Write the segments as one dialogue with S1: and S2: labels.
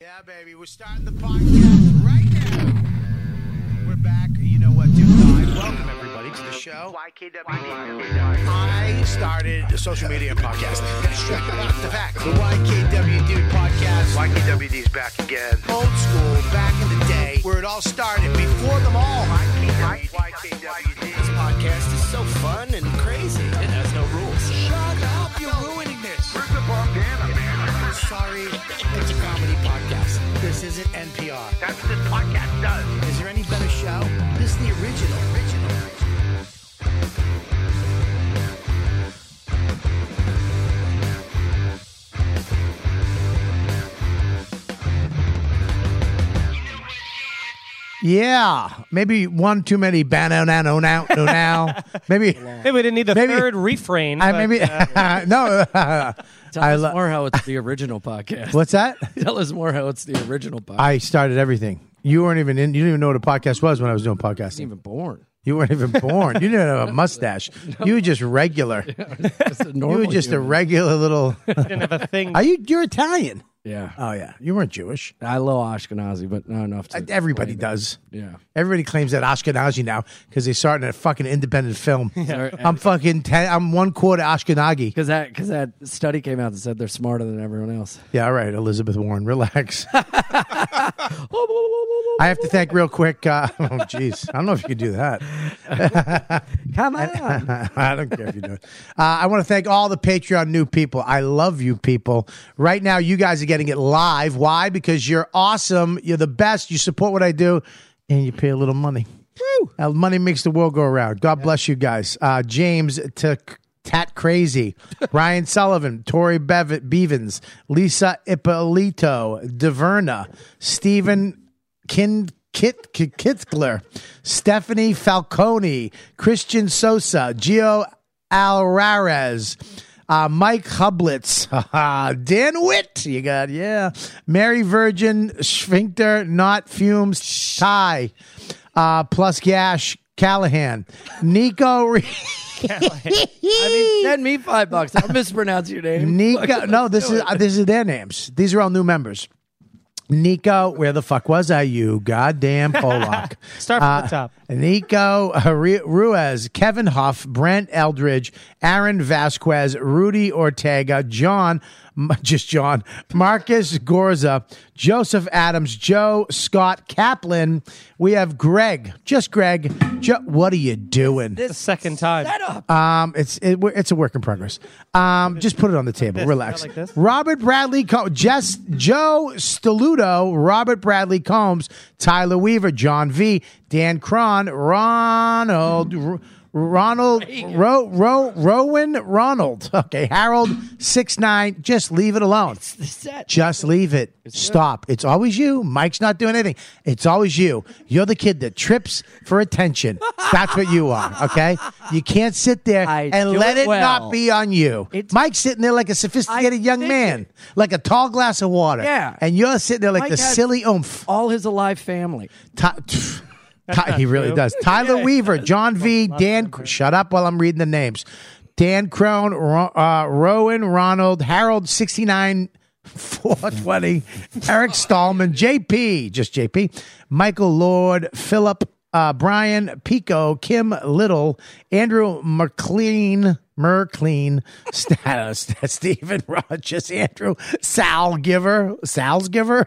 S1: Yeah, baby, we're starting the podcast right now. We're back. You know what, dude? Live. Welcome everybody to the show. I started a social media podcast. the fact, the YKW Dude podcast.
S2: YKWD's back again.
S1: Old school, back in the day, where it all started, before them all.
S2: YKWD.
S3: podcast is so fun and crazy. It has no rules.
S1: Shut up! You're ruining this.
S2: Where's the bandana, man?
S1: Sorry, it's a comedy podcast. This isn't NPR.
S2: That's what this podcast does.
S1: Is there any better show? This is the original. Original. Yeah, maybe one too many bano na no now no now. Maybe
S4: Maybe we didn't need the
S1: Maybe-
S4: third refrain.
S1: I
S4: but,
S1: maybe
S4: uh,
S1: no. uh,
S3: Tell
S1: I
S3: us
S1: lo-
S3: more how it's the original podcast.
S1: what's that?
S3: Tell us more how it's the original podcast. I
S1: I started everything. You weren't even in. You didn't even know what a podcast was when I was doing podcasting.
S3: wasn't even born.
S1: You weren't even born. You didn't have a mustache. You were just regular.
S3: Just a
S1: You
S3: normal
S1: were just a
S3: human.
S1: regular little.
S4: didn't have a thing.
S1: Are you? You're Italian.
S3: yeah.
S1: Oh yeah, you weren't Jewish.
S3: I love Ashkenazi, but not enough to
S1: Everybody does.
S3: Yeah.
S1: Everybody claims that Ashkenazi now because they saw it in a fucking independent film.
S3: Sorry.
S1: I'm fucking. Ten, I'm one quarter Ashkenazi.
S3: Because that because that study came out that said they're smarter than everyone else.
S1: Yeah, all right, Elizabeth Warren, relax. I have to thank real quick. Uh, oh, jeez, I don't know if you can do that.
S3: Come on.
S1: I don't care if you do it. Uh, I want to thank all the Patreon new people. I love you people. Right now, you guys are getting it live. Why? Because you're awesome. You're the best. You support what I do, and you pay a little money. Woo! Uh, money makes the world go around. God bless you guys. Uh, James to Tat Crazy, Ryan Sullivan, Tori Bev- Bevins, Lisa Ippolito, Daverna, Stephen Kin Kit Kit- Kitzler, Stephanie Falcone, Christian Sosa, Gio Alvarez, uh, Mike Hublitz, Dan Witt, you got yeah, Mary Virgin, Sphincter, Not Fumes, Ty, uh, plus Gash Callahan, Nico. Re-
S3: Send me five bucks. I'll mispronounce your name.
S1: Nico. No, this is uh, this is their names. These are all new members. Nico, where the fuck was I? You goddamn Polak.
S4: Start from
S5: uh,
S4: the top.
S1: Nico uh, Ru- Ruiz, Kevin Huff, Brent Eldridge, Aaron Vasquez, Rudy Ortega, John, m- just John, Marcus Gorza, Joseph Adams, Joe Scott Kaplan. We have Greg, just Greg. Jo- what are you doing?
S4: the second time.
S1: Um, it's it, we're- it's a work in progress. Um, just put it on the table. Relax.
S4: like this.
S1: Robert Bradley, Co- Jess, Joe Steluto, Robert Bradley Combs, Tyler Weaver, John V, Dan Cron, Ronald. R- Ronald Ro, Ro, Rowan Ronald. Okay, Harold six nine. Just leave it alone.
S3: set.
S1: Just leave it. Stop. It's always you. Mike's not doing anything. It's always you. You're the kid that trips for attention. That's what you are. Okay. You can't sit there
S3: I
S1: and
S3: do
S1: let
S3: it
S1: it not
S3: well.
S1: be on you.
S3: It's-
S1: Mike's sitting there like a sophisticated
S3: I
S1: young
S3: think
S1: man, like a tall glass of water.
S3: Yeah.
S1: And you're sitting there like
S3: Mike
S1: the
S3: has-
S1: silly oomph.
S3: All his alive family.
S1: Ty- Ty- he really
S4: true.
S1: does. Tyler Weaver, John V, Dan. Shut up while I'm reading the names. Dan Crone, Ro- uh, Rowan Ronald, Harold 69. 420, Eric Stallman, JP, just JP, Michael Lord, Philip, uh, Brian Pico, Kim Little, Andrew McLean, Merclean, St- uh, St- Stephen Rogers, Andrew Salgiver, Salsgiver.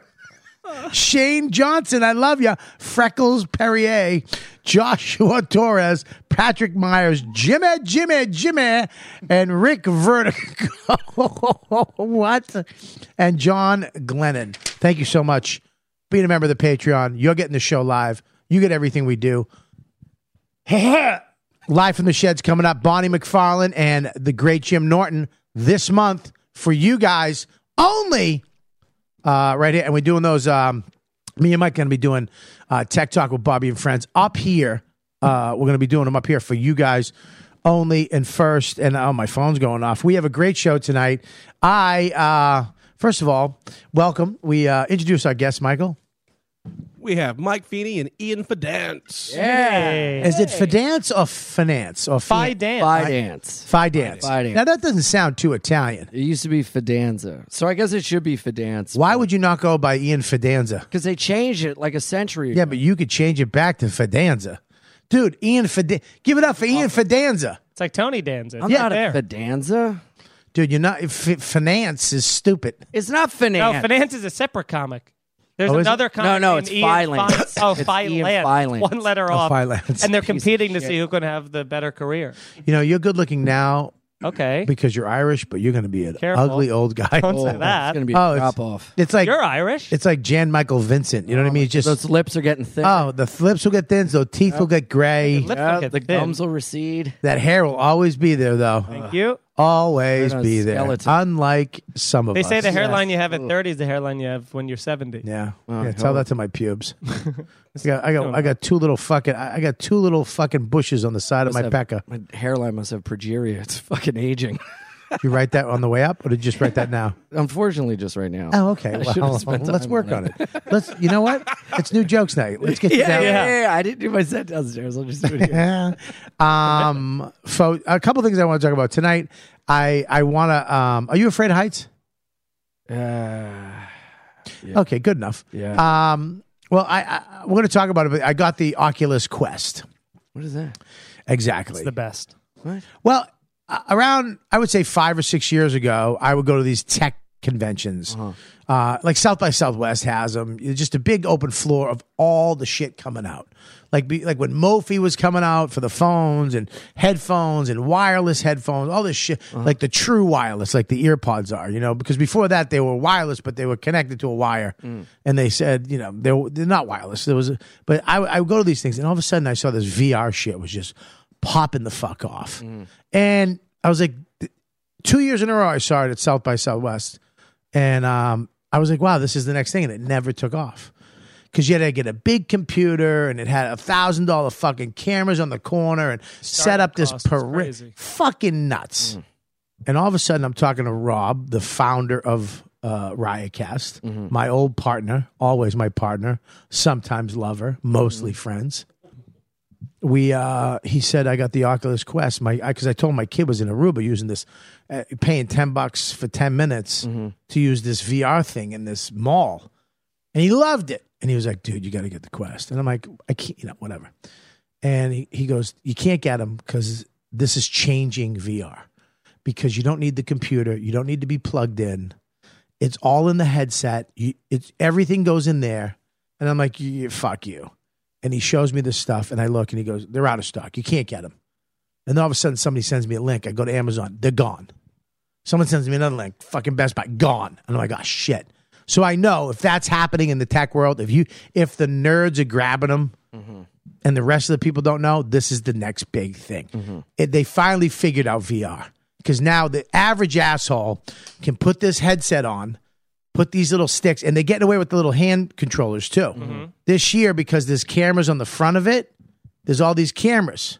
S1: Shane Johnson, I love you. Freckles Perrier, Joshua Torres, Patrick Myers, Jimmy, Jimmy, Jimmy, and Rick Vertigo. what? And John Glennon. Thank you so much. Being a member of the Patreon, you're getting the show live. You get everything we do. Live from the Sheds coming up. Bonnie McFarlane and the great Jim Norton this month for you guys only uh, right here. And we're doing those. Um, me and Mike going to be doing uh, Tech Talk with Bobby and friends up here. Uh, we're going to be doing them up here for you guys only and first. And oh, my phone's going off. We have a great show tonight. I uh, first of all, welcome. We uh, introduce our guest, Michael.
S6: we have Mike Feeney and Ian Fidance.
S4: Hey.
S1: Is it finance or finance or
S4: Fi
S1: fi-
S4: dance.
S5: Fidance.
S1: Fidance.
S5: Fidance.
S1: Now that doesn't sound too Italian.
S5: It used to be Fidanza. So I guess it should be Fidance.
S1: Why would you not go by Ian Fidanza?
S5: Because they changed it like a century
S1: Yeah,
S5: ago.
S1: but you could change it back to Fidanza. Dude, Ian Fidanza. Give it up for Ian Fidanza.
S4: It's like Tony Danza.
S5: I'm
S4: yeah,
S5: not
S4: there.
S5: a Fidanza.
S1: Dude, you're not. F- finance is stupid.
S5: It's
S4: no,
S5: not finance.
S4: finance is a separate comic. There's
S1: Oh, is it?
S4: another comic.
S5: No, no,
S4: named
S5: it's
S4: Ian
S5: Filance.
S4: Fi- Oh,
S5: It's
S4: Filance.
S5: Ian Filance.
S4: One letter
S1: Oh,
S4: off.
S1: Filance.
S4: And they're
S1: Piece of
S4: competing to see who can have the better career.
S1: You know, you're good looking now
S4: Okay.
S1: because you're Irish, but you're going to be an
S4: Careful.
S1: ugly old guy.
S4: Don't
S5: Oh,
S4: say that.
S5: It's going to be a
S1: Oh,
S5: drop
S1: it's,
S5: off.
S1: it's like
S4: You're Irish.
S1: it's like Jan Michael Vincent. You know what I mean? It's just
S5: Those lips are getting thick.
S1: oh, the lips will get thin, so teeth will get gray.
S4: Lips
S5: Yeah,
S4: look at
S5: the
S4: thin.
S5: gums will recede.
S1: That hair will always be there, though.
S4: Thank you.
S1: Always
S5: They're a
S1: be there.
S5: skeleton.
S1: Unlike some of
S4: They
S1: us.
S4: say the hairline you have at 30 is the hairline you have when you're 70.
S1: Yeah.
S5: Wow.
S1: yeah tell that to my pubes. I got, I got, I got two little fucking, I I got two little fucking bushes on the side of my
S5: Must have-
S1: pecker.
S5: My hairline must have progeria. It's fucking aging.
S1: Did you write that on the way up, or did you just write that now?
S5: Unfortunately, just right now.
S1: Oh, okay.
S5: I should've
S1: Well,
S5: spent
S1: let's
S5: time
S1: work on it. Let's. You know what? It's new jokes night. Let's get
S5: Yeah,
S1: down.
S5: yeah, yeah, I didn't do my set downstairs. I'll just do it here.
S1: Yeah. Um. So a couple things I want to talk about tonight. I I want to. Um. Are you afraid of heights?
S5: Uh,
S1: Okay. Good enough.
S5: Yeah.
S1: Um. Well, I, I we're going to talk about it. But I got the Oculus Quest.
S5: what is that?
S1: Exactly.
S4: The best.
S1: Well, uh, around I would say five or six years ago, I would go to these tech conventions, uh like South by Southwest has them. It's just a big open floor of all the shit coming out. Like be, like when Mophie was coming out for the phones and headphones and wireless headphones, all this shit, like the true wireless, like the earpods are, you know, because before that they were wireless, but they were connected to a wire, and they said, you know, they're, they're not wireless. There was, a, but I, I would go to these things, and all of a sudden I saw this VR shit was just popping the fuck off.
S4: Mm-hmm.
S1: And I was like, th- two years in a row, I saw it at South by Southwest. And um, I was like, wow, this is the next thing. And it never took off. Because you had to get a big computer and it had a thousand dollar fucking cameras on the corner and set up this
S4: cost is
S1: parade.
S4: crazy. Mm-hmm.
S1: Fucking nuts. And all of a sudden, I'm talking to Rob, the founder of uh, Riotcast,
S4: Mm-hmm.
S1: my old partner, always my partner, sometimes lover,
S4: Mm-hmm.
S1: mostly friends we uh he said i got the oculus quest my because I, told him my kid was in aruba using this uh, paying 10 bucks for 10 minutes to use this vr thing in this mall and he loved it and he was like dude you got to get the quest and i'm like i can't you know whatever and he, he goes you can't get them because this is changing vr because you don't need the computer you don't need to be plugged in it's all in the headset you, it's everything goes in there and i'm like "You- fuck you and he shows me this stuff and i look and he goes they're out of stock you can't get them and then all of a sudden somebody sends me a link i go to amazon they're gone someone sends me another link fucking best buy gone and i'm like oh shit so i know if that's happening in the tech world if you if the nerds are grabbing them and the rest of the people don't know this is the next big thing It- they finally figured out vr because now the average asshole can put this headset on put these little sticks and they're getting away with the little hand controllers too
S4: Mm-hmm.
S1: this year because there's cameras on the front of it there's all these cameras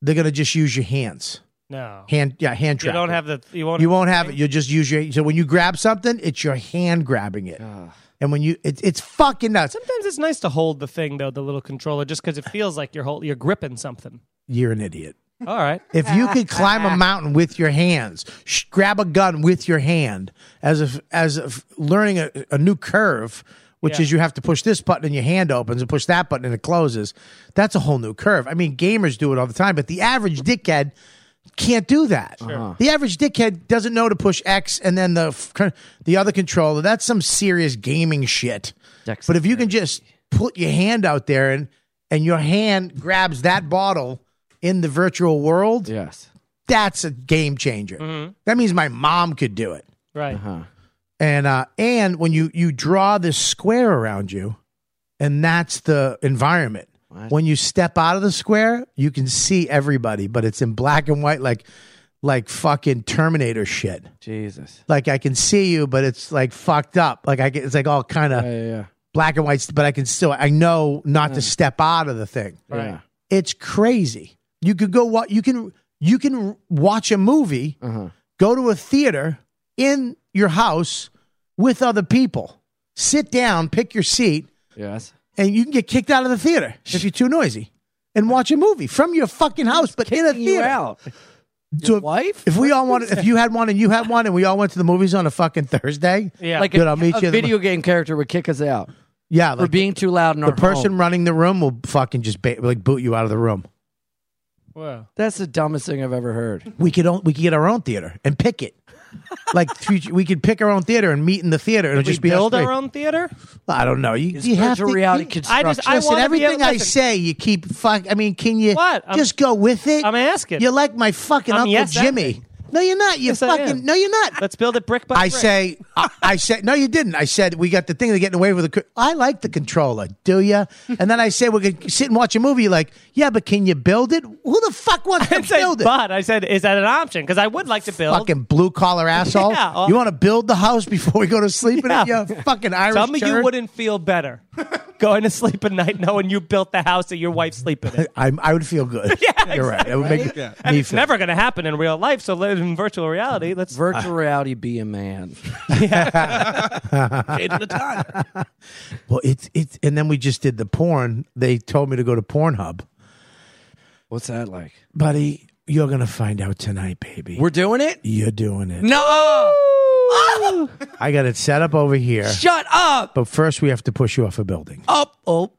S1: they're going to just use your hands
S4: No.
S1: hand yeah hand
S4: You don't
S1: tracking.
S4: have the. You won't.
S1: you won't have it you'll just use your so when you grab something it's your hand grabbing it and when you it, it's fucking nuts
S4: Sometimes it's nice to hold the thing though, the little controller, just because it feels like you're hold, you're gripping something.
S1: you're an idiot
S4: All right.
S1: if you could climb a mountain with your hands sh- grab a gun with your hand as if as if learning a, a new curve which
S4: Yeah.
S1: is you have to push this button and your hand opens and push that button and it closes that's a whole new curve i mean gamers do it all the time but the average dickhead can't do that the average dickhead doesn't know to push x and then the f- cur- the other controller that's some serious gaming shit but if you can just put your hand out there and and your hand grabs that bottle in the virtual world
S5: Yes.
S1: that's a game changer. That means my mom could do it.
S4: Right.
S5: Uh-huh.
S1: And uh, and when you you draw this square around you, and that's the environment. When you step out of the square, you can see everybody, but it's in black and white, like like fucking Terminator shit.
S5: Jesus.
S1: Like I can see you, but it's like fucked up. Like I get, it's like all kind of
S5: Yeah, yeah, yeah.
S1: black and white, but I can still I know not to step out of the thing.
S4: Right.
S5: Hmm. Yeah.
S1: It's crazy. You could go what you can you can watch a movie,
S5: Uh-huh.
S1: go to a theater in your house with other people. Sit down, pick your seat,
S5: Yes.
S1: and you can get kicked out of the theater if you're too noisy and watch a movie from your fucking house, but in a
S5: you
S1: theater.
S5: out.
S1: So if-
S5: wife?
S1: If we all wanted, if you had one and you had one, and we all went to the movies on a fucking Thursday,
S4: Yeah.
S5: Like
S1: Good,
S5: a,
S1: I'll meet
S5: a
S1: you in the-
S5: video game character would kick us out
S1: yeah,
S5: for
S1: like
S5: being too loud in
S1: the
S5: our
S1: person
S5: home.
S1: running the room will fucking just ba- like boot you out of the room.
S4: Wow.
S5: That's the dumbest thing I've ever heard.
S1: We could own, we could get our own theater and pick it. like future, we could pick our own theater and meet in the theater. It'll
S4: We
S1: just be us
S4: build
S1: three.
S4: our own theater.
S1: I don't know. You, you have to
S5: Virtual reality
S1: you-
S5: construction.
S4: I just- I-
S1: Listen,
S4: wanna be
S1: everything
S4: able-
S1: I
S4: listen.
S1: say, you keep fuck. I mean, can you
S4: What? I'm-
S1: just go with it?
S4: I'm asking.
S1: You're like my fucking
S4: I'm
S1: uncle
S4: yes
S1: Jimmy.
S4: acting.
S1: No, you're not. You
S4: Yes, I
S1: fucking.
S4: am.
S1: No, you're not.
S4: Let's build it brick by
S1: I
S4: brick.
S1: say, I, I said, no, you didn't. I said we got the thing of getting away with the. co- I like the controller, do you? And then I say we're gonna sit and watch a movie. You're like, yeah, but can you build it? Who the fuck wants to
S4: I said,
S1: build it?
S4: but I said, is that an option? Because I would like to build.
S1: Fucking blue collar asshole.
S4: Yeah, well-
S1: you want to build the house before we go to sleep? Yeah.
S4: Yeah.
S1: You fucking Irish.
S4: Some of you
S1: turd.
S4: wouldn't feel better going to sleep at night knowing you built the house that your wife's sleeping in.
S1: I'm, I would feel good. Yeah, you're right. It would make
S4: And
S1: me
S4: it's
S1: feel.
S4: never going to happen in real life. So let- in virtual reality, let's.
S5: Virtual reality, be a man.
S6: Made in a tire.
S1: well, it's it's. And then we just did the porn. They told me to go to Pornhub,
S5: What's that like?
S1: buddy. You're gonna find out tonight, baby.
S5: We're doing it.
S1: you're doing it.
S5: No, Ah!
S1: I got it set up over here.
S5: shut up.
S1: But first, we have to push you off a building.
S5: Up. Oh,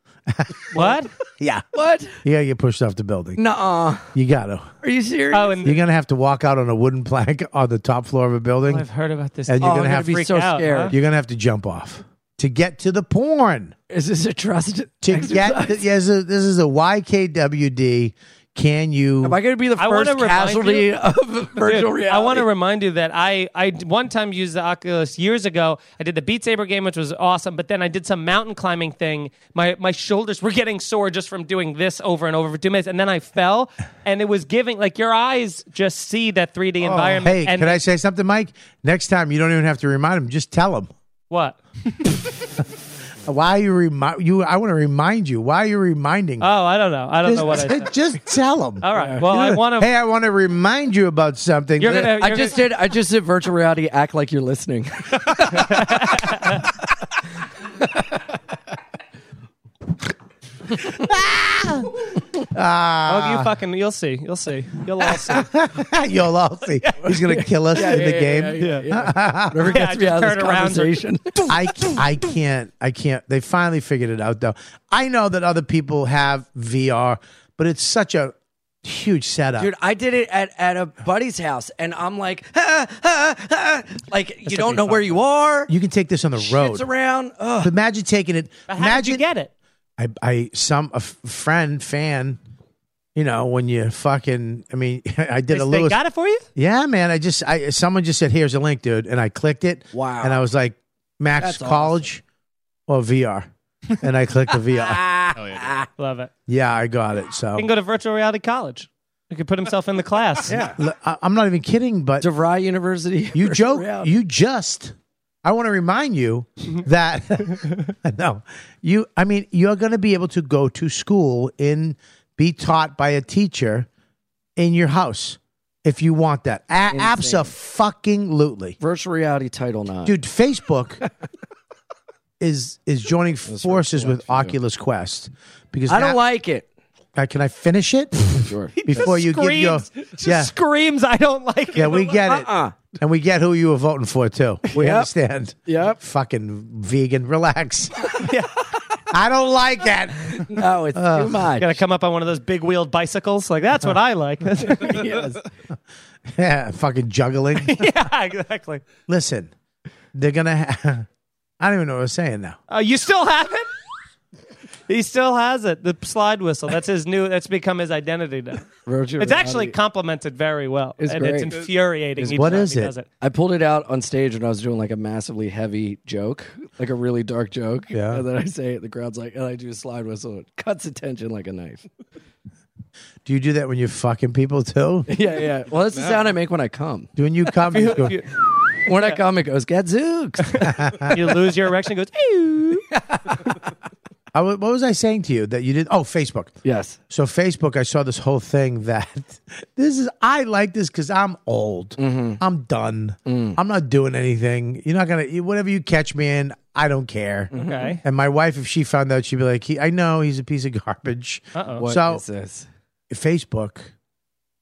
S4: what?
S1: Yeah.
S5: what?
S1: You gotta get pushed off the building.
S5: Nuh-uh.
S1: You gotta.
S5: Are you serious?
S4: Oh, and
S1: You're gonna have to walk out on a wooden plank on the top floor of a building.
S4: I've heard about this.
S1: And you're
S5: Oh,
S1: gonna
S5: I'm
S1: have
S5: gonna be
S4: freak
S5: so
S4: out,
S5: scared.
S1: You're gonna have to jump off to get to the porn.
S5: Is this a trust?
S1: To get
S5: exercise?
S1: yes, this is a YKWD. Can you?
S5: Am I going to be the
S4: I wanna
S5: first
S4: remind
S5: casualty
S4: you-
S5: of virtual
S4: Dude,
S5: reality?
S4: I want to remind you that I, I d- one time used the Oculus years ago. I did the Beat Saber game, which was awesome, but then I did some mountain climbing thing. My my shoulders were getting sore just from doing this over and over for two minutes, and then I fell, and it was giving like your eyes just see that 3D
S5: Oh.
S4: environment.
S1: hey,
S4: and
S1: could I say something, Mike? Next time, you don't even have to remind him. Just tell him.
S4: what?
S1: Why are you remind you? I want to remind you. Why are you reminding? him?
S4: Oh, I don't know. I don't
S1: just,
S4: know what I said.
S1: just tell him.
S4: All right. Well, I want to.
S1: Hey, I want to remind you about something.
S4: You're gonna.
S5: I
S4: you're
S5: just
S4: gonna-
S5: did. I just did virtual reality. Act like you're listening.
S1: uh,
S4: oh, you fucking. You'll see. You'll see. You'll all see.
S1: You'll all see. He's going to kill us in the game.
S5: Whatever
S4: Yeah,
S5: gets me
S4: just
S5: out
S4: turn
S5: of
S4: around.
S5: this conversation.
S1: I, I can't. I can't. They finally figured it out, though. I know that other people have VR, but it's such a huge setup.
S5: Dude, I did it at, at a buddy's house, and I'm like, "Ah, ah, ah," like you don't know where you are.
S1: you can take this on the road.
S5: Shit's around. Ugh.
S1: Imagine taking it.
S4: How did
S1: imagine
S4: you get it?
S1: I, I some a f- friend fan. You know when you fucking. I mean, I did
S4: They,
S1: a
S4: they
S1: Lewis.
S4: got it for you.
S1: Yeah, man. I just I someone just said, "Here's a link, dude," and I clicked it.
S5: Wow.
S1: And I was like, "Max
S5: That's
S1: College or VR," and I clicked the VR.
S4: Love it.
S1: Yeah, I got it. So
S4: He can go to virtual reality college. He could put himself in the class. yeah.
S1: L- I- I'm not even kidding, but
S5: DeVry University.
S1: you
S5: virtual
S1: joke.
S5: reality.
S1: You just. I want to remind you that no, you. I mean, you're going to be able to go to school and be taught by a teacher in your house if you want that. A- Absolutely.
S5: virtual reality title nine.
S1: dude facebook is is joining forces with oculus quest because
S5: I don't
S1: now-
S5: like it.
S1: uh, can i finish it
S5: Sure.
S1: before you give your
S4: screams, just
S1: yeah
S4: screams, I don't like it.
S1: yeah we get it
S5: Uh-uh.
S1: and we get who you were voting for too we understand
S5: Yep.
S1: fucking vegan relax i don't like that
S5: No, it's too much.
S4: Gotta come up on one of those big wheeled bicycles. Like, that's what I like. yeah,
S5: Yes.
S1: yeah fucking juggling
S4: exactly.
S1: listen they're gonna ha- i don't even know what i was saying now
S4: Uh, you still have it? he still has it. The slide whistle. That's his new, that's become his identity now.
S5: Virtual
S4: It's actually
S5: reality.
S4: complimented very well.
S5: It's
S4: and it's
S5: great.
S4: infuriating. each
S1: What
S4: time
S1: is
S4: he
S1: it?
S4: does it?
S5: I pulled it out on stage when I was doing like a massively heavy joke, like a really dark joke.
S1: Yeah.
S5: And then I say it, the crowd's like, and I do a slide whistle. It cuts attention like a knife.
S1: do you do that when you're fucking people too
S5: yeah, yeah. Well, that's the sound I make when I come.
S1: when you come you go,
S4: You,
S5: When I come, it goes, Gadzooks.
S4: you lose your erection, it goes, "Ew."
S1: I wa- what was I saying to you that you did? Oh, Facebook.
S5: Yes.
S1: So Facebook, I saw this whole thing that this is. I like this because I'm old. I'm done. I'm not doing anything. You're not gonna you- whatever you catch me in. I don't care.
S4: Okay.
S1: And my wife, if she found out, she'd be like, he, "I know he's a piece of garbage."
S4: Uh-oh.
S5: Oh, What
S1: So-
S5: is this?
S1: Facebook.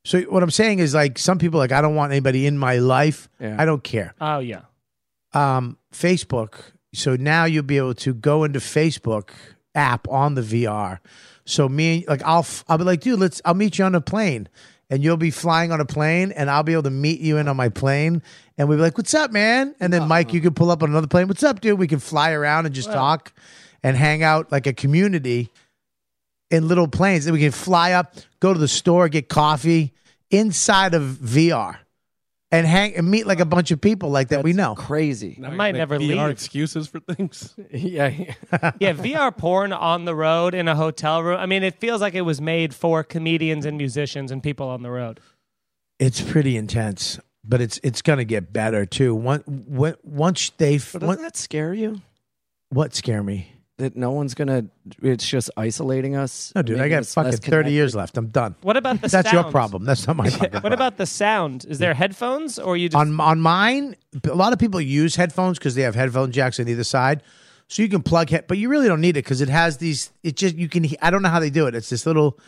S1: So what I'm saying is, like, some people are like I don't want anybody in my life.
S5: Yeah.
S1: I don't care.
S4: Oh yeah.
S1: um, Facebook. So now you'll be able to go into Facebook app on the VR. So me, like I'll, f- I'll be like, dude, let's. I'll meet you on a plane, and you'll be flying on a plane, and I'll be able to meet you in on my plane, and we'll be like, what's up, man? And then Mike, you can pull up on another plane. What's up, dude? We can fly around and just talk and hang out like a community in little planes. Then we can fly up, go to the store, get coffee inside of VR. And hang and meet like a bunch of people like that we know.
S5: Crazy.
S4: I might never
S6: VR
S4: leave.
S6: excuses for things.
S5: yeah.
S4: Yeah, VR porn on the road in a hotel room. I mean, it feels like it was made for comedians and musicians and people on the road.
S1: It's pretty intense, but it's it's gonna get better too. One, when, once they f-
S5: Doesn't
S1: what,
S5: that scare you?
S1: what scare me?
S5: That no one's gonna. It's just isolating us.
S1: No, Oh, dude, I
S5: making
S1: got
S5: us less
S1: fucking thirty years left. I'm done.
S4: What about the
S1: That's your
S4: sound?
S1: problem. That's not my
S5: Oh
S1: fucking
S4: What
S1: problem.
S4: about the sound? Is there headphones or you just
S1: on on mine? A lot of people use headphones because they have headphone jacks on either side, so you can plug head. But you really don't need it because it has these. It just you can. he- I don't know how they do it. It's this little.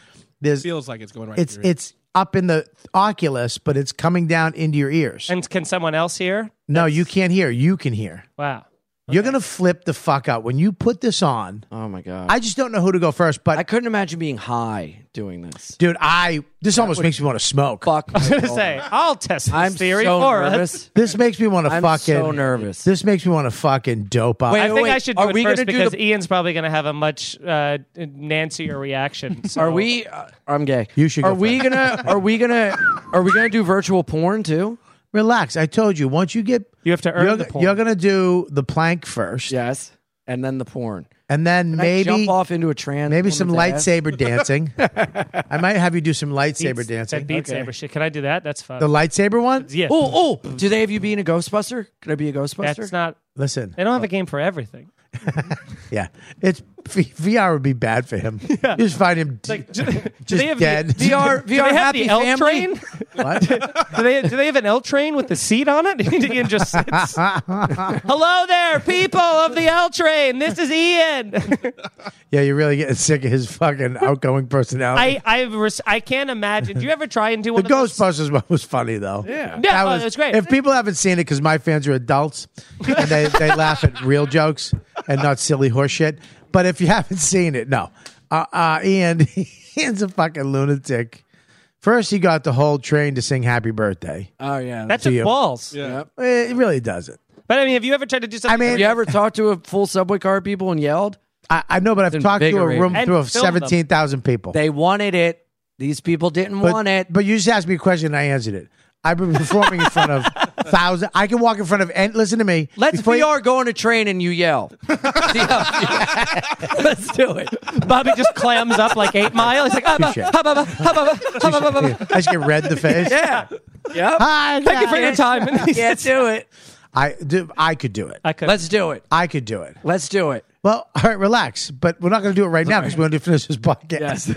S1: There's
S6: Feels like it's going right.
S1: it's
S6: through.
S1: it's up in the Oculus, but it's coming down into your ears.
S4: and can someone else hear?
S1: no, you can't hear. You can hear.
S4: Wow.
S1: You're gonna flip the fuck out when you put this on.
S5: Oh my god. I,
S1: I just don't know who to go first, but
S5: couldn't imagine being high doing this.
S1: dude, I this almost makes me want to smoke.
S5: Fuck. I was
S4: gonna say I'll test this
S5: Oh I'm
S4: theory
S5: so
S4: for us.
S5: nervous.
S1: This makes me want to
S5: I'm
S1: fucking.
S5: so nervous.
S1: This makes me want to fucking dope up.
S4: I
S5: Wait,
S4: think
S5: wait,
S4: I should do
S5: are
S4: it
S5: we gonna
S4: first
S5: do
S4: because
S5: the-
S4: Ian's probably going to have a much uh, nancier reaction. So.
S5: Are we? Uh, I'm gay.
S1: You should go
S5: Are we going gonna? Are we gonna? Are we gonna do virtual porn too?
S1: Relax. I told you. Once you get,
S4: You have to earn
S1: you're,
S4: the porn.
S1: You're gonna do the plank first,
S5: Yes. And then the porn.
S1: and then
S5: Can I
S1: maybe
S5: jump off into a trans.
S1: maybe some
S5: woman's ass?
S1: lightsaber dancing. I might have you do some lightsaber
S4: Beats-
S1: dancing.
S4: That Beat Saber shit. Can I do that? That's fun.
S1: The lightsaber one.
S4: yeah.
S5: Oh, oh! Do they have you being a Ghostbuster? Could I be a Ghostbuster?
S4: that's not.
S1: Listen,
S4: They don't have
S5: Oh.
S4: a game for everything.
S1: yeah, it's V- VR would be bad for him. You just find him d-
S4: Like, do, do
S1: just
S4: they have
S1: dead.
S4: The,
S5: VR
S4: do they
S5: VR
S4: have
S5: happy
S4: the L
S5: family.
S4: train?
S1: What?
S4: Do they, do they have an L train with the seat on it? Ian just sits. Hello there, people of the L train. This is Ian.
S1: yeah, you're really getting sick of his fucking outgoing personality.
S4: I I, res- I can't imagine. Do you ever try and do one
S1: The
S4: of those?
S1: Ghostbusters one was funny though.
S6: Yeah.
S4: Yeah, oh, it was great.
S1: If people haven't seen it, because my fans are adults and they, they laugh at real jokes and not silly horseshit. But if you haven't seen it, no, uh, uh, Ian, Ian's a fucking lunatic. First, he got the whole train to sing "Happy Birthday."
S5: Oh yeah.
S4: That
S1: to
S4: took
S1: you.
S4: balls.
S6: Yep.
S1: It really doesn't.
S4: But I mean, have you ever tried to do
S1: I
S4: something?
S1: mean,
S5: Have you ever talked to a full subway car of people and yelled?
S1: I, I know, but I've
S5: It's
S1: talked to a
S5: invigorating.
S1: room
S4: And
S1: through of
S4: film them.
S1: seventeen thousand people.
S5: They wanted it. These people didn't
S1: but,
S5: want it.
S1: But you just asked me a question and I answered it. I've been performing in front of thousand. I can walk in front of and listen to me.
S5: Let's
S1: Before you-
S5: VR go on a train and you yell. Let's do it.
S4: Bobby just clams up like eight mile. He's like, "Ah, bah,
S1: Touche.
S4: ah, bah, bah, ah, bah, bah, ah, bah, bah, bah, bah."
S1: I just get red in the face.
S5: Yeah. Yep.
S1: Hi,
S4: thank you for your time.
S5: Yeah, do it.
S1: I do. I could do it.
S4: I could.
S5: Let's do it.
S1: I could do it.
S5: Let's do it.
S1: Well, all right, relax. But we're not going to do it right now because we want to finish this podcast.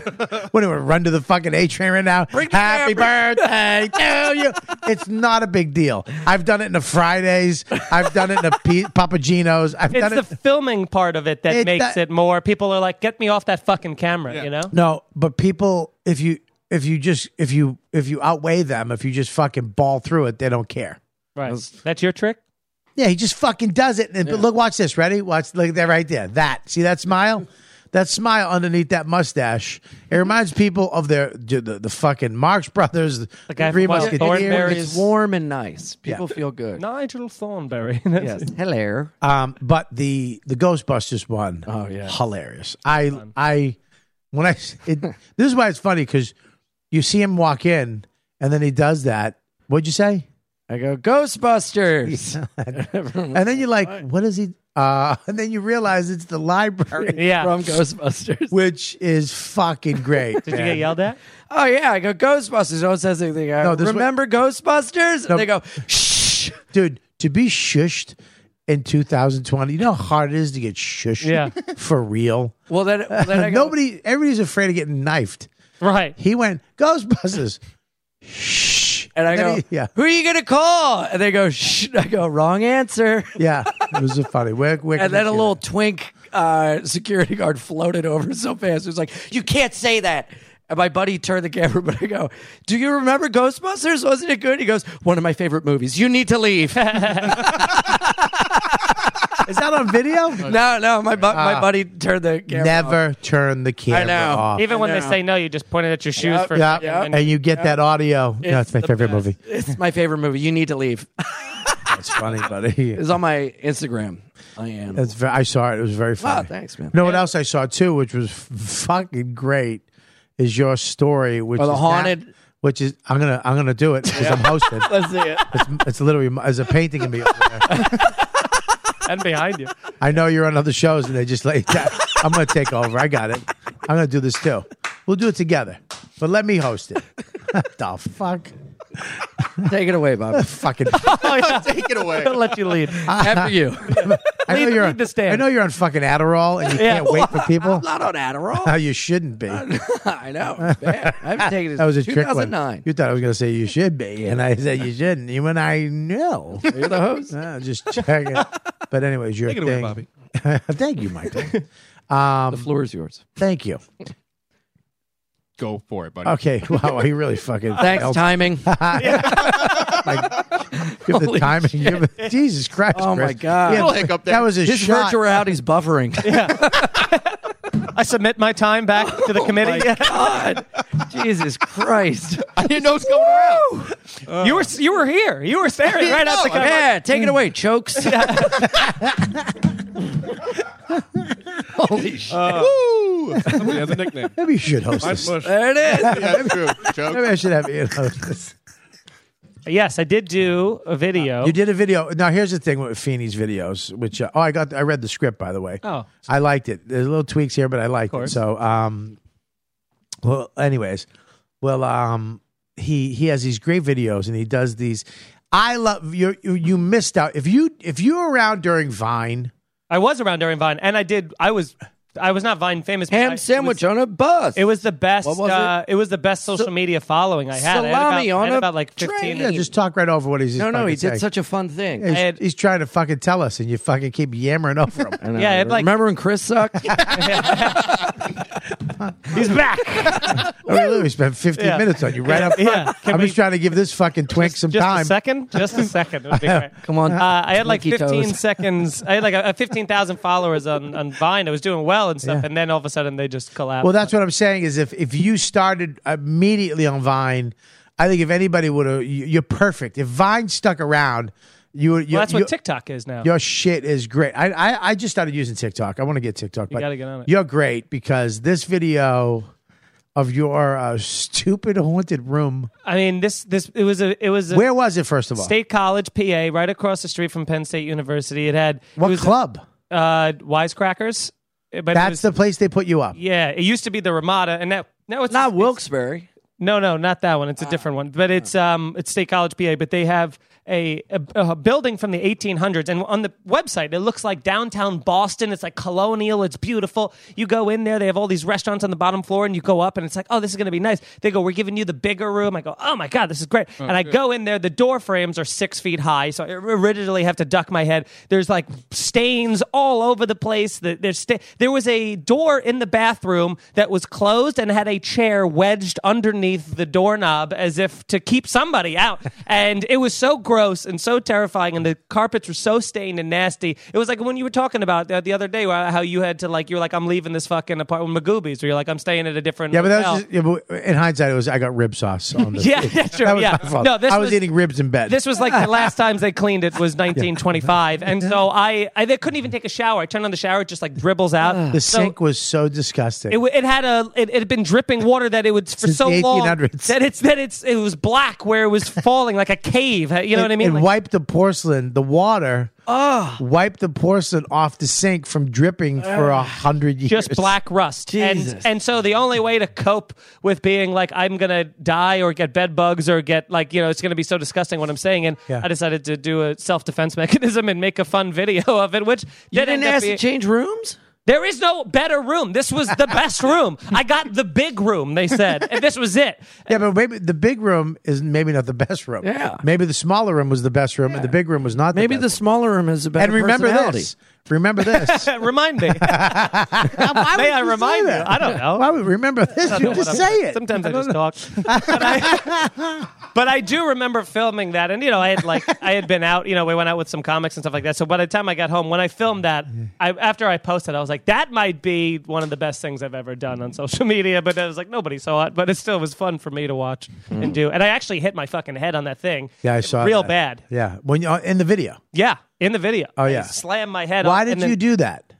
S1: we're going to run to the fucking A train right now.
S5: Bring the
S1: Happy birthday to you. It's not a big deal. I've done it in a Fridays. I've done it in a P- Papa Gino's. I've
S4: it's
S1: done
S4: the
S1: it.
S4: filming part of it that
S1: It-
S4: makes
S1: that-
S4: it more. People are like, "Get me off that fucking camera," you know.
S1: no, but people, if you if you just if you if you outweigh them, if you just fucking ball through it, they don't care.
S4: Right. That's your trick.
S1: Yeah, he just fucking does it. And but look, watch this. Ready? Watch. Look there, right there. That. See that smile? that smile underneath that mustache. It reminds people of their dude, the, the fucking Marx Brothers, the,
S4: guy from
S1: Three
S4: Wild Thornberrys.
S1: Musketeers.
S5: It's warm and nice. People feel good.
S4: Nigel Thornberry.
S5: Yes. Hello.
S1: Um, but the the Ghostbusters one,
S5: Oh, yeah.
S1: hilarious. I I when I it, this is why it's funny because you see him walk in and then he does that. What'd you say?
S5: I go Ghostbusters.
S1: And then you're like, what is he? Uh, and then you realize it's the library,
S4: Yeah.
S5: From Ghostbusters.
S1: which is fucking great.
S4: Did you get yelled at?
S5: Oh yeah, I go Ghostbusters. No one says anything. I
S1: No,
S5: go,
S1: this
S5: remember Ghostbusters? And They go, shh.
S1: dude to be shushed in 2020. You know how hard it is to get shushed
S4: Yeah.
S1: for real?
S5: Well, then, well, then I go,
S1: Nobody, everybody's afraid of getting knifed.
S4: Right.
S1: He went, Ghostbusters. Shh.
S5: And I
S1: Then
S5: go,
S1: he- yeah.
S5: who are you going to call? And they go, shh. I go, wrong answer.
S1: Yeah. It was a funny. Where, where can
S5: And then
S1: I
S5: a
S1: see
S5: little
S1: that?
S5: twink uh, security guard floated over so fast. It was like, you can't say that. And my buddy turned the camera, but I go, do you remember Ghostbusters? Wasn't it good? He goes, one of my favorite movies. You need to leave.
S1: Is that on video?
S5: no, no. My, bu- my buddy turned the camera. off.
S1: Ah. Never turn the camera
S5: know.
S1: off.
S4: Even when they
S5: know.
S4: say no, you just point it at your shoes for a
S1: yeah.
S4: second and-
S1: And you get that audio. no, it's my favorite movie.
S5: It's my favorite movie. You need to leave.
S1: It's funny, buddy.
S5: It's on my Instagram. I am.
S1: That's very, I saw it. It was very
S5: wow,
S1: funny.
S5: thanks, man.
S1: You know what else I saw too, which was f- fucking great, is your story, which
S5: Oh, the
S1: is
S5: haunted-
S1: Not, which is I'm gonna I'm gonna do it because I'm hosted.
S5: Let's see it.
S1: It's, it's literally as a painting of me. over there.
S4: and behind you.
S1: I know you're on other shows and they just like I'm gonna take over. I got it. I'm gonna do this too. We'll do it together, but let me host it. the fuck,
S5: Take it away, Bob.
S1: fucking.
S3: Take it away.
S4: He'll Oh, let you lead.
S5: After you.
S1: I know
S4: Leave-
S1: you're
S4: leave
S1: on,
S4: the stand.
S1: I know you're on fucking Adderall and you
S4: Yeah.
S1: can't wait for people.
S5: I'm not on Adderall.
S1: How you shouldn't be.
S5: I know. it's bad. I haven't taken it
S1: That was a
S5: since
S1: trick one.
S5: 2009.
S1: You thought I was going to say you should be, and I said you shouldn't. Even I know.
S5: You're the host.
S1: Uh, just checking. But anyways, your
S6: Take it away,
S1: thing.
S6: Bobby.
S1: Thank you, Michael.
S5: the floor is yours.
S1: Thank you.
S6: Go for it, buddy.
S1: Okay. Wow. He really fucking.
S5: Thanks,
S1: helped.
S5: timing.
S1: Give the
S5: Holy
S1: timing. Give it, Jesus Christ.
S5: Oh, my
S1: Chris.
S5: God.
S1: Yeah,
S5: Little
S3: hiccup
S1: That
S3: there.
S1: was a
S5: His
S1: shot.
S5: virtuality's buffering.
S4: I submit my time back to
S3: Oh
S4: the committee.
S5: God. Jesus Christ.
S3: I didn't know it's going around.
S4: you were you were here. You were staring right at the camera.
S5: Yeah, take it away, chokes. Holy shit.
S6: Woo! Somebody has a nickname.
S1: Maybe you should host
S6: Mine's
S1: this.
S6: Mush.
S5: there it is.
S3: Yeah, true.
S1: Maybe
S3: Joke.
S1: I should have you host this.
S4: Yes, I did do a video.
S1: You did a video. Now here's the thing with Feeney's videos, which uh, oh I got I read the script by the way.
S4: Oh.
S1: I liked it. There's little tweaks here, but I liked it.
S4: course.
S1: So um, well, anyways, well um, he he has these great videos and he does these. I love you. You you missed out if you if you were around during Vine.
S4: I was around during Vine, and I did. I was I was not Vine famous. but I-
S5: Ham sandwich on a bus.
S4: It was, it was the best.
S5: What was it?
S4: uh, it? was the best social media following I had. I had about-
S5: Salami on
S4: I had
S5: a
S4: about like
S5: tray.
S4: fifteen.
S1: Yeah, just talk right over what he's. just
S5: no, no,
S1: fucking
S5: he did
S1: saying.
S5: such a fun thing.
S1: He's,
S4: I had-
S1: he's trying to fucking tell us, and you fucking keep yammering over him.
S5: I know.
S4: Yeah, it, like- Uh,
S5: remember when Chris sucked?
S4: He's back.
S1: I mean, literally spent 15
S4: Yeah.
S1: minutes on you right up front.
S4: Yeah. Can
S1: I'm
S4: we-
S1: just trying to give this fucking twink some
S4: just
S1: time.
S4: a second. Just a second. It would be great.
S5: Come on.
S4: Uh, I had like
S5: Slinky
S4: 15
S5: toes.
S4: seconds. I had like a, a 15,000 followers on, on Vine. I was doing well and stuff,
S1: Yeah.
S4: and then all of a sudden they just collapsed.
S1: Well, that's what I'm saying is if if you started immediately on Vine, I think if anybody would have, you- you're perfect. If Vine stuck around, you would.
S4: Well, that's
S1: you,
S4: what TikTok is now.
S1: Your shit is great. I, I I just started using TikTok. I want to get TikTok. but
S4: gotta get on it.
S1: You're great because this video of your uh, stupid haunted room.
S4: I mean, this this it was a it was a
S1: Where was it first of all?
S4: State College, PA, right across the street from Penn State University. It had
S1: what
S4: it was,
S1: club?
S4: Uh, Wisecrackers. But it
S1: That's
S4: was-
S1: the place they put you up.
S4: yeah. It used to be the Ramada, and now now it's
S5: Not
S4: it's-
S5: Wilkes-Barre.
S4: No, no, not that one. It's a different one. But it's um, it's State College, PA. But they have a, a, a building from the 1800s, and on the website it looks like downtown Boston. It's like colonial. It's beautiful. You go in there, they have all these restaurants on the bottom floor, and you go up, and it's like, oh, this is gonna be nice. They go, we're giving you the bigger room. I go, oh my god, this is great. and I go in there. The door frames are six feet high, so I originally have to duck my head. There's like stains all over the place. The- There's sta- there was a door in the bathroom that was closed and had a chair wedged underneath the doorknob as if to keep somebody out. and it was so gross and so terrifying, and the carpets were so stained and nasty. It was like when you were talking about the, the other day where- how you had to like you were like I'm leaving this fucking apartment with Magoobies, or you're like I'm staying at a different
S1: Yeah, but that
S4: hotel."
S1: was just, yeah, but in hindsight, it was I got rib sauce on the
S4: Yeah, that's true,
S1: That was
S4: yeah.
S1: my fault.
S4: No, this
S1: I was,
S4: was-
S1: eating ribs in bed.
S4: This was like the last times they cleaned it was 1925, and so I, I they couldn't even take a shower. I turned on the shower, it just like dribbles out.
S1: the
S4: So
S1: sink was so disgusting.
S4: It, w- it had a it, it had been dripping water that it was for
S1: Since
S4: so
S1: the
S4: long
S1: 1800s.
S4: that it's that it's it was black where it was falling like a cave. You know
S1: it
S4: what what I mean?
S1: It
S4: Like-
S1: wiped the porcelain, the water, wiped the porcelain off the sink from dripping for a hundred years.
S4: just black rust.
S5: Jesus.
S4: And and so the only way to cope with being like I'm gonna die or get bed bugs or get like you know it's gonna be so disgusting what I'm saying. And
S1: Yeah.
S4: I decided to do a self defense mechanism and make a fun video of it, which
S5: You
S4: did end
S5: didn't
S4: up
S5: ask
S4: being-
S5: to change rooms?
S4: there is no better room. This was the best room. I got the big room. They said and this was it.
S1: Yeah, but maybe the big room is maybe not the best room.
S5: Yeah.
S1: Maybe the smaller room was the best room, and the big room was not.
S5: Maybe
S1: the,
S5: the
S1: best
S5: smaller room is a better
S1: room. And remember
S5: personality.
S1: this. Remember this.
S4: Remind me. May I remind you? I don't know.
S1: Why would remember this? You
S4: know
S1: just
S4: what I'm-
S1: say it.
S4: Sometimes I, just talk. But I, but I do remember filming that, and you know, I had like I had been out. You know, we went out with some comics and stuff like that. So by the time I got home, when I filmed that, I, after I posted, I was like, that might be one of the best things I've ever done on social media. But I was like, nobody saw it, but it still was fun for me to watch and do. And I actually hit my fucking head on that thing.
S1: Hmm. Yeah, I saw
S4: real
S1: that.
S4: bad.
S1: Yeah, when you, uh, in the video.
S4: Yeah, in the video. Oh
S1: yeah.
S4: slam my head.
S1: Why
S4: on-
S1: did
S4: and then-
S1: you do that?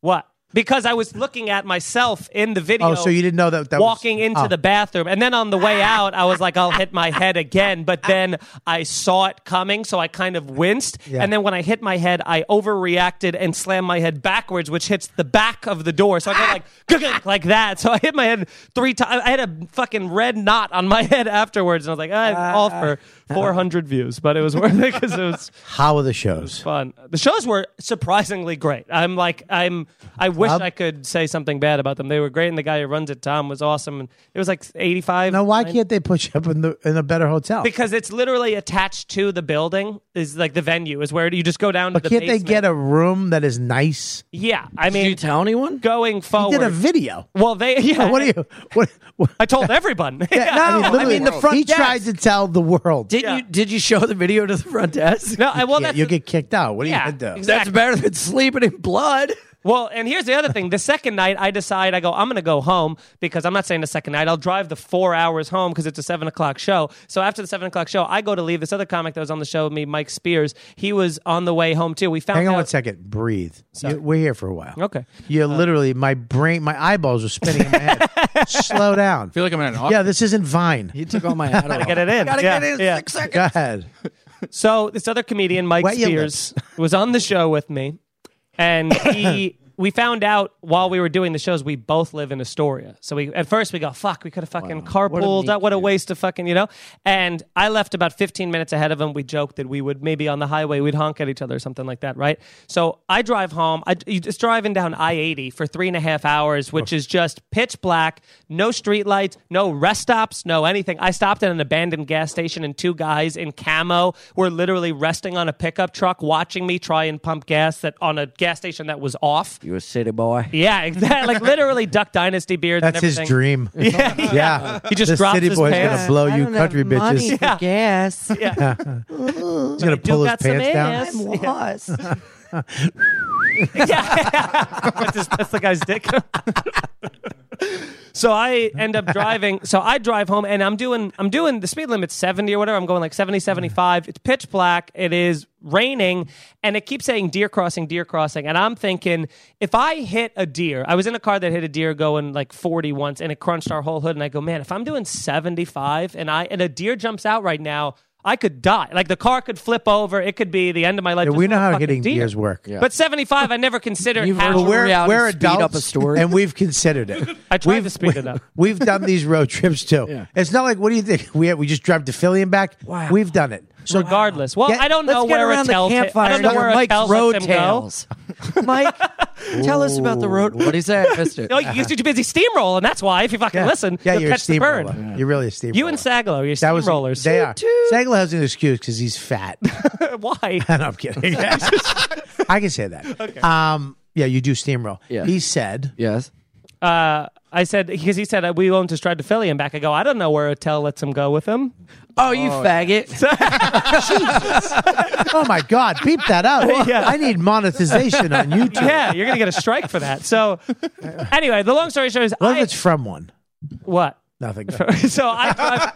S4: what? Because I was looking at myself in the video.
S1: Oh, so you didn't know that that was-
S4: walking into
S1: oh.
S4: the bathroom, and then on the way out, I was like, "I'll hit my head again," but then I saw it coming, so I kind of winced.
S1: Yeah.
S4: And then when I hit my head, I overreacted and slammed my head backwards, which hits the back of the door. So I got like "Gugunk," like that. So I hit my head three times. I had a fucking red knot on my head afterwards, and I was like, ah, "All for 400 views," but it was worth it because it was
S1: How are the shows?
S4: fun. The shows were surprisingly great. I'm like, I'm, I wish
S1: Club?
S4: I could say something bad about them. They were great, and the guy who runs it, Tom, was awesome. And it was like 85.
S1: Now, why
S4: 90.
S1: can't they put you up in the in a better hotel?
S4: Because it's literally attached to the building. Is like the venue is where you just go down
S1: but
S4: to the.
S1: can't they get
S4: basement.
S1: a room that is nice?
S4: Yeah, I
S5: Did you
S4: mean,
S5: tell anyone?
S4: going
S1: You
S4: forward.
S1: did a video.
S4: well, they. Yeah,
S1: What are you? What? what
S4: I told everyone.
S1: yeah,
S5: no, I
S1: literally,
S5: mean the front
S1: He
S5: desk.
S1: tried to tell the world.
S5: Did
S4: Yeah.
S5: you did you show the video to the front desk?
S4: No, I, well,
S1: yeah,
S4: that's
S1: you get kicked out. What are
S4: Yeah,
S1: you gonna do?
S4: exactly.
S5: That's better than sleeping in blood.
S4: Well, and here's the other thing. The second night, I decide I go. I'm going to go home because I'm not saying the second night. I'll drive the four hours home because it's a seven o'clock show. So after the seven o'clock show, I go to leave. This other comic that was on the show with me, Mike Spears, he was on the way home too. We found
S1: Hang on
S4: out.
S1: one second. Breathe. You- we're here for a while.
S4: Okay.
S1: You literally, my brain, my eyeballs are spinning in my head. Slow down.
S6: feel like I'm in an office.
S1: Yeah, this isn't Vine.
S5: He took all my hat off.
S4: Get it in.
S5: Gotta
S4: Yeah,
S5: get it in
S4: yeah.
S5: six seconds.
S1: Go ahead.
S4: So this other comedian, Mike
S1: Wet your
S4: Spears, was on the show with me, and he. We found out while we were doing the shows, we both live in Astoria. So we at first we go, "Fuck, we could have fucking carpooled.
S5: meet
S4: What, what a waste of fucking, you know." And I left about 15 minutes ahead of him. We joked that we would maybe on the highway we'd honk at each other or something like that, right? So I drive home. I you just driving down I-80 for three and a half hours, which
S1: Oh.
S4: is just pitch black, no street lights, no rest stops, no anything. I stopped at an abandoned gas station, and two guys in camo were literally resting on a pickup truck, watching me try and pump gas that on a gas station that was off.
S5: You a city boy.
S4: Yeah, exactly. like literally Duck Dynasty beards.
S1: That's
S4: and
S1: his
S4: everything.
S1: dream. Yeah.
S4: He just
S1: this
S4: drops
S1: city
S4: his
S1: boy's
S4: pants.
S1: gonna blow you country bitches.
S4: Yeah.
S5: Yes.
S4: Yeah.
S1: He's gonna pull his
S4: got some
S1: pants down.
S4: ass. I'm
S5: lost.
S4: yeah. that's, his- that's the guy's dick. so I end up driving. So I drive home and I'm doing I'm doing the speed limit 70 or whatever. I'm going like 70, 75. It's pitch black. It is raining and it keeps saying deer crossing, deer crossing. And I'm thinking if I hit a deer, I was in a car that hit a deer going like 40 once and it crunched our whole hood and I go, "Man, if I'm doing 75 and I and a deer jumps out right now, I could die. Like the car could flip over. It could be the end of my life.
S1: Yeah,
S4: just
S1: we
S4: from
S1: know
S4: a
S1: how
S4: fucking
S1: hitting
S4: deer.
S1: deers work. Yeah.
S4: But 75, I never considered
S5: You've
S4: how
S5: heard-
S1: We're,
S5: Hurry out
S1: we're
S5: and speed up
S1: adults
S5: a story.
S1: and we've considered it.
S4: I tried
S1: we've,
S4: to speed it up.
S1: We've done these road trips too.
S5: Yeah.
S1: It's not like what do you think? We we just drive to Philly and back.
S5: Wow.
S1: We've done it. So
S4: regardless. Well,
S1: Get-
S4: I don't
S5: Let's
S4: know
S5: get
S4: where a
S5: around
S4: tell
S5: the campfire.
S4: I don't know where a
S5: Mike's
S4: tell
S5: road
S4: lets him go.
S5: tales. Mike, tell us about the road. What is that, Mister?
S4: No, you're too busy steamrolling. That's why. If you fucking
S1: yeah.
S4: listen,
S1: Yeah,
S4: you'll
S1: you're a
S4: catch the
S1: steamroller.
S4: burn.
S1: You're really a steamroller.
S4: You and Sagalo, you're
S1: that was
S4: steamrollers.
S1: They are. Sagala has an excuse because he's fat.
S4: why?
S1: No, I'm kidding. I can say that. Um, yeah, you do steamroll.
S5: Yeah.
S1: He said,
S5: Yes.
S4: Uh, I said because he said uh, we own to Stride to Philly and back. I go. I don't know where Attell lets him go with him.
S5: Oh, you faggot!
S1: "Oh my God, beep that out!
S4: Yeah.
S1: I need monetization on YouTube."
S4: Yeah, you're gonna get a strike for that. So, anyway, the long story short is
S1: What if
S4: I
S1: it's from one?
S4: what.
S1: Nothing.
S4: so I drive,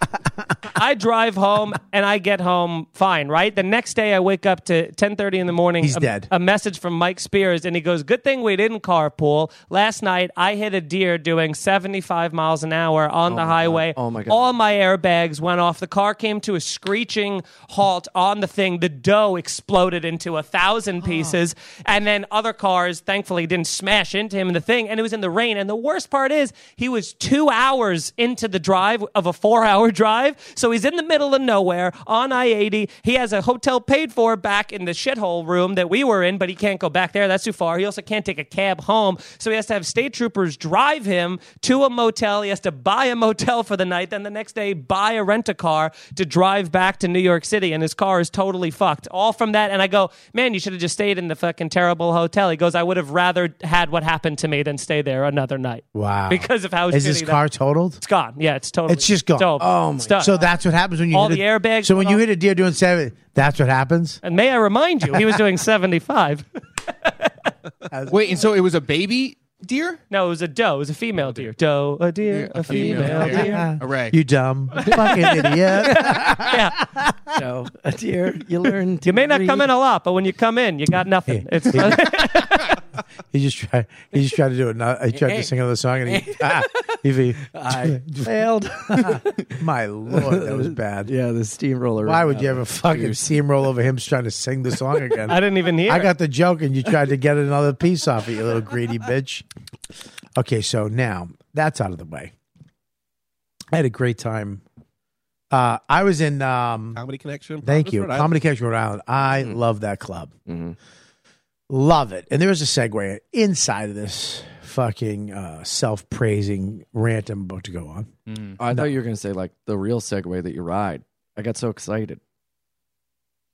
S4: I drive home and I get home fine, right? The next day I wake up to 10:30 in the morning.
S1: He's
S4: a,
S1: dead.
S4: A message from Mike Spears and he goes, "Good thing we didn't carpool. Last night I hit a deer doing 75 miles an hour on the highway.
S5: Oh, my God.
S4: All my airbags went off. The car came to a screeching halt on the thing. The dough exploded into a thousand pieces, and then other cars thankfully didn't smash into him in the thing. And it was in the rain. And the worst part is he was two hours into the drive of a four-hour drive, so he's in the middle of nowhere on I eighty. He has a hotel paid for back in the shithole room that we were in, but he can't go back there. That's too far. He also can't take a cab home, so he has to have state troopers drive him to a motel. He has to buy a motel for the night, then the next day buy a rent a car to drive back to New York City, and his car is totally fucked. All from that, and I go, man, you should have just stayed in the fucking terrible hotel. He goes, I would have rather had what happened to me than stay there another night.
S1: Wow.
S4: Because of how
S1: is
S4: shitty
S1: his
S4: that-
S1: car totaled?
S4: It's gone. Yeah, it's totally.
S1: It's just gone.
S4: It's over.
S5: Oh, my
S4: It's done.
S1: So that's what happens when you
S4: All
S1: hit
S4: the
S1: a-
S4: airbags
S1: So when
S4: went
S1: you
S4: off.
S1: hit a deer doing seven, that's what happens.
S4: and may I remind you, he was doing seventy-five.
S6: Wait, and so it was a baby deer?
S4: No, it was a doe. It was a female deer. Doe, a deer, a, female, deer.
S6: Array.
S1: You dumb fucking idiot.
S4: Yeah.
S5: No, dear, you learn. To
S4: You may not come in a lot, but when you come in, you got nothing. It's
S1: He just tried. He just tried to do it. Not, he tried to sing another song, and he, ah, he,
S5: I failed.
S1: my lord, that was bad.
S5: yeah, the steamroller.
S1: Why would you ever fucking steamroll over him trying to sing the song again?
S4: I didn't even hear.
S1: I
S4: it.
S1: got the joke, and you tried to get another piece off it, you little greedy bitch. Okay, so now that's out of the way. I had a great time. Uh, I was in. Um,
S6: Comedy Connection.
S1: Thank
S6: Providence,
S1: you.
S6: Rhode Island. Mm-hmm.
S1: Comedy Connection Rhode Island. I love that club. Love it. And there was a segue inside of this fucking uh, self praising rant I'm about to go on.
S5: I thought you were going to say like the real segue that you ride. I got so excited.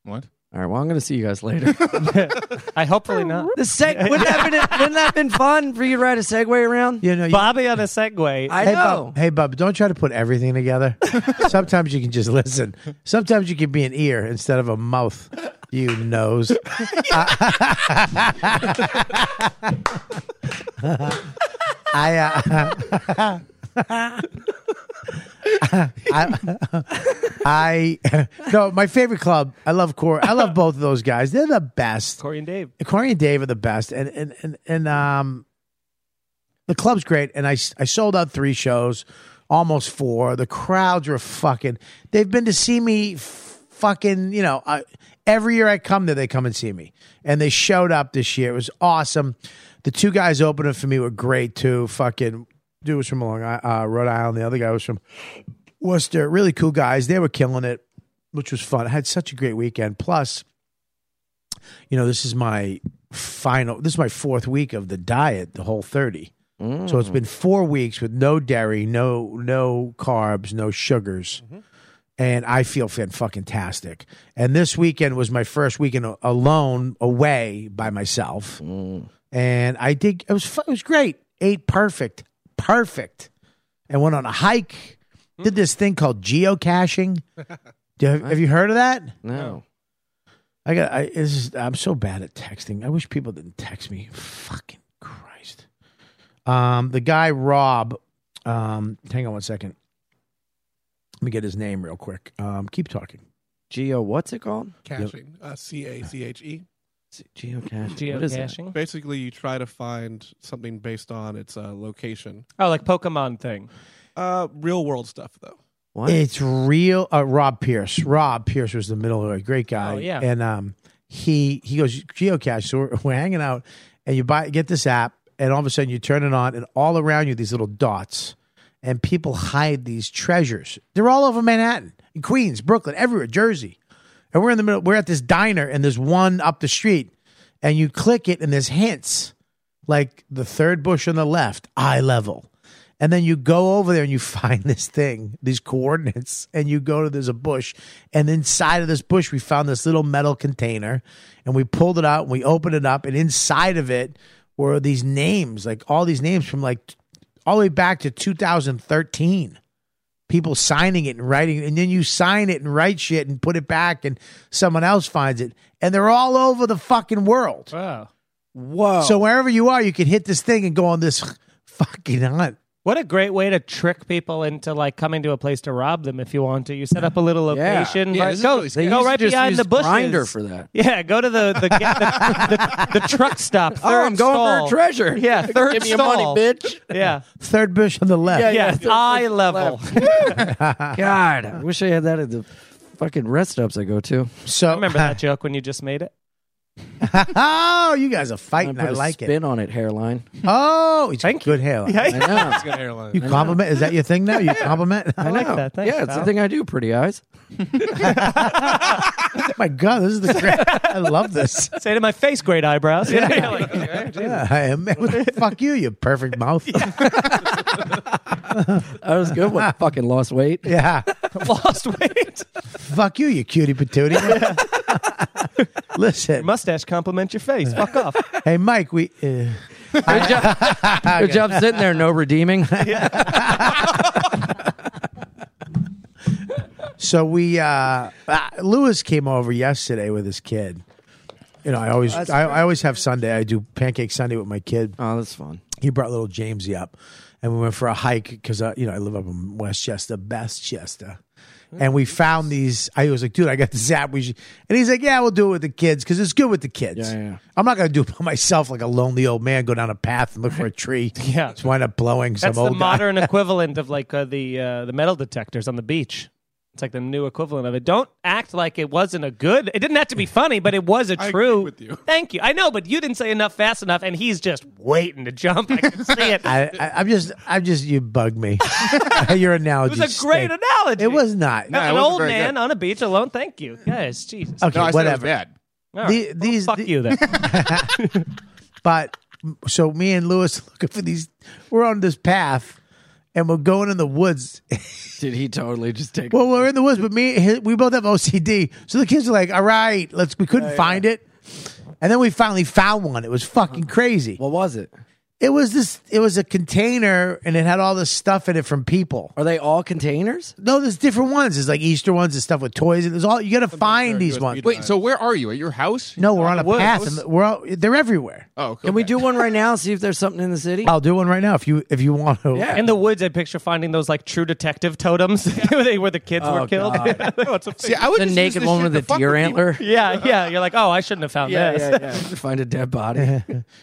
S6: What?
S5: All right, well, I'm going to see you guys later.
S4: I hopefully not.
S5: the seg wouldn't that been wouldn't that been fun for you to ride a segue around?
S1: You know, you,
S4: Bobby on a Segway.
S5: I
S1: hey,
S5: know.
S1: Bub, hey, Bub, don't try to put everything together. Sometimes you can just listen. Sometimes you can be an ear instead of a mouth, you nose. I, uh, I, I, no, my favorite club. I love Corey. I love both of those guys. They're the best.
S4: Corey and Dave.
S1: Corey and Dave are the best, and and and, and um, the club's great. And I s- I sold out three shows, almost four. The crowds were fucking. They've been to see me, f- fucking. You know, I, every year I come there, they come and see me, and they showed up this year. It was awesome. The two guys opening for me were great too. Fucking dude was from Long I- uh, Rhode Island. The other guy was from Worcester. Really cool guys. They were killing it, which was fun. I had such a great weekend. Plus you know, this is my final, this is my fourth week of the diet, the whole 30. So it's been four weeks with no dairy, no, no carbs, no sugars. And I feel fan fucking tastic. And this weekend was my first weekend a- alone away by myself.
S5: Mm,
S1: And I did, it was, fu- it was great. Ate perfect, perfect. And went on a hike, did this thing called geocaching. Do- Have you heard of that?
S5: No.
S1: I got. I this is, I'm so bad at texting. I wish people didn't text me. Fucking Christ. Um, the guy Rob. Um, hang on one second. Let me get his name real quick. Um, keep talking.
S5: Geo, what's it called?
S6: Caching. Uh, C A C H E.
S5: Geocaching. What is that?
S4: Geocaching.
S6: Basically, you try to find something based on its uh, location.
S4: Oh, like Pokemon thing.
S6: Uh, real world stuff, though.
S5: What?
S1: It's real. Uh, Rob Pierce. Rob Pierce was the middle of a great guy.
S4: Oh, yeah.
S1: And um, he he goes geocache. So we're, we're hanging out, and you buy get this app, and all of a sudden you turn it on, and all around you these little dots, and people hide these treasures. They're all over Manhattan, in Queens, Brooklyn, everywhere, Jersey, and we're in the middle. We're at this diner, and there's one up the street, and you click it, and there's hints like the third bush on the left, eye level. And then you go over there and you find this thing, these coordinates, and you go to there's a bush. And inside of this bush, we found this little metal container and we pulled it out and we opened it up. And inside of it were these names, like all these names from like all the way back to 2013 people signing it and writing it, and then you sign it and write shit and put it back, and someone else finds it, and they're all over the fucking world.
S4: Wow.
S5: Oh.
S1: So wherever you are, you can hit this thing and go on this fucking hunt.
S4: What a great way to trick people into like coming to a place to rob them if you want to. You set up a little location.
S6: Yeah,
S4: like,
S6: this is
S4: go,
S6: really
S4: go
S6: scary.
S5: They used
S4: right
S5: to just
S4: behind
S5: use
S4: the bushes.
S5: Grindr for that.
S4: Yeah, go to the the, the, the, the truck stop.
S5: Oh, I'm
S4: third
S5: going
S4: stall.
S5: for a treasure.
S4: Yeah, third
S5: Give me your
S4: stall.
S5: money, bitch.
S4: Yeah,
S1: Third bush on the left.
S5: Yeah,
S4: yeah,
S5: third
S4: eye level.
S5: God, I wish I had that at the fucking rest stops I go to.
S1: So
S4: I remember that joke when you just made it.
S1: Oh, you guys are
S5: I
S1: fighting.
S5: put
S1: I,
S5: a
S1: like
S5: spin on it, hairline.
S1: it. Oh, he's got good hair.
S4: Yeah,
S5: I know.
S6: It's got hairline.
S1: You compliment? Is that your thing now? You compliment?
S5: I
S4: like
S5: know.
S4: that. Thanks,
S5: yeah, it's
S4: pal.
S5: the thing I do. Pretty eyes.
S1: Oh my god, this is the great. I love this.
S4: Say to my face, great eyebrows. Yeah, yeah, like,
S1: Yeah, I am. Fuck you, you perfect mouth. Yeah.
S5: That was a good. One fucking lost weight.
S4: lost weight.
S1: Fuck you, you cutie patootie. Listen,
S4: Mustache compliment your face. Fuck off.
S1: hey Mike, we uh,
S5: Good job. Good job sitting there. No redeeming.
S1: so we uh, uh Lewis came over yesterday with his kid. You know, I always I, I always have Sunday. I do pancake Sunday with my kid.
S5: oh, that's fun.
S1: he brought little Jamesy up, and we went for a hike because uh, you know I live up in Westchester, Bestchester, and we found these. I was like, dude, I got this app. We should, and he's like, yeah, we'll do it with the kids because it's good with the kids.
S5: Yeah, yeah.
S1: I'm not gonna do it by myself like a lonely old man go down a path and look for a tree.
S4: Yeah.
S1: just wind up blowing some
S4: That's the
S1: old guy.
S4: modern equivalent of like uh, the uh, the metal detectors on the beach. It's like the new equivalent of it. Don't act like it wasn't a good. It didn't have to be funny, but it was a
S6: I
S4: true.
S6: agree with you.
S4: Thank you. I know, but you didn't say enough fast enough, and he's just waiting to jump. I can see it.
S1: I, I, I'm just, I'm just. You bug me. Your analogy.
S4: it was a great
S1: stink.
S4: analogy.
S1: It was not.
S4: An
S3: it wasn't
S4: old
S3: very
S4: man
S3: good. Oh,
S4: on a beach alone. Thank you. Yes, Jesus.
S1: Okay,
S3: No, I said it was
S1: whatever.
S3: bad.
S4: All
S1: The-
S4: right. Well,
S1: these-
S4: fuck
S1: the-
S4: you then.
S1: But so me and Lewis looking for these. We're on this path, and we're going in the woods.
S5: Did he totally just take?
S1: Well, we're in the woods, but me, hi- we both have OCD. So the kids are like, "All right, let's." We couldn't find it, and then we finally found one. It was fucking crazy.
S5: what was it?
S1: It was this. It was a container, and it had all this stuff in it from people.
S5: Are they all containers?
S1: No, there's different ones. There's like Easter ones and stuff with toys, and there's all you got to find these
S6: USB
S1: ones.
S6: drive.
S3: Wait, so where are you? At your house?
S1: No, we're on a
S4: woods.
S1: path, and we're all, they're everywhere.
S3: Oh, okay.
S5: Can we do one right now? See if there's something in the city.
S1: I'll do one right now if you if you want to.
S5: Yeah.
S4: In the woods, I picture finding those like true detective totems where, they, where the kids were killed. What's a-
S3: Oh, See, I would
S5: the
S3: just use
S5: naked
S3: this
S5: one
S3: shit
S5: with
S3: to
S5: the
S3: fuck
S5: deer
S3: with people.
S5: antler.
S4: yeah, yeah. You're like, oh, I shouldn't have found this.
S5: Find a dead body Uh,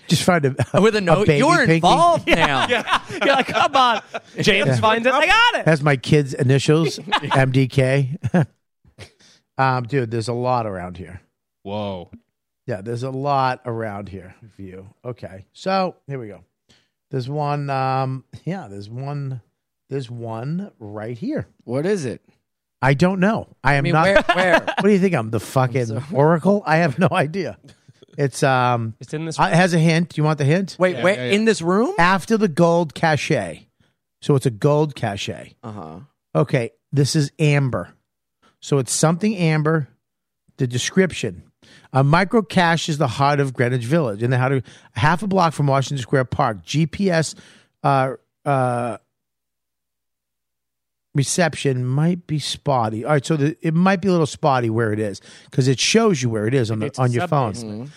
S1: Just find a
S5: with a note.
S1: baby
S5: You're
S1: pinky.
S5: involved now.
S4: You're like, come on. James finds it. I got it.
S1: has my kids' initials, MDK. um, dude, there's a lot around here.
S3: Whoa.
S1: Yeah, there's a lot around here for you. Okay, so here we go. There's one. Um, yeah, there's one. There's one right here.
S5: What is it?
S1: I don't know. I am
S5: I mean,
S1: not.
S5: where? Where?
S1: What do you think? I'm the fucking oracle. I have no idea. It's um.
S4: It's in this.
S1: uh, It has a hint. You want the hint?
S5: Wait, wait.
S6: yeah, yeah.
S5: In this room?
S1: After the gold cachet, so it's a gold cachet.
S5: Uh huh.
S1: Okay, this is amber. So it's something amber. The description. A micro cache is the heart of Greenwich Village, in the heart of half a block from Washington Square Park. GPS uh, uh, reception might be spotty. All right, so the, it might be a little spotty where it is because it shows you where it is on, the,
S4: It's a
S1: on your phone.
S4: sub-basement.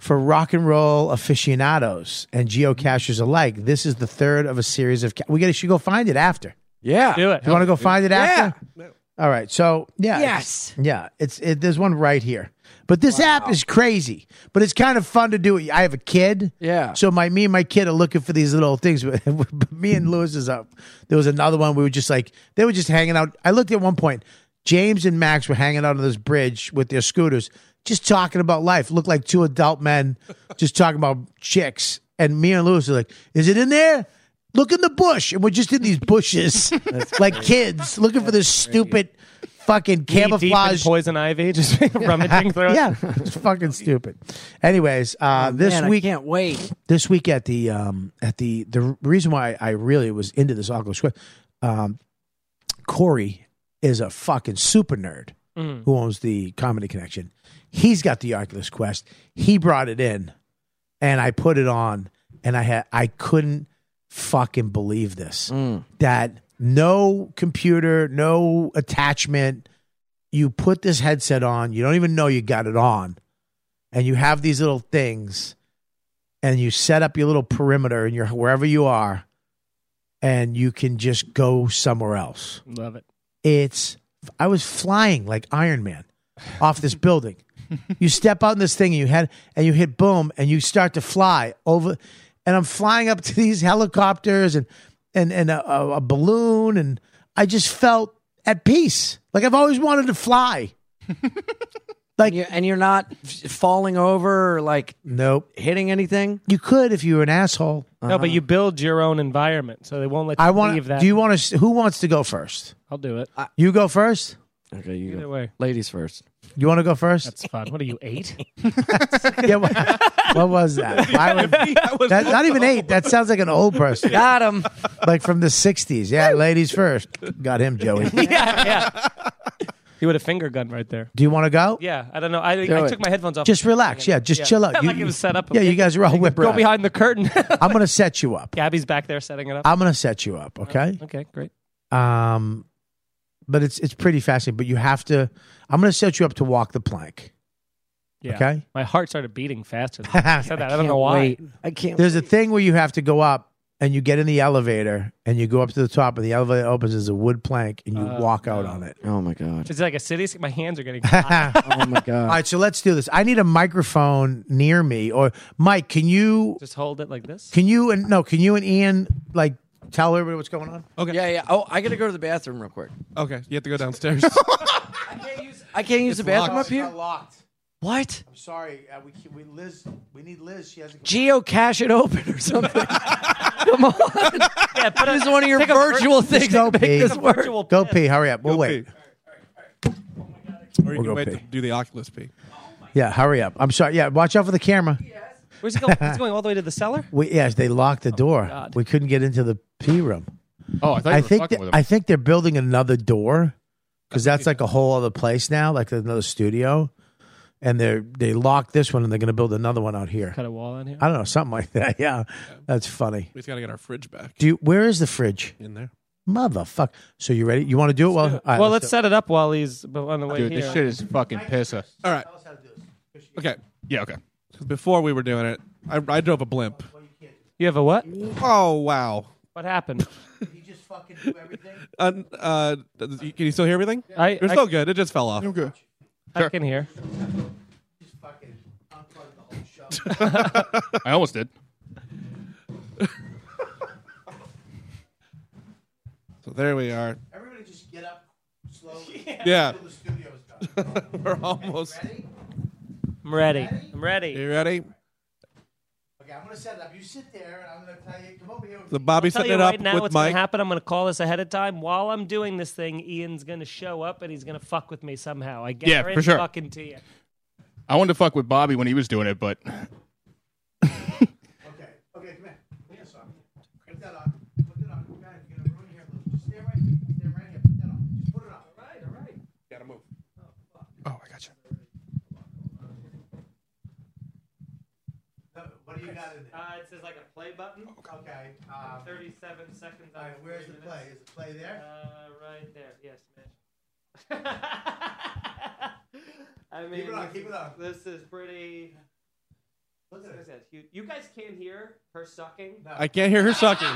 S1: For rock and roll aficionados and geocachers alike, this is the third of a series of. Ca- we got to should go find it after.
S5: Yeah.
S4: Do it.
S1: You want to go find it after?
S6: No.
S1: All right. So yeah.
S5: Yes.
S1: it's- Yeah. It's it, there's one right here. But this app is crazy. But it's kind of fun to do. it. I have a kid.
S5: Yeah.
S1: So my me and my kid are looking for these little things. But me and Lewis is up. There was another one. We were just like they were just hanging out. I looked at one point. James and Max were hanging out on this bridge with their scooters, just talking about life. Looked like two adult men just talking about chicks. And me and Lewis are like, "Is it in there?" Look in the bush, and we're just in these bushes, like kids looking for this stupid fucking
S4: Knee deep in
S1: camouflage
S4: poison ivy, just rummaging through it.
S1: yeah, it's fucking stupid. Anyways, uh, this
S5: Oh, Man,
S1: week,
S5: I can't wait.
S1: this week at the um, at the the reason why I really was into this Oculus Quest, um, Corey is a fucking super nerd who owns the Comedy Connection. He's got the Oculus Quest. He brought it in, and I put it on, and I had I couldn't fucking believe this that no computer, no attachment. You put this headset on. You don't even know you got it on, and you have these little things and you set up your little perimeter and you're wherever you are and you can just go somewhere else.
S4: Love it.
S1: It's I was flying like Iron Man off this building. you step out in this thing and you head and you hit boom and you start to fly over and I'm flying up to these helicopters and and and a, a, a balloon and I just felt at peace. Like I've always wanted to fly.
S5: And you're, and you're not f- falling over or like
S1: Nope.
S5: hitting anything.
S1: You could if you were an asshole.
S4: No, but you build your own environment, so they won't let you
S1: Uh-huh. I
S4: leave
S1: want
S4: that.
S1: Do you want to who wants to go first?
S4: I'll do it.
S1: You go first?
S5: Okay, you
S4: Either way,
S5: Ladies first.
S1: You want to go first?
S4: it's fun. What are you eight?
S1: yeah, what, what was that? Why would, that's not even eight. That sounds like an old person,
S5: Got him.
S1: like from the '60s. Yeah, ladies first. Got him, Joey. Do
S4: You had a finger gun right there.
S1: you want to go?
S4: Yeah, I don't know. I,
S5: Do
S4: I
S5: it.
S4: took my headphones off.
S1: Just relax. Yeah, just chill out.
S4: Like it was set up.
S1: Yeah, you guys are all whipped.
S4: go
S1: up.
S4: behind the curtain.
S1: I'm gonna set you up.
S4: Gabby's back there setting it up.
S1: I'm gonna set you up. Okay.
S4: Okay, great.
S1: Um, but it's it's pretty fascinating. But you have to. I'm gonna set you up to walk the plank.
S4: Yeah.
S1: Okay.
S4: My heart started beating faster. Than I said that. I, don't know why.
S5: I can't.
S1: There's a thing where you have to go up. And you get in the elevator, and you go up to the top, and the elevator opens. There's a wood plank, and you walk out on it.
S5: Oh my god.
S4: Is it like a city? My hands are getting. hot.
S5: Oh my
S1: All
S5: god.
S1: right, so let's do this. I need a microphone near me, or Mike, can you,
S4: Just hold it like this.
S1: can you, and no, can you and Ian like tell everybody what's going on?
S6: Okay.
S5: yeah, yeah. Oh, I gotta go to the bathroom real quick.
S6: Okay. You have to go downstairs.
S5: I can't use the bathroom
S6: locked.
S5: up here.
S1: locked.
S5: What?
S1: I'm sorry. Uh, we can- we Liz. We need Liz. She hasn't.
S5: Geocache it open or something. Come on.
S4: Yeah, put
S5: Use one of your
S4: take a vir-
S5: virtual things
S1: go
S5: to make
S1: pee.
S5: this work.
S4: virtual
S1: Go pee. Hurry up. We'll
S6: Go
S1: wait.
S6: pee. Or you
S1: We'll go
S6: can wait to
S1: pee.
S6: do the Oculus pee.
S1: Yeah, hurry up. I'm sorry. Yeah, watch out for the camera.
S4: Where's it going? It's going all the way to the cellar.
S1: We, yes, they locked the door.
S4: God.
S1: we couldn't get into the pee room.
S7: Oh, I thought you
S1: I
S7: were
S1: think
S7: fucking
S1: that-
S7: with him.
S1: I think they're building another door because that's like a whole other place now, like another studio. And they're they locked this one, and they're going to build another one out here.
S4: Cut a wall in here.
S1: I don't know, something like that. Yeah, that's funny.
S6: We just gotta get our fridge back
S1: Do you, where is the fridge?
S6: in there.
S1: Motherfucker. So you ready? You want to do it? Well, all right,
S4: well, let's
S1: do
S4: set it up while he's on the way
S7: Dude,
S4: here.
S7: this shit is fucking pisser.
S6: All right. Okay.
S7: Yeah, okay.
S6: Before we were doing it, I, I drove a blimp.
S4: You have a what?
S6: Oh wow.
S4: What happened?
S1: it. You just fucking do everything.
S6: Uh, uh, does- can you still hear everything?
S4: I
S6: You're
S4: I,
S6: still good. It just fell off.
S4: I can hear.
S1: Just fucking unplug the whole show.
S7: I almost did.
S6: So there we are.
S1: Everybody just get up slowly.
S6: Yeah,
S1: The studio's done.
S6: we're almost.
S4: I'm ready. I'm ready.
S6: You ready?
S1: Okay, I'm gonna set it up. You sit there, and I'm gonna tell you. Come over here.
S6: The Bobby
S4: Tell
S6: setting
S4: you
S6: it
S4: right
S6: up
S4: now
S6: with
S4: what's
S6: Mike.
S4: gonna happen. I'm gonna call this ahead of time. While I'm doing this thing, Ian's gonna show up and he's gonna fuck with me somehow. I
S7: Yeah,
S4: guarantee
S7: for sure.
S4: fucking to you.
S7: I wanted to fuck with Bobby when he was doing it, but oh,
S1: Okay. Okay, come here. Put this on. Put that on. Put that on. Guys, you're gonna ruin your look. Just stay right. Stay right here. Put that on. Just put it on. All right. All right.
S6: Gotta move.
S7: oh, I got you.
S1: No, What do you got in there?
S4: Uh, it says like a play button.
S1: Okay. Um,
S4: 37 seconds.
S1: all right. Where's the play? Is the play
S4: Uh,
S1: there?
S4: right there. Yes, man. I mean,
S1: Keep it on. Keep it on.
S4: this is pretty. Look at that. You, you guys can't hear her sucking.
S6: I can't hear her sucking.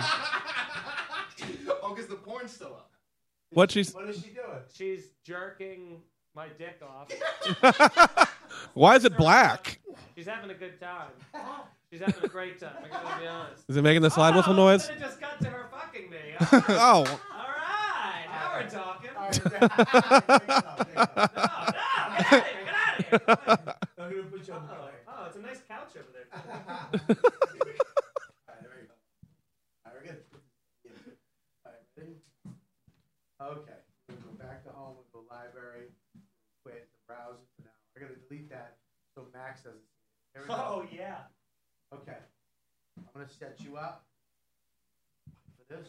S7: Oh, because the porn's still up.
S6: What she's?
S1: What is she doing?
S4: She's jerking my dick off.
S6: Why is it black?
S4: She's having a good time. She's having a great time. I gotta be honest.
S6: Is it making the slide whistle
S4: Oh,
S6: noise?
S4: then It just got to her fucking me. All right,
S6: Oh,
S4: all right. now we're talking.
S1: All right. there- there you go, there you go.
S4: No, no, get out of here, get out of here.
S1: I'm gonna put you on the play.
S4: Oh, it's a nice couch over there.
S1: All right, there you go. All right, we're good. Yeah. All right, ready? Okay, we go back to home, we go library, quit the browser for now. We're gonna delete that so Max doesn't. Here we
S4: Oh
S1: go.
S4: yeah.
S1: Okay, I'm gonna set you up for this.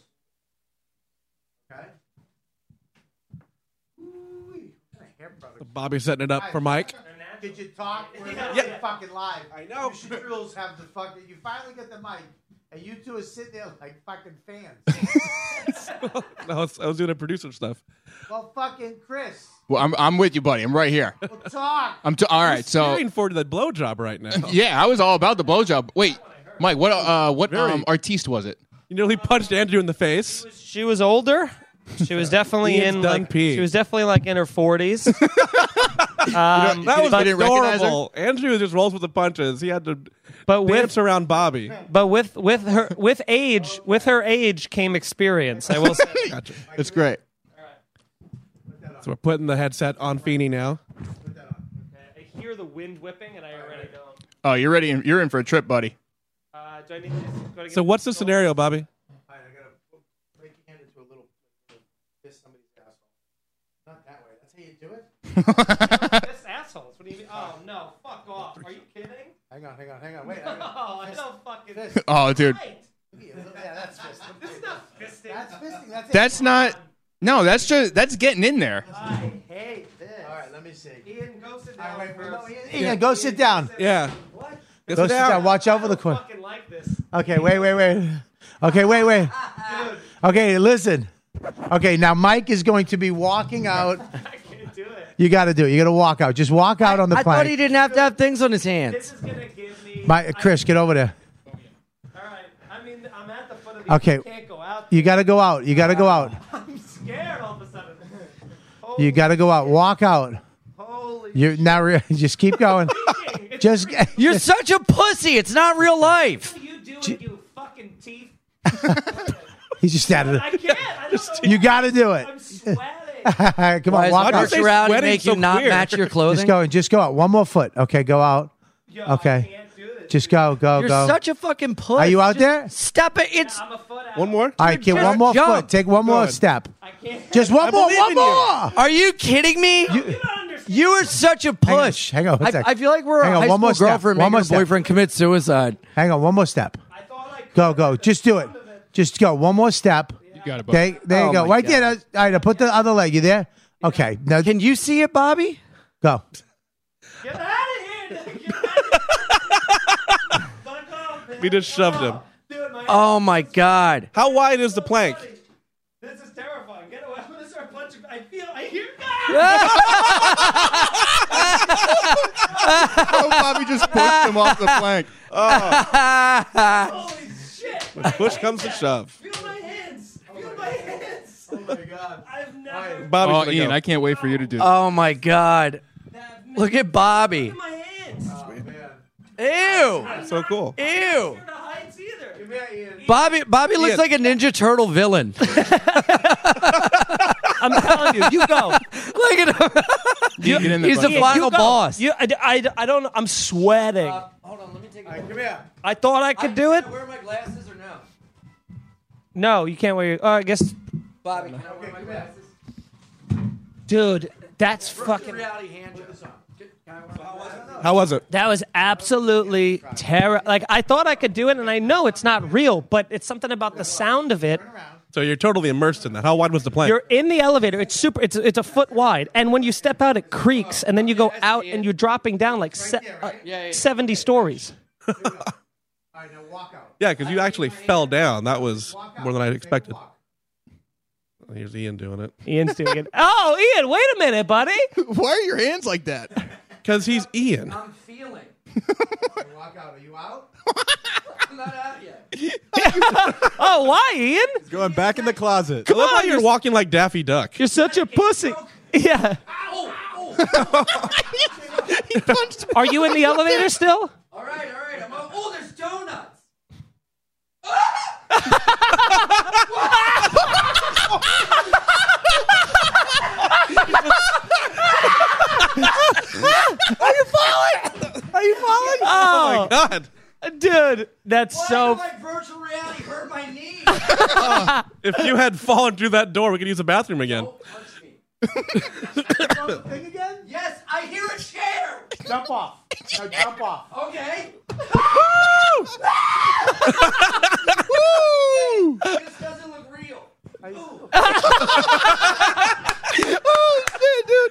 S1: Okay. Ooh, what a hair product.
S6: Bobby's setting it up for Mike.
S1: Did you talk? We're
S4: Yeah.
S1: fucking live.
S6: I know.
S1: You should rules have the fucking. You finally get the mic, and you two are sitting there like fucking fans.
S6: I was, I was doing a producer stuff.
S1: well, fucking Chris,
S7: Well, I'm, I'm with you, buddy. I'm right here.
S1: we'll talk.
S7: I'm t- all right. So
S6: Staring forward to that blowjob right now.
S7: yeah, I was all about the blowjob. Wait, Mike, what uh, what
S6: Very-
S7: um, artiste was it?
S6: You nearly punched Andrew in the face.
S4: She was older. She was definitely
S6: He is
S4: in
S6: done
S4: like,
S6: peeing.
S4: she was definitely like in her forties. um,
S6: That was
S4: but-
S6: adorable. Andrew just rolls with the punches. He had to
S4: But with-
S6: dance around Bobby.
S4: but with with her with age with her age came experience. I will say.
S6: Gotcha.
S7: It's great.
S6: So we're putting the headset on Feeney now.
S4: I hear the wind whipping, and I already don't.
S7: Oh, you're ready. You're in for a trip, buddy.
S4: Uh, do I need to go to
S6: So what's the scenario, Bobby?
S4: this assholes? What do you mean? Oh no! Fuck off! Are you kidding?
S1: Hang on, hang on, hang on. Wait.
S4: Oh, I don't fucking.
S7: Oh, dude,
S4: Right.
S1: Yeah, that's fisting.
S4: This is not fisting.
S1: That's fisting. That's it.
S7: that's not. No, that's just that's getting in there.
S4: I hate this.
S1: All right, let me see.
S4: Ian, go sit down first.
S1: Yeah, go sit down.
S6: Yeah.
S4: What?
S6: It's
S1: Go sit
S6: now.
S1: down. Watch over the
S4: I
S1: corner.
S4: fucking like this.
S1: Okay, wait, wait, wait. Okay, wait, wait. Okay, listen. Okay, now Mike is going to be walking out.
S4: I can't do it.
S1: You got to do it. You got to walk out. Just walk out on the
S5: I
S1: plank.
S5: thought he didn't have to have things on his hands.
S4: This is gonna give me.
S1: My, Chris, get over there.
S4: All right. I mean, I'm at the foot of the.
S1: Okay.
S4: I can't go out.
S1: You got to go out. You got to go out.
S4: I'm scared all of a sudden. Holy,
S1: You got to go out. Walk out.
S4: Holy.
S1: You now re- just keep going.
S4: It's
S1: Just
S5: You're such a pussy. It's not real life.
S4: What are you doing, you fucking teeth?
S1: he just added
S4: I
S1: it.
S4: can't. I don't know
S1: You
S4: why.
S1: got to do it.
S4: I'm sweating.
S1: All right, come
S5: Why
S1: on, walk
S5: is
S6: Why'd you
S1: out.
S5: Dr.
S6: say
S5: Rowdy
S6: sweating
S5: make
S6: so
S5: you not
S6: weird?
S5: match your clothing?
S1: Just go. Just go out. One more foot. Okay, go out.
S4: Yo,
S1: Okay.
S4: I can't do this.
S1: Just go. Go.
S5: You're
S1: go.
S5: such a fucking pussy.
S1: Are you out there?
S5: Step it. It's
S4: I'm a foot out.
S6: One more.
S1: All right, kid.
S5: Just
S1: One more
S5: jump.
S1: foot. Take one more
S6: ahead.
S1: step.
S4: I can't.
S1: Just one more.
S6: believe
S1: One
S6: in you.
S1: more.
S5: Are you kidding me?
S4: You don't understand.
S5: You are such a
S1: on,
S5: push.
S1: hang on one
S5: I,
S1: sec.
S5: I feel like we're
S1: Hang
S5: a
S1: on,
S5: high
S1: one more
S5: school
S1: step,
S5: girlfriend
S1: one
S5: making
S1: more
S5: her
S1: step.
S5: boyfriend commit suicide.
S1: Hang on. One more step.
S4: I thought I could.
S1: Go. Go. Just do it. Just go. One more step. You
S7: got it, bud.
S1: There, there you
S5: Oh
S1: go.
S5: my
S1: Right there. That's- All right. I put the other leg. You there? Okay. Now
S5: Can you see it, Bobby?
S1: go.
S4: Get out of here. Get out of here. Fuck off, man.
S6: We just shoved him.
S4: Dude, my
S5: Oh my God.
S6: How wide is the plank?
S4: This is terrifying. Get away. I'm gonna start punching. I feel. I hear.
S7: Oh, Bobby just pushed him off the plank.
S4: Holy shit.
S6: Push comes to shove.
S4: Feel my hands. Feel my hands. Oh my god. I've never.
S6: Bobby's
S7: Oh,
S6: gonna
S7: Ian,
S6: go.
S7: I can't wait for you to do. That.
S5: Oh my God.
S4: I've never-
S5: Look at Bobby.
S4: my hands.
S5: Uh, Ew.
S6: so cool.
S5: Ew.
S4: the heights either.
S5: Bobby Bobby looks
S6: Ian.
S5: like a Ninja Turtle villain.
S4: I'm telling you, you go.
S5: Look at him.
S7: Ian, get in there,
S5: He's the
S7: buddy.
S5: final boss.
S4: You, I, I, I don't. I'm sweating.
S5: Hold on, let me take
S4: I thought I could do it.
S5: wear my glasses or no?
S4: No, you can't wear. Your, oh, I guess,
S5: Bobby, can I wear my glasses?
S4: dude. That's fucking.
S5: hand
S6: How was it?
S4: That was absolutely terror. Like I thought I could do it, and I know it's not real, but it's something about the sound of it.
S6: So you're totally immersed in that. How wide was the plank?
S4: You're in the elevator. It's super. It's it's a foot wide, and when you step out, it creaks, and then you go out, and you're dropping down like se- uh, seventy stories.
S1: All right. Now walk out.
S6: yeah, because you actually fell down. That was more than I expected. Here's Ian doing it.
S4: Ian's doing it. Oh, Ian, wait a minute, buddy.
S7: Why are your hands like that?
S6: Because he's Ian.
S5: I'm feeling.
S1: Walk out. Are you out?
S5: I'm not out yet.
S4: Oh, why, Ian?
S8: Going back in the closet.
S6: I love how you're walking like Daffy Duck.
S4: You're such a pussy. Yeah. Are you in the elevator still?
S5: All right, all right. I'm out. Oh, there's donuts.
S4: Oh,
S6: God.
S4: dude, that's so.
S5: my virtual reality hurt my knee.
S6: If you had fallen through that door, we could use the bathroom again.
S5: Punch me.
S1: Thing again?
S5: Yes, I hear a chair.
S1: Jump off. Now jump off.
S5: Okay. this doesn't look real.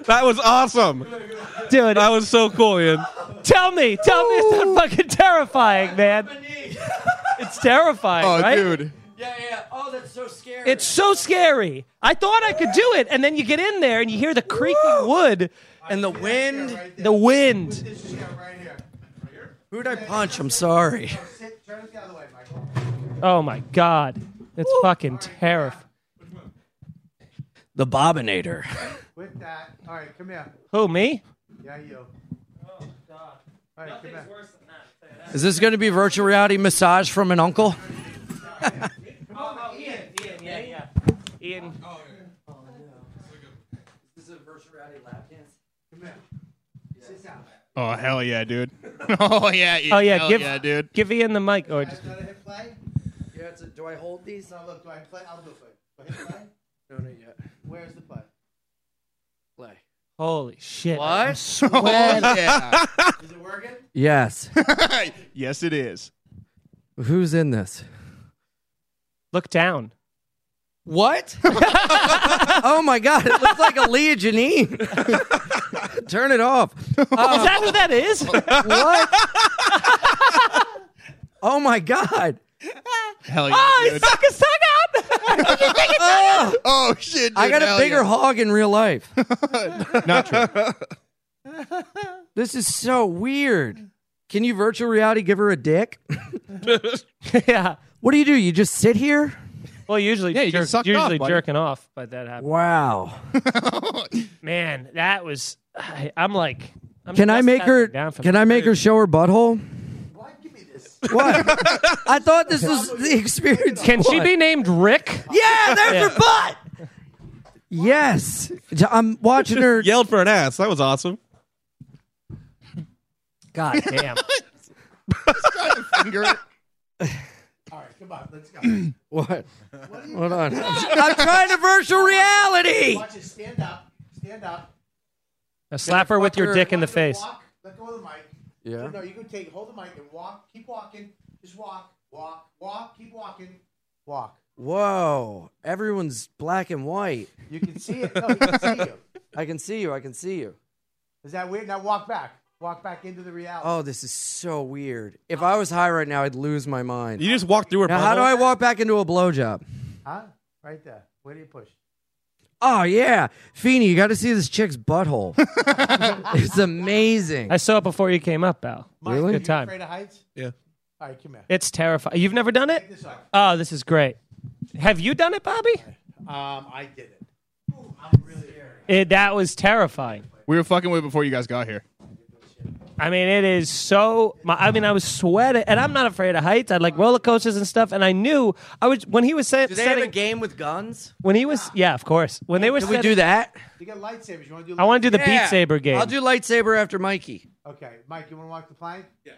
S6: That was awesome.
S4: Dude,
S6: That was so cool, Ian.
S4: tell me. Tell me it's not fucking terrifying, man.
S5: My knee.
S4: It's terrifying,
S7: Oh,
S4: right?
S7: dude.
S5: Yeah, yeah. Oh, that's so scary.
S4: It's so scary. I thought I could do it, and then you get in there and you hear the creaking wood,
S5: and the wind.
S1: Right there.
S4: the wind.
S1: This chair right here.
S5: Who'd I punch? I'm sorry.
S1: Sit. Turn it the other way, Michael.
S4: Oh my god. It's fucking terrifying.
S5: The Bobinator.
S7: With that, all right, come here.
S4: Who me?
S7: Yeah, you. Oh God. All right, come here.
S5: Is this going to be virtual reality massage from an uncle?
S4: Oh, Ian, Ian, yeah, yeah. Ian.
S8: Oh hell yeah, dude! oh yeah,
S4: Oh yeah,
S8: hell
S4: give
S8: yeah, dude.
S4: Give Ian the mic. Or just,
S7: Gotta hit play.
S5: Yeah, it's a, do I hold these?
S7: No, look, do I play? I'll do it. for you. Do I hit play?
S5: No, not yet.
S7: Where's the play?
S5: Play.
S4: holy shit!
S5: What?
S8: Oh yeah.
S7: Is it working?
S5: yes.
S8: yes, it is.
S5: Who's in this?
S4: Look down.
S5: What? oh my god, it looks like a Leah Janine. Turn it off.
S4: is that who that is?
S5: What? oh my god.
S8: Hell yeah,
S4: oh,
S8: dude.
S4: it's Saka Saka!
S5: Oh,
S8: Oh shit, dude,
S5: I got a
S8: hell
S5: bigger
S8: yeah.
S5: hog in real life.
S8: Not true.
S5: This is so weird. Can you virtual reality give her a dick?
S4: yeah.
S5: What do you do? You just sit here?
S4: Well, usually,
S8: Yeah, you get
S4: jerk,
S8: sucked
S4: usually
S8: off, buddy.
S4: jerking off, but that happened.
S5: Wow.
S4: Man, that was. I, I'm like. I'm
S5: Can I
S4: just
S5: make her
S4: down from
S5: Can I make her show her butthole? What? I thought this was the experience.
S4: Can she
S5: What?
S4: be named Rick?
S5: Yeah, there's her butt. Yes, I'm watching her.
S6: Yelled for an ass. That was awesome.
S4: God damn.
S8: Finger it.
S7: All right, come on, let's go.
S5: What? Hold on. I'm trying to virtual reality.
S7: Watch it. Stand up. Stand up.
S4: Now slap her with your
S5: her-
S4: dick in the face.
S7: Walk. Let go of the mic.
S5: Yeah.
S7: No, you can take hold the mic and walk. Keep walking. Just walk. Walk. Walk. Keep walking. Walk.
S5: Whoa! Everyone's black and white.
S7: You can see it. No, you can see you.
S5: I can see you. I can see you.
S7: Is that weird? Now walk back. Walk back into the reality.
S5: Oh, this is so weird. If I was high right now, I'd lose my mind.
S6: You just walked through her.
S5: Now, how do
S6: butthole.
S5: I walk back into a blowjob?
S7: Huh? Right there. Where do you push?
S5: Oh yeah, Feeney, you got to see this chick's butthole. it's amazing.
S4: I saw it before you came up, Al.
S7: Mike,
S5: Really?
S7: Are
S4: Good
S7: you
S4: time.
S7: afraid of heights?
S6: Yeah.
S7: All right, come here.
S4: It's terrifying. You've never done it?
S7: Check this out.
S4: Oh, this is great. Have you done it, Bobby?
S7: Um, I did it. I'm really scared.
S4: It, that was terrifying.
S8: We were fucking with it before you guys got here.
S4: I mean, it is so. My, I mean, I was sweating, and I'm not afraid of heights. I like roller coasters and stuff. And I knew I was when he was set,
S5: do they have a
S4: setting.
S5: game with guns?
S4: When he was, yeah, of course. When they were,
S5: Can we
S4: setting-
S5: do that?
S7: You got lightsabers. You want to do?
S4: I want to do the
S5: Yeah.
S4: Beat Saber game,
S5: I'll do lightsaber after Mikey.
S7: Okay, Mike, you want to walk the plank? Yeah.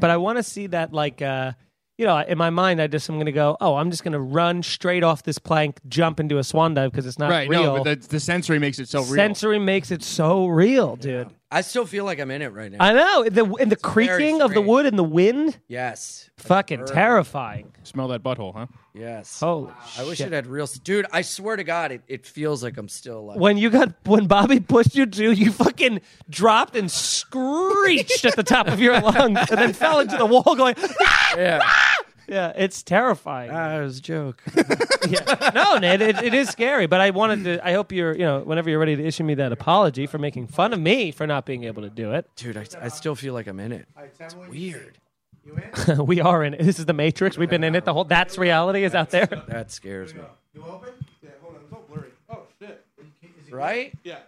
S4: but I want to see that like. uh you know, in my mind, I just I'm gonna go. Oh, I'm just gonna run straight off this plank, jump into a swan dive because it's not
S8: Right?
S4: real.
S8: No, but the, the sensory makes it so real.
S4: Sensory makes it so real, dude.
S5: I still feel like I'm in it right now.
S4: I know the and the
S5: very
S4: creaking of the
S5: strange.
S4: wood and the wind,
S5: yes.
S4: fucking terrifying.
S8: Smell that butthole, huh?
S5: Yes.
S4: Holy
S5: I wish
S4: shit.
S5: it had real. Dude, I swear to God, it, it feels like I'm still alive.
S4: when you got when Bobby pushed you to, you fucking dropped and screeched at the top of your lungs and then fell into the wall going, "Ah!"
S5: Yeah.
S4: yeah, it's terrifying.
S5: Ah, it was a joke.
S4: Yeah. No, Ned, it, it is scary. But I wanted to. I hope you're, you know, whenever you're ready to issue me that apology for making fun of me for not being able to do it.
S5: Dude, I, I still feel like I'm in it.
S7: All right, tell me what you
S5: Weird.
S7: see. You in?
S4: we are in it. This is the Matrix. We've been in it the whole. That's reality is out there.
S5: That scares me.
S7: You open?
S9: Yeah, hold on. It's all blurry. Oh, shit.
S7: Is it
S5: Right?
S9: Yeah.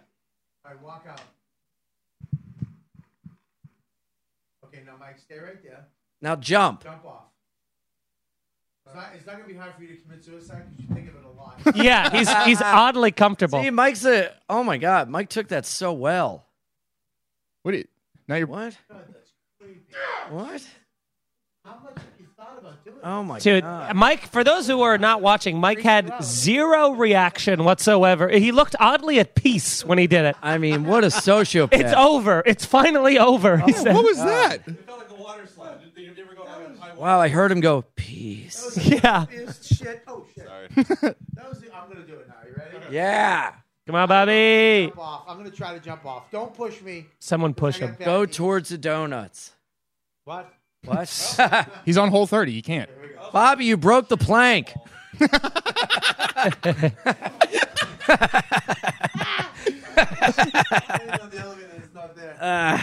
S7: All right, walk out. Okay, now Mike, stay right there.
S5: Now jump.
S7: Jump off. It's not, it's not gonna be hard for you to commit suicide because you think of it a lot.
S4: Yeah, he's he's oddly comfortable.
S5: See, Mike's a. Oh my God, Mike took that so well.
S8: What? Are you, now you're.
S5: What? What?
S7: How much have you thought about doing?
S5: Oh my
S4: Dude,
S5: God.
S4: Mike, for those who are not watching, Mike had zero reaction whatsoever. He looked oddly at peace when he did it.
S5: I mean, what a sociopath.
S4: It's over. It's finally over.
S5: Oh,
S4: he said.
S8: What was that?
S9: It felt like a water slide. Did you ever go down a high water?
S5: Wow, I heard him go, peace.
S4: Yeah.
S7: This shit. Oh shit. that was the, I'm gonna do it now. You ready?
S5: Yeah.
S4: Come on, Bobby.
S7: Jump off. I'm gonna try to jump off. Don't push me.
S4: Someone push
S7: I got
S4: him.
S7: bad
S5: Go
S7: knees.
S5: towards the donuts.
S7: What?
S5: What?
S8: He's on hole thirty. You can't.
S5: Bobby, you broke the plank.
S7: on the elevator. It's not there.
S4: Uh,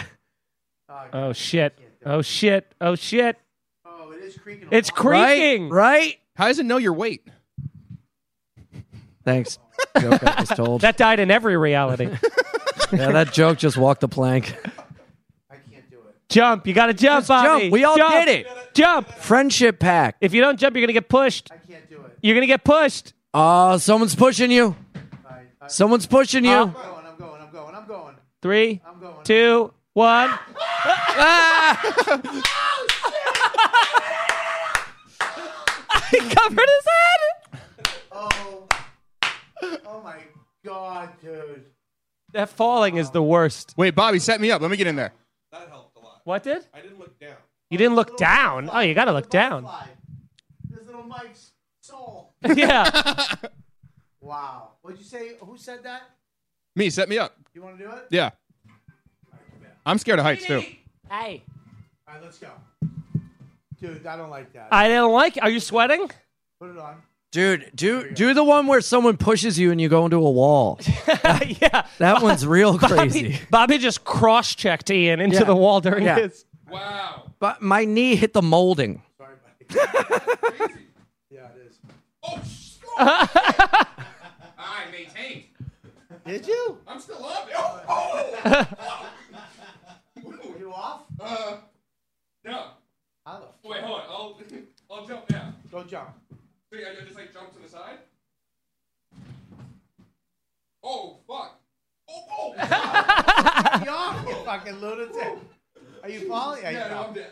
S4: Oh shit. Oh shit. Oh shit.
S7: oh, it is creaking. a
S4: It's
S7: lot.
S4: creaking.
S5: Right? Right?
S8: How does it know your weight?
S5: Thanks. Joke I just told.
S4: That died in every reality.
S5: yeah, that joke just walked the plank.
S4: jump. You got to jump, Bobby.
S5: jump. We all
S4: Jump.
S5: did it.
S4: Jump.
S5: Friendship pack.
S4: If you don't jump, you're going to get pushed. I can't do it. You're going to get pushed.
S5: Uh, someone's pushing you. Someone's pushing you.
S4: Uh,
S7: going, I'm going, I'm going, I'm going.
S4: Three,
S7: going.
S4: two, one. He covered his head.
S7: Oh. Oh my god, dude.
S4: That falling is the worst.
S8: Wait, Bobby, set me up. Let me get in there.
S6: That helped a lot.
S4: What did?
S6: I didn't look down.
S4: You didn't look down. Oh, you got to look down.
S7: Butterfly. This little Mike's soul.
S4: Yeah.
S7: Wow. What'd you say? Who said that?
S8: Me, set me up.
S7: You want to do it?
S8: Yeah. I'm scared of heights too.
S4: Hey.
S7: All right, let's go. Dude, I don't like that.
S4: I didn't like Are you sweating?
S7: Put it on.
S5: Dude, do do the one where someone pushes you and you go into a wall.
S4: yeah.
S5: That one's real
S4: Bobby,
S5: crazy.
S4: Bobby just cross checked Ian into
S5: Yeah.
S4: the wall during
S5: Yeah.
S4: his.
S5: But my knee hit the molding.
S7: Sorry, buddy. yeah, it is.
S10: I maintained.
S7: Did you?
S10: I'm still up. Oh,
S7: Were you off?
S10: no.
S7: How the f-
S10: Wait, hold on. I'll, I'll jump now.
S7: Go jump.
S10: So I I just like jump to the side. Oh fuck. Oh, oh.
S7: Be off, you fucking lunatic. Are you falling? Are you
S10: yeah, no, I'm
S7: falling?
S10: dead.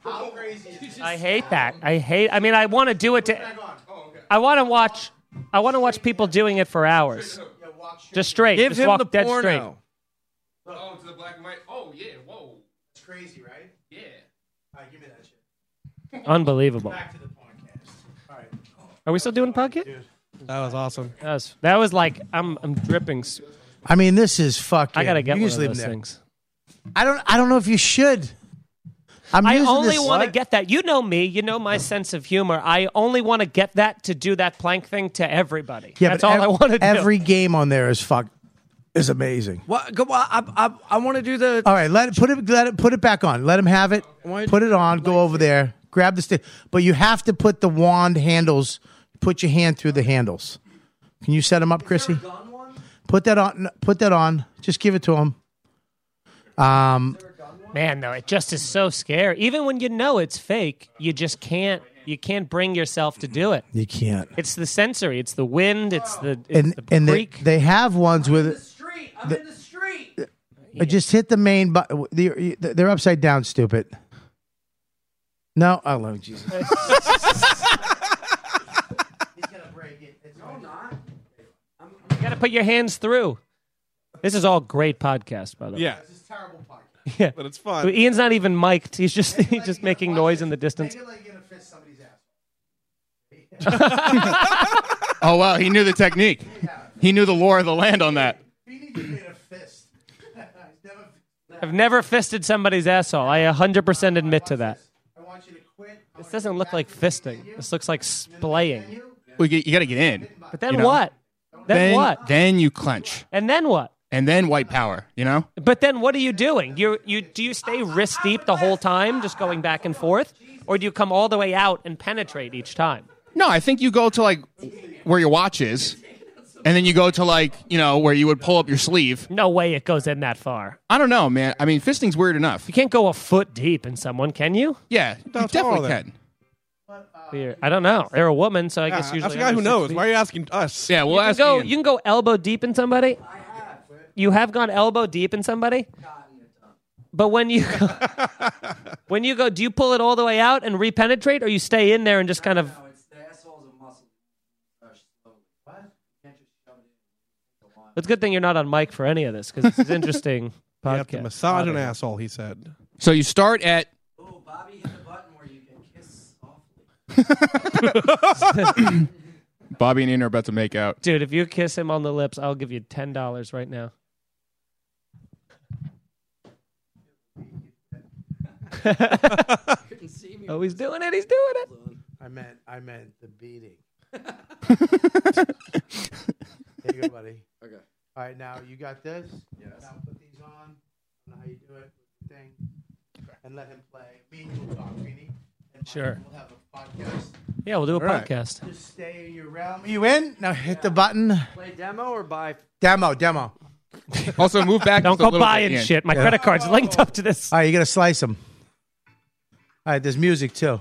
S7: How crazy is this?
S4: I hate that. I hate. I mean, I want to do it to.
S7: Back on.
S10: Oh, okay.
S4: I want to watch. I want to watch people doing it for hours.
S7: Yeah, walk straight.
S4: Just straight.
S5: Give
S4: just
S5: him
S4: walk
S5: the
S4: dead
S5: porno.
S4: straight.
S10: Oh, to the black and white. Oh yeah. Whoa.
S7: It's crazy, right?
S10: Yeah.
S7: All right, give me that shit.
S4: Unbelievable.
S7: Back to the podcast. All right.
S4: Are we still doing pocket?
S6: That was awesome.
S4: That was, that was like I'm. I'm dripping. s-
S1: I mean, this is fucking.
S4: I gotta get
S1: you
S4: one
S1: just
S4: of
S1: leave
S4: those
S1: them there.
S4: things.
S1: I don't. I don't know if you should. I'm
S4: I
S1: using
S4: only
S1: this-
S4: want to get that. You know me. You know my sense of humor. I only want to get that to do that plank thing to everybody.
S1: Yeah,
S4: That's
S1: but
S4: all
S1: ev-
S4: I want to do.
S1: Every game on there is fuck is amazing.
S5: What? Go, I, I, I want to do the.
S1: All right, let it put it let it put it back on. Let him have it.
S5: Why-
S1: Put it on. Go over there. Grab the stick. But you have to put the wand handles. Put your hand through the handles. Can you set him up, Chrissy? Put that on. Put that on. Just give it to Um, him.
S4: Man, though, it just is so scary. Even when you know it's fake, you just can't. You can't bring yourself to do it.
S1: You can't.
S4: It's the sensory. It's the wind. It's the it's
S1: And
S4: the
S1: and they,
S4: creak.
S1: they have ones with
S5: street. I'm in the street.
S1: Uh, Just hit the main button. They're, they're upside down, stupid. No, oh Lord Jesus.
S7: He's gonna break it. It's no, not.
S4: You gotta put your hands through. This is all great podcast, by the way.
S6: Yeah,
S7: This is terrible podcast.
S6: but it's fun.
S4: Ian's not even mic'd. He's just he's just making noise in the distance.
S7: Make it like you're gonna fist somebody's ass.
S8: Oh wow, he knew the technique. He knew the lore of the land on that.
S7: Beanie just made a fist. He's never.
S4: I've never fisted somebody's asshole. I 100% admit to that.
S7: I want you to quit. I
S4: This
S7: want
S4: doesn't
S7: you to
S4: look
S7: back
S4: like
S7: to the menu.
S4: fisting. This looks like splaying.
S7: You-
S8: Well, you, got to get in.
S4: But then
S8: You know?
S4: what? Then, what?
S8: Then you clench,
S4: and then what?
S8: and then white power. You know.
S4: But then what are you doing? You you do you stay wrist deep the whole time, just going back and forth, or do you come all the way out and penetrate each time?
S8: No, I think you go to like where your watch is, and then you go to like you know where you would pull up your sleeve.
S4: No way it goes in that far.
S8: I don't know, man. I mean, fisting's weird enough.
S4: You can't go a foot deep in someone, can you?
S8: Yeah, you
S6: all
S8: definitely
S6: that.
S8: can.
S4: You're- I don't know. They're a woman, so I guess
S6: Yeah,
S4: usually
S6: That's a guy who
S4: under six
S6: knows.
S4: feet.
S6: Why are you asking us?
S8: Yeah, we'll
S4: you can
S8: ask
S4: go.
S8: Ian.
S4: You can go elbow deep in somebody. I have. You have gone elbow deep in somebody. But when you when you go, do you pull it all the way out and repenetrate, or you stay in there and just kind of? It's a good thing you're not on mic for any of this because it's interesting
S6: You have to
S4: podcast.
S6: massage an asshole. He said.
S8: so you start at
S5: Oh, Bobby hit the button where you can kiss softly.
S8: Bobby and Ian are about to make out.
S4: Dude, if you kiss him on the lips, I'll give you ten dollars right now. oh, he's doing it. He's doing it.
S1: I meant I meant the beating. there you go, buddy. Okay. All right, now you got this. Yes. Now put these on. I don't know how you do it. Thing. And let him play. Me and you will talk, Beanie. And
S4: Sure.
S1: We'll have a
S4: Yeah, we'll do a
S1: right.
S4: podcast.
S1: Just stay in your realm. You in? Now hit the button.
S5: Play demo or buy?
S1: Demo, demo.
S8: Also, move back.
S4: Don't
S8: just a
S4: go
S8: little bit,
S4: buying
S8: Ian.
S4: shit. My credit card's linked up to this.
S1: All right, you gotta slice them. All right, there's music too.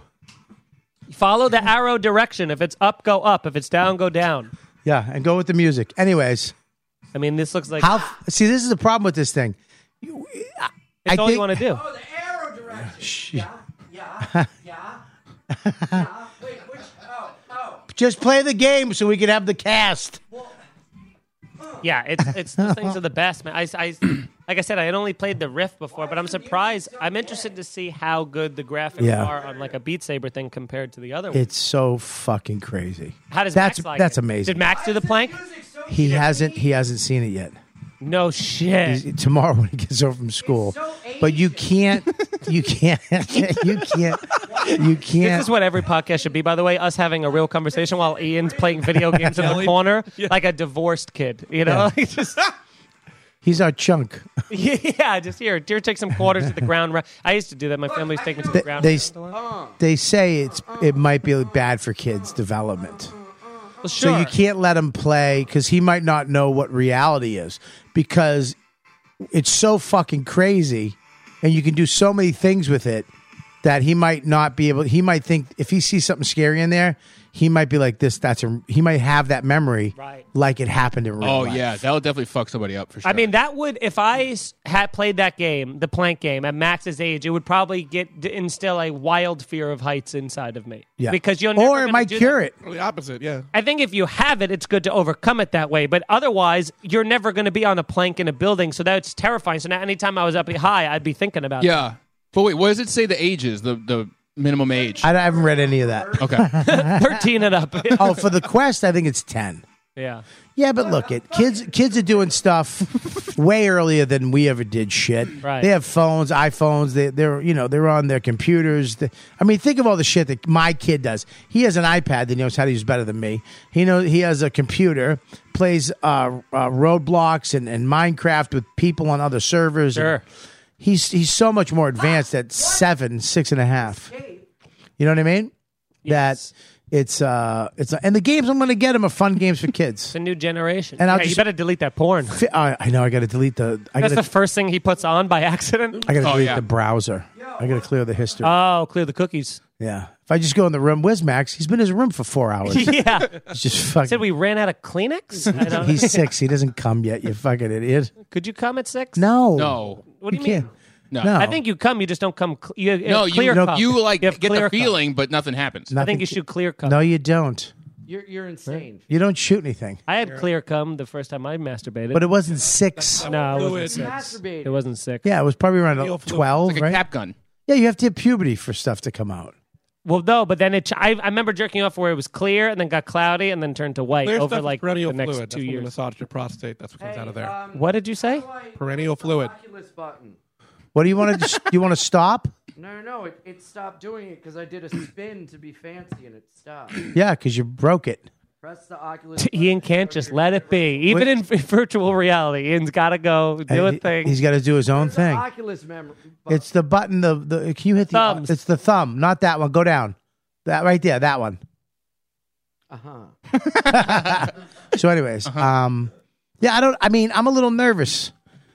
S4: Follow the arrow direction. If it's up, go up. If it's down, go down.
S1: Yeah, and go with the music. Anyways,
S4: I mean, this looks like
S1: how? f- See, this is the problem with this thing.
S4: it's
S1: I
S4: all
S1: think-
S4: you want to do.
S5: Oh, the arrow direction. Yeah, yeah, yeah. yeah. Wait, which? Oh, oh.
S1: Just play the game so we can have the cast.
S4: Yeah, it's it's those things are the best, man. I, I like I said, I had only played the riff before, but I'm surprised. I'm interested to see how good the graphics
S1: Yeah.
S4: are on like a Beat Saber thing compared to the other one.
S1: It's so fucking crazy.
S4: How does
S1: that's
S4: Max like
S1: that's
S4: it?
S1: amazing.
S4: Did Max do the plank?
S1: he hasn't he hasn't seen it yet.
S4: No shit.
S1: He's- tomorrow when he gets over from school. but you can't you can't you can't you
S4: This
S1: can't
S4: is what every podcast should be, by the way. Us having a real conversation while Ian's playing video games in the corner, like a divorced kid. You know, Like, just
S1: he's our chunk.
S4: yeah, just here. Dear, take some quarters at the ground. Ru- I used to do that. My family used to take me to the
S1: They,
S4: ground.
S1: they they say it's it might be bad for kids development.
S4: Well, sure.
S1: So you can't let him play because he might not know what reality is because it's so fucking crazy, and you can do so many things with it that he might not be able. He might think if he sees something scary in there, he might be like this. That's a. He might have that memory,
S4: Right.
S1: Like it happened in real
S8: Oh
S1: life.
S8: yeah, that'll definitely fuck somebody up for sure.
S4: I mean, that would if I s- had played that game, the plank game, at Max's age, it would probably get d- instill a wild fear of heights inside of me.
S1: yeah.
S4: because you're never
S1: or it
S4: gonna
S1: might
S4: do
S1: cure
S4: that.
S1: it.
S6: The opposite, yeah.
S4: I think if you have it, it's good to overcome it that way. But otherwise, you're never going to be on a plank in a building, so that's terrifying. So now, anytime I was up high, I'd be thinking about it.
S8: yeah. But wait, what does it say? The ages, the the minimum age.
S1: I haven't read any of that.
S8: okay.
S4: thirteen and up.
S1: Oh, for the quest, I think it's ten.
S4: yeah.
S1: Yeah, but look at kids. Kids are doing stuff way earlier than we ever did. Shit,
S4: Right.
S1: they have phones, iPhones. They, they're you know they're on their computers. They- I mean, think of all the shit that my kid does. He has an iPad that he knows how to use better than me. He knows he has a computer, plays uh, uh, Roadblocks and, and Minecraft with people on other servers. and
S4: Sure.
S1: he's he's so much more advanced at seven, six and a half. You know what I mean?
S4: Yes.
S1: That it's uh it's and the games I'm going to get him are fun games for kids.
S4: It's a new generation.
S1: And I'll
S4: Yeah, you
S1: just-
S4: better delete that porn.
S1: Fi- I, I know. I got to delete the. I got
S4: That's
S1: to.
S4: the first thing he puts on by accident.
S1: I got to
S8: Oh,
S1: delete
S8: yeah.
S1: the browser. I got to clear the history.
S4: Oh, clear the cookies.
S1: yeah. If I just go in the room, where's Max? He's been in his room for four hours. He's
S4: yeah.
S1: just
S4: Said
S1: fucking.
S4: we ran out of Kleenex. I don't-
S1: He's six. He doesn't come yet. You fucking idiot.
S4: Could you come at six?
S1: No.
S8: No.
S4: What do you, mean?
S1: Can't. No.
S8: No.
S4: I think you come, you just don't come. Cl- you,
S8: No,
S4: you, clear
S8: you
S4: come.
S8: you like
S4: have
S8: get
S4: clear
S8: the
S4: come.
S8: feeling, but nothing happens.
S4: I think you should clear come.
S1: No, you don't.
S5: You're you're insane.
S1: You don't shoot anything.
S4: I had clear cum the first time I masturbated.
S1: But it wasn't six.
S4: no, it wasn't
S6: Fluid.
S4: six.
S5: Masturbating.
S4: It wasn't six.
S1: Yeah, it was probably around
S6: Feel fluid.
S1: twelve,
S8: It's like a
S1: right?
S8: cap gun.
S1: Yeah, you have to hit puberty for stuff to come out.
S4: Well, no, but then it. ch- I, I remember jerking off where it was clear and then got cloudy and then turned to white
S6: Clear
S4: over
S6: stuff
S4: like
S6: is perennial
S4: the next
S6: fluid.
S4: two
S6: That's when you
S4: years.
S6: massage your prostate. That's what comes out of there.
S4: What did you say?
S6: Perennial fluid.
S5: Oculus button.
S1: What do you want to? just you want to stop?
S5: No, no, no. It, it stopped doing it because I did a spin to be fancy and it stopped.
S1: Yeah, because you broke it.
S5: Press the Oculus. button.
S4: Ian can't just let it be. Even in v- virtual reality, Ian's got to go do a
S1: He-
S4: thing.
S1: He's got to do his own
S5: Press the
S1: thing.
S5: Oculus memory.
S1: It's the button. The the can you hit the?
S4: Thumbs.
S1: It's the thumb, not that one. Go down, that right there, that one.
S5: Uh huh.
S4: Uh-huh.
S1: So, anyways, um, yeah, I don't. I mean, I'm a little nervous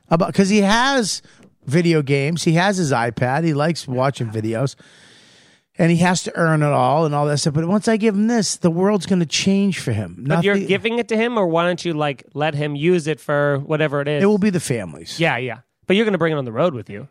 S1: about because he has video games. He has his iPad. He likes watching videos, and he has to earn it all and all that stuff. But once I give him this, the world's going to change for him.
S4: but
S1: Not
S4: you're
S1: the-
S4: giving it to him, or why don't you like let him use it for whatever it is?
S1: It will be the families
S4: yeah, yeah. But you're going to bring it on the road with you.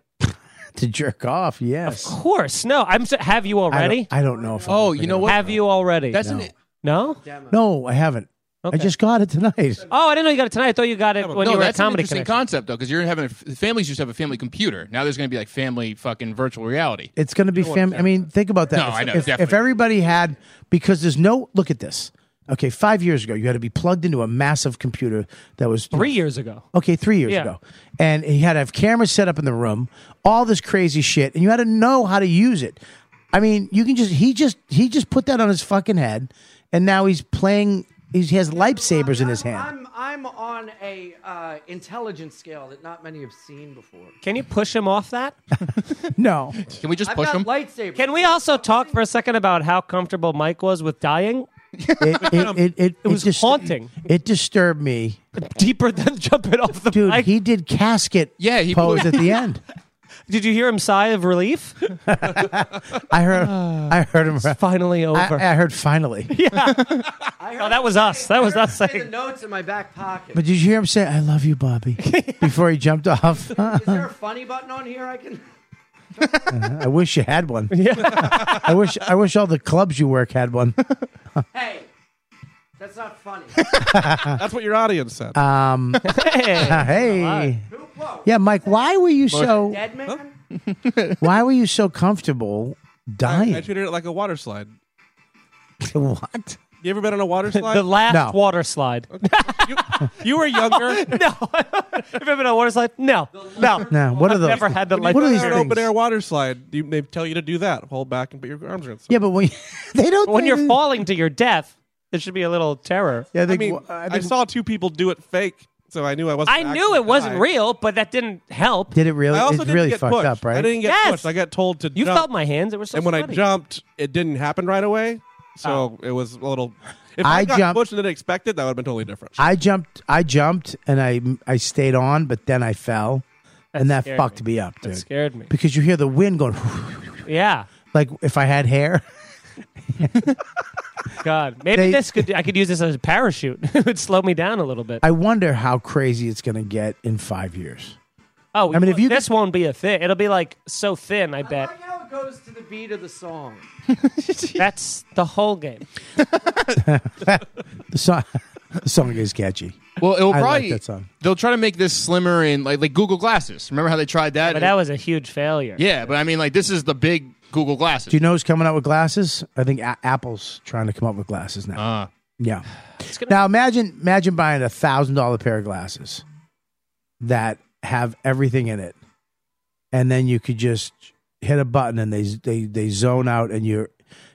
S1: to jerk off. Yes.
S4: Of course. No, I'm. So, have you
S1: I don't-
S4: already?
S1: I don't know if. I'm
S8: Oh,
S1: gonna
S8: you know
S1: bring it
S8: what?
S4: Have you already?
S8: That's
S1: No.
S8: an
S4: no.
S1: up. No, I haven't. I just got it tonight.
S4: Oh, I didn't know you got it tonight. I thought you got it when
S8: no.
S4: you were
S8: That's
S4: at
S8: an
S4: comedy.
S8: interesting
S4: Connection.
S8: concept though, because you're having a, families used to have a family computer. Now there's going to be like family fucking virtual reality.
S1: It's going to be fam. I mean, think about that.
S8: No,
S1: if,
S8: I know,
S1: if, if
S8: definitely.
S1: everybody had, because there's no look at this. Okay, five years ago, you had to be plugged into a massive computer that was
S4: Three years ago.
S1: Okay, three years
S4: Yeah.
S1: ago, and you had to have cameras set up in the room, all this crazy shit, and you had to know how to use it. I mean, you can just he just he just put that on his fucking head, and now he's playing He's, he has lightsabers in his hand.
S5: I'm I'm on a uh, intelligence scale that not many have seen before.
S4: Can you push him off that?
S1: No.
S8: Can we just
S5: I've
S8: push
S5: got
S8: him?
S5: lightsaber.
S4: Can we also talk for a second about how comfortable Mike was with dying?
S1: It, it, it, it,
S4: was
S1: dis-
S4: haunting.
S1: It disturbed me.
S4: Deeper than jumping off the
S1: Dude,
S4: bike.
S1: he did casket
S8: Yeah, he
S1: pose
S8: blew-
S1: at the end.
S4: Did you hear him sigh of relief?
S1: I heard
S6: Uh,
S1: I heard him. I,
S4: Finally over.
S1: I heard finally.
S5: I
S4: no,
S5: heard-
S4: oh, that was us. That was
S5: I
S4: us
S5: say the
S4: saying.
S5: notes in my back pocket.
S1: But did you hear him say, I love you, Bobby, before he jumped off?
S5: Is there a funny button on here I can?
S1: I wish you had one. Yeah. I wish I wish all the clubs you work had one.
S5: Hey, that's not funny.
S6: That's what your audience said.
S4: Hey.
S1: hey.
S5: Who? Whoa.
S1: Yeah, Mike, why were you so
S5: Dead man.
S1: why were you so comfortable
S6: I
S1: dying?
S6: treated it like a water slide.
S1: What?
S6: You ever been on a water
S4: The
S6: slide?
S4: last
S1: No.
S4: water slide.
S6: you, you were younger.
S4: No. Have you ever been on a water slide? No. No.
S1: No, what are
S4: I've
S1: those?
S4: never had the
S1: What
S4: life
S1: are these
S6: An
S4: experience.
S1: things?
S6: open air water slide. You, they tell you to do that. Hold back and put your arms against.
S1: Yeah, but when they don't
S4: When
S1: they-
S4: you're falling to your death, there should be a little terror.
S1: Mm-hmm. Yeah, I
S6: I
S1: think,
S6: mean,
S1: I
S6: I,
S1: think-
S6: saw two people do it fake, so I knew I wasn't.
S4: I knew
S6: actually
S4: it wasn't
S6: dying.
S4: real, but that didn't help.
S1: did it really
S6: I also
S1: it
S6: didn't
S1: really
S6: get
S1: fucked
S6: pushed.
S1: up, right?
S6: I didn't get
S4: Yes!
S6: pushed. I got told to.
S4: You
S6: jump.
S4: felt my hands. It was so
S6: and when I
S4: sweaty.
S6: jumped, it didn't happen right away, so
S4: Oh.
S6: it was a little. If I,
S1: I
S6: got
S1: jumped-
S6: pushed and didn't expect it, that would have been totally different.
S1: I jumped. I jumped, and I I stayed on, but then I fell, and that
S4: scared
S1: fucked
S4: me.
S1: me up, dude.
S4: scared me.
S1: because you hear the wind going.
S4: Yeah.
S1: Like if I had hair,
S4: God. Maybe
S1: They-
S4: this could I could use this as a parachute. it would slow me down a little bit.
S1: I wonder how crazy it's going to get in five years.
S4: oh,
S1: I mean, if you
S4: this won't be a thin. It'll be like so thin, I
S5: I
S4: bet.
S5: like how it goes to the beat of the song.
S4: That's the whole game.
S1: The song, the song is catchy.
S8: Well, it will
S1: I like
S8: probably.
S1: that song.
S8: They'll try to make this slimmer and like like Google Glasses. Remember how they tried that?
S4: But that was a huge failure.
S8: yeah, but I mean, like this is the big Google Glasses.
S1: Do you know who's coming out with glasses? I think a- Apple's trying to come up with glasses now.
S8: uh,
S1: yeah.
S4: Ah. gonna-
S1: Now imagine imagine buying a thousand dollar pair of glasses that have everything in it, and then you could just hit a button and they they they zone out and you're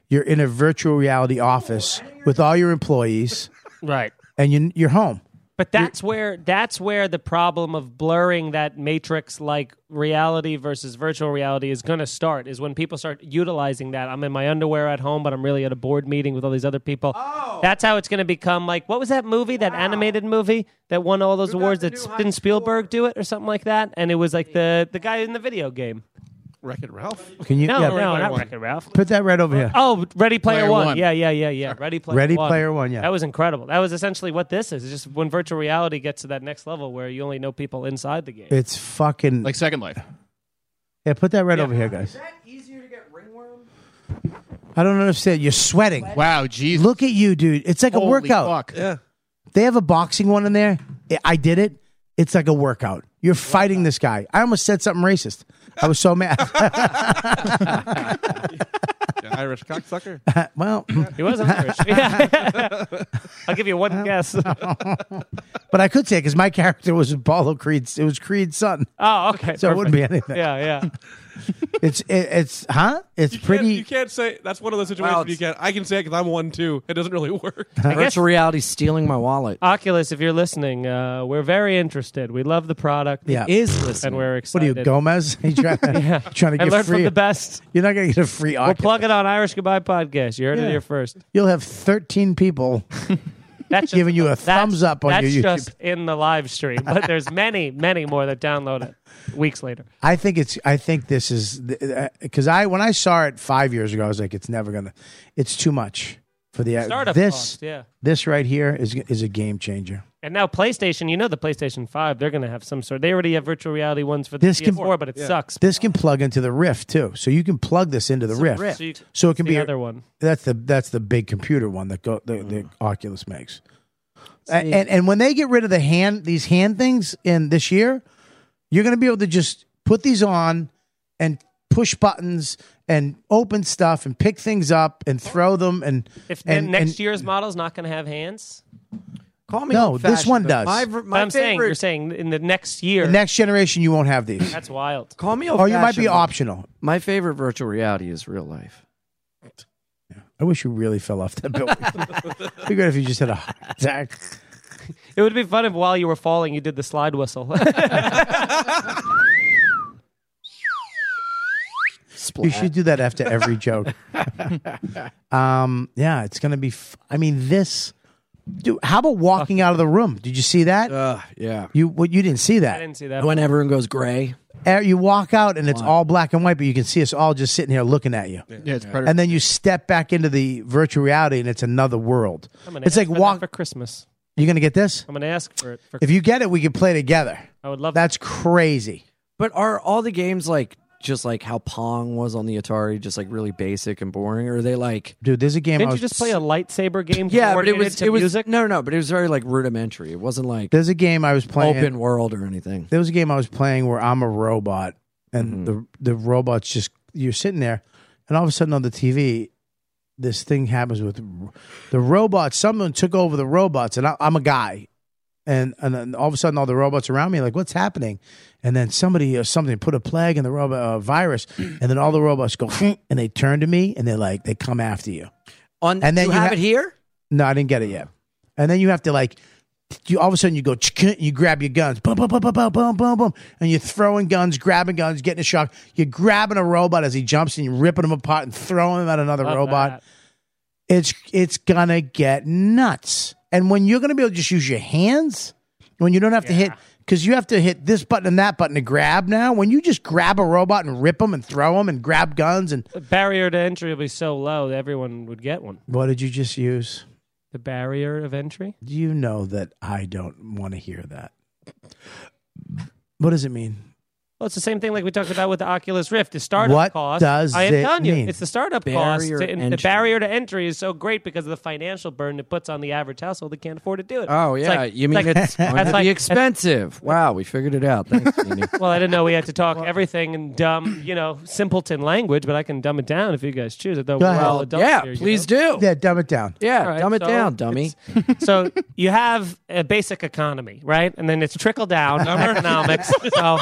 S1: you're in a virtual reality office with all your employees
S4: Right.
S1: and you you're home.
S4: But that's where that's where the problem of blurring that matrix like reality versus virtual reality is going to start is when people start utilizing that. I'm in my underwear at home, but I'm really at a board meeting with all these other people. Oh. That's how it's going to become like what was that movie, that animated movie that won all those awards
S5: the
S4: that
S5: new
S4: s-
S5: high
S4: didn't Spielberg do it or something like that and it was like the the guy in the video game.
S6: Wreck It Ralph.
S1: Can you?
S4: No,
S1: yeah,
S4: no, not
S6: One.
S4: Wreck-It Ralph.
S1: Put that right over here.
S4: Oh, Ready Player,
S8: Player
S4: One.
S8: One.
S4: Yeah, yeah, yeah, yeah. Ready Player
S1: Ready
S4: One.
S1: Player One, yeah.
S4: That was incredible. That was essentially what this is. It's just when virtual reality gets to that next level where you only know people inside the game.
S1: It's fucking.
S8: like Second Life.
S1: yeah, put that right over here, guys.
S5: Is that easier to get ringworm?
S1: I don't understand. You're sweating.
S8: Wow, geez,
S1: Look at you, dude. It's like a
S8: Holy
S1: workout.
S8: fuck.
S6: Yeah,
S1: They have a boxing one in there. I- I did it. It's like a workout. You're fighting this guy. I almost said something racist. I was so mad.
S6: Yeah, Irish cocksucker.
S1: well,
S4: He was Irish. Yeah. I'll give you one guess. oh,
S1: but I could say because my character was Apollo Creed's. It was Creed's son,
S4: Oh, okay.
S1: so it wouldn't be anything.
S4: Yeah, yeah.
S1: It's it, it's huh? It's
S6: You
S1: pretty.
S6: Can't, you can't say that's one of those situations
S5: Wow,
S6: you can't. I can say it because I'm one too. It doesn't really work.
S5: Virtual reality stealing my wallet.
S4: Oculus, if you're listening, uh, we're very interested. We love the product.
S1: Yeah.
S5: Is listening.
S4: And we're
S1: what are
S4: excited.
S1: you, Gomez? you trying, trying to
S4: And learn
S1: get free?
S4: from the best.
S1: You're not going to get a free.
S4: We'll
S1: Oculus.
S4: plug it on Irish Goodbye Podcast. You heard
S1: Yeah.
S4: it here first.
S1: You'll have 13 people.
S4: That's just-
S1: Giving you a
S4: that's-
S1: thumbs up on
S4: that's
S1: your YouTube.
S4: just in the live stream, but there's many, many more that download it weeks later.
S1: I think it's. I think this is because I when I saw it five years ago, I was like, it's never gonna. It's too much for the uh,
S4: Startup
S1: This
S4: cost, yeah.
S1: this right here is is a game changer.
S4: And now PlayStation, you know the PlayStation Five, they're going to have some sort. They already have virtual reality ones for the
S1: This can-
S4: PS4, but it sucks.
S1: This can plug into the Rift too, so you can plug this into the Rift.
S4: So you-
S1: So it can
S4: the
S1: be a-
S4: other one.
S1: That's the that's the big computer one that go, the, the
S4: Mm.
S1: Oculus makes. And, and and when they get rid of the hand these hand things in this year, you're going to be able to just put these on and push buttons and open stuff and pick things up and throw them and
S4: If the
S1: and,
S4: next
S1: and-
S4: year's model's not going to have hands,
S5: Call me
S1: No, this
S5: old-fashioned,
S1: one
S5: but
S1: does.
S5: My, ver-
S4: but
S5: my
S4: I'm saying
S5: favorite-
S4: you're saying in the next year.
S1: the next generation you won't have these.
S4: that's wild.
S5: Call me old
S1: Or you might be optional.
S5: My favorite virtual reality is real life.
S1: I wish you really fell off that building. Be good if you just had a heart attack.
S4: It would be fun if while you were falling, you did the slide whistle.
S1: You should do that after every joke. um, yeah, it's gonna be. F- I mean, this. Dude, how about walking out of the room? Did you see that?
S5: Uh, yeah.
S1: you what? You didn't see
S4: I
S1: that.
S4: didn't see that.
S5: When everyone goes gray.
S1: Uh, You walk out and it's all black and white, but you can see us all just sitting here looking at you.
S8: Yeah, it's predator.
S1: And then you step back into the virtual reality, and it's another world.
S4: I'm gonna
S1: It's
S4: ask
S1: like
S4: for that
S1: walk.
S4: for Christmas.
S1: You're gonna get this.
S4: I'm gonna ask for it. For,
S1: If you get it, we can play together.
S4: I would love that.
S1: That's crazy.
S5: But are all the games like just like how Pong was on the Atari, just like really basic and boring? Or are they like
S1: Dude, there's a game. I
S4: Didn't you
S1: was,
S4: just play a lightsaber game?
S5: Yeah, but it
S4: coordinated
S5: was
S4: to
S5: it was
S4: music.
S5: no, no, but it was very like rudimentary. It wasn't like
S1: There's a game I was playing.
S5: open world or anything.
S1: there was a game I was playing where I'm a robot, and the the robots just you're sitting there, and all of a sudden on the TV, this thing happens with r- the robots. Someone took over the robots, and I, I'm a guy, and and then all of a sudden all the robots around me are like, what's happening? And then somebody or something put a plague in the robot uh, virus, and then all the robots go and they turn to me and they're like they come after you.
S5: On
S1: And then
S5: you
S1: you
S5: have
S1: ha-
S5: it here?
S1: No, I didn't get it yet. And then you have to like, you all of a sudden you go, "Chk-" you grab your guns, boom, boom, boom, boom, boom, boom, boom, boom, and you're throwing guns, grabbing guns, getting a shock. You're grabbing a robot as he jumps and you're ripping him apart and throwing him at another
S4: Love
S1: robot.
S4: that.
S1: It's it's gonna get nuts. And when you're gonna be able to just use your hands, when you don't have to hit, because you have to hit this button and that button to grab now. When you just grab a robot and rip them and throw them and grab guns and
S4: The barrier to entry would be so low that everyone would get one.
S1: what did you just use?
S4: The barrier of entry.
S1: You know that I don't want to hear that. What does it mean?
S4: Well, it's the same thing like we talked about with the Oculus Rift. The startup
S1: What
S4: cost.
S1: does
S4: I am
S1: it
S4: telling you,
S1: mean?
S4: it's the startup
S5: Barrier
S4: cost. to- and the
S5: entry.
S4: barrier to entry is so great because of the financial burden it puts on the average household that can't afford to do it.
S5: Oh
S4: It's
S5: yeah.
S4: like-
S5: you mean
S4: like-
S5: it's going
S4: that's
S5: to
S4: like-
S5: be expensive. Wow, we figured it out. Thanks, Jeannie.
S4: Well, I didn't know we had to talk everything in dumb, you know, simpleton language, but I can dumb it down if you guys choose it. Though
S1: Go
S4: we're
S1: ahead.
S4: all
S1: Well,
S4: adults
S5: yeah,
S4: here, you know?
S5: please do.
S1: Yeah, dumb it down.
S5: Yeah,
S4: All right,
S5: dumb it
S4: so
S5: down, dummy.
S4: so you have a basic economy, right? And then it's trickle down economics. so,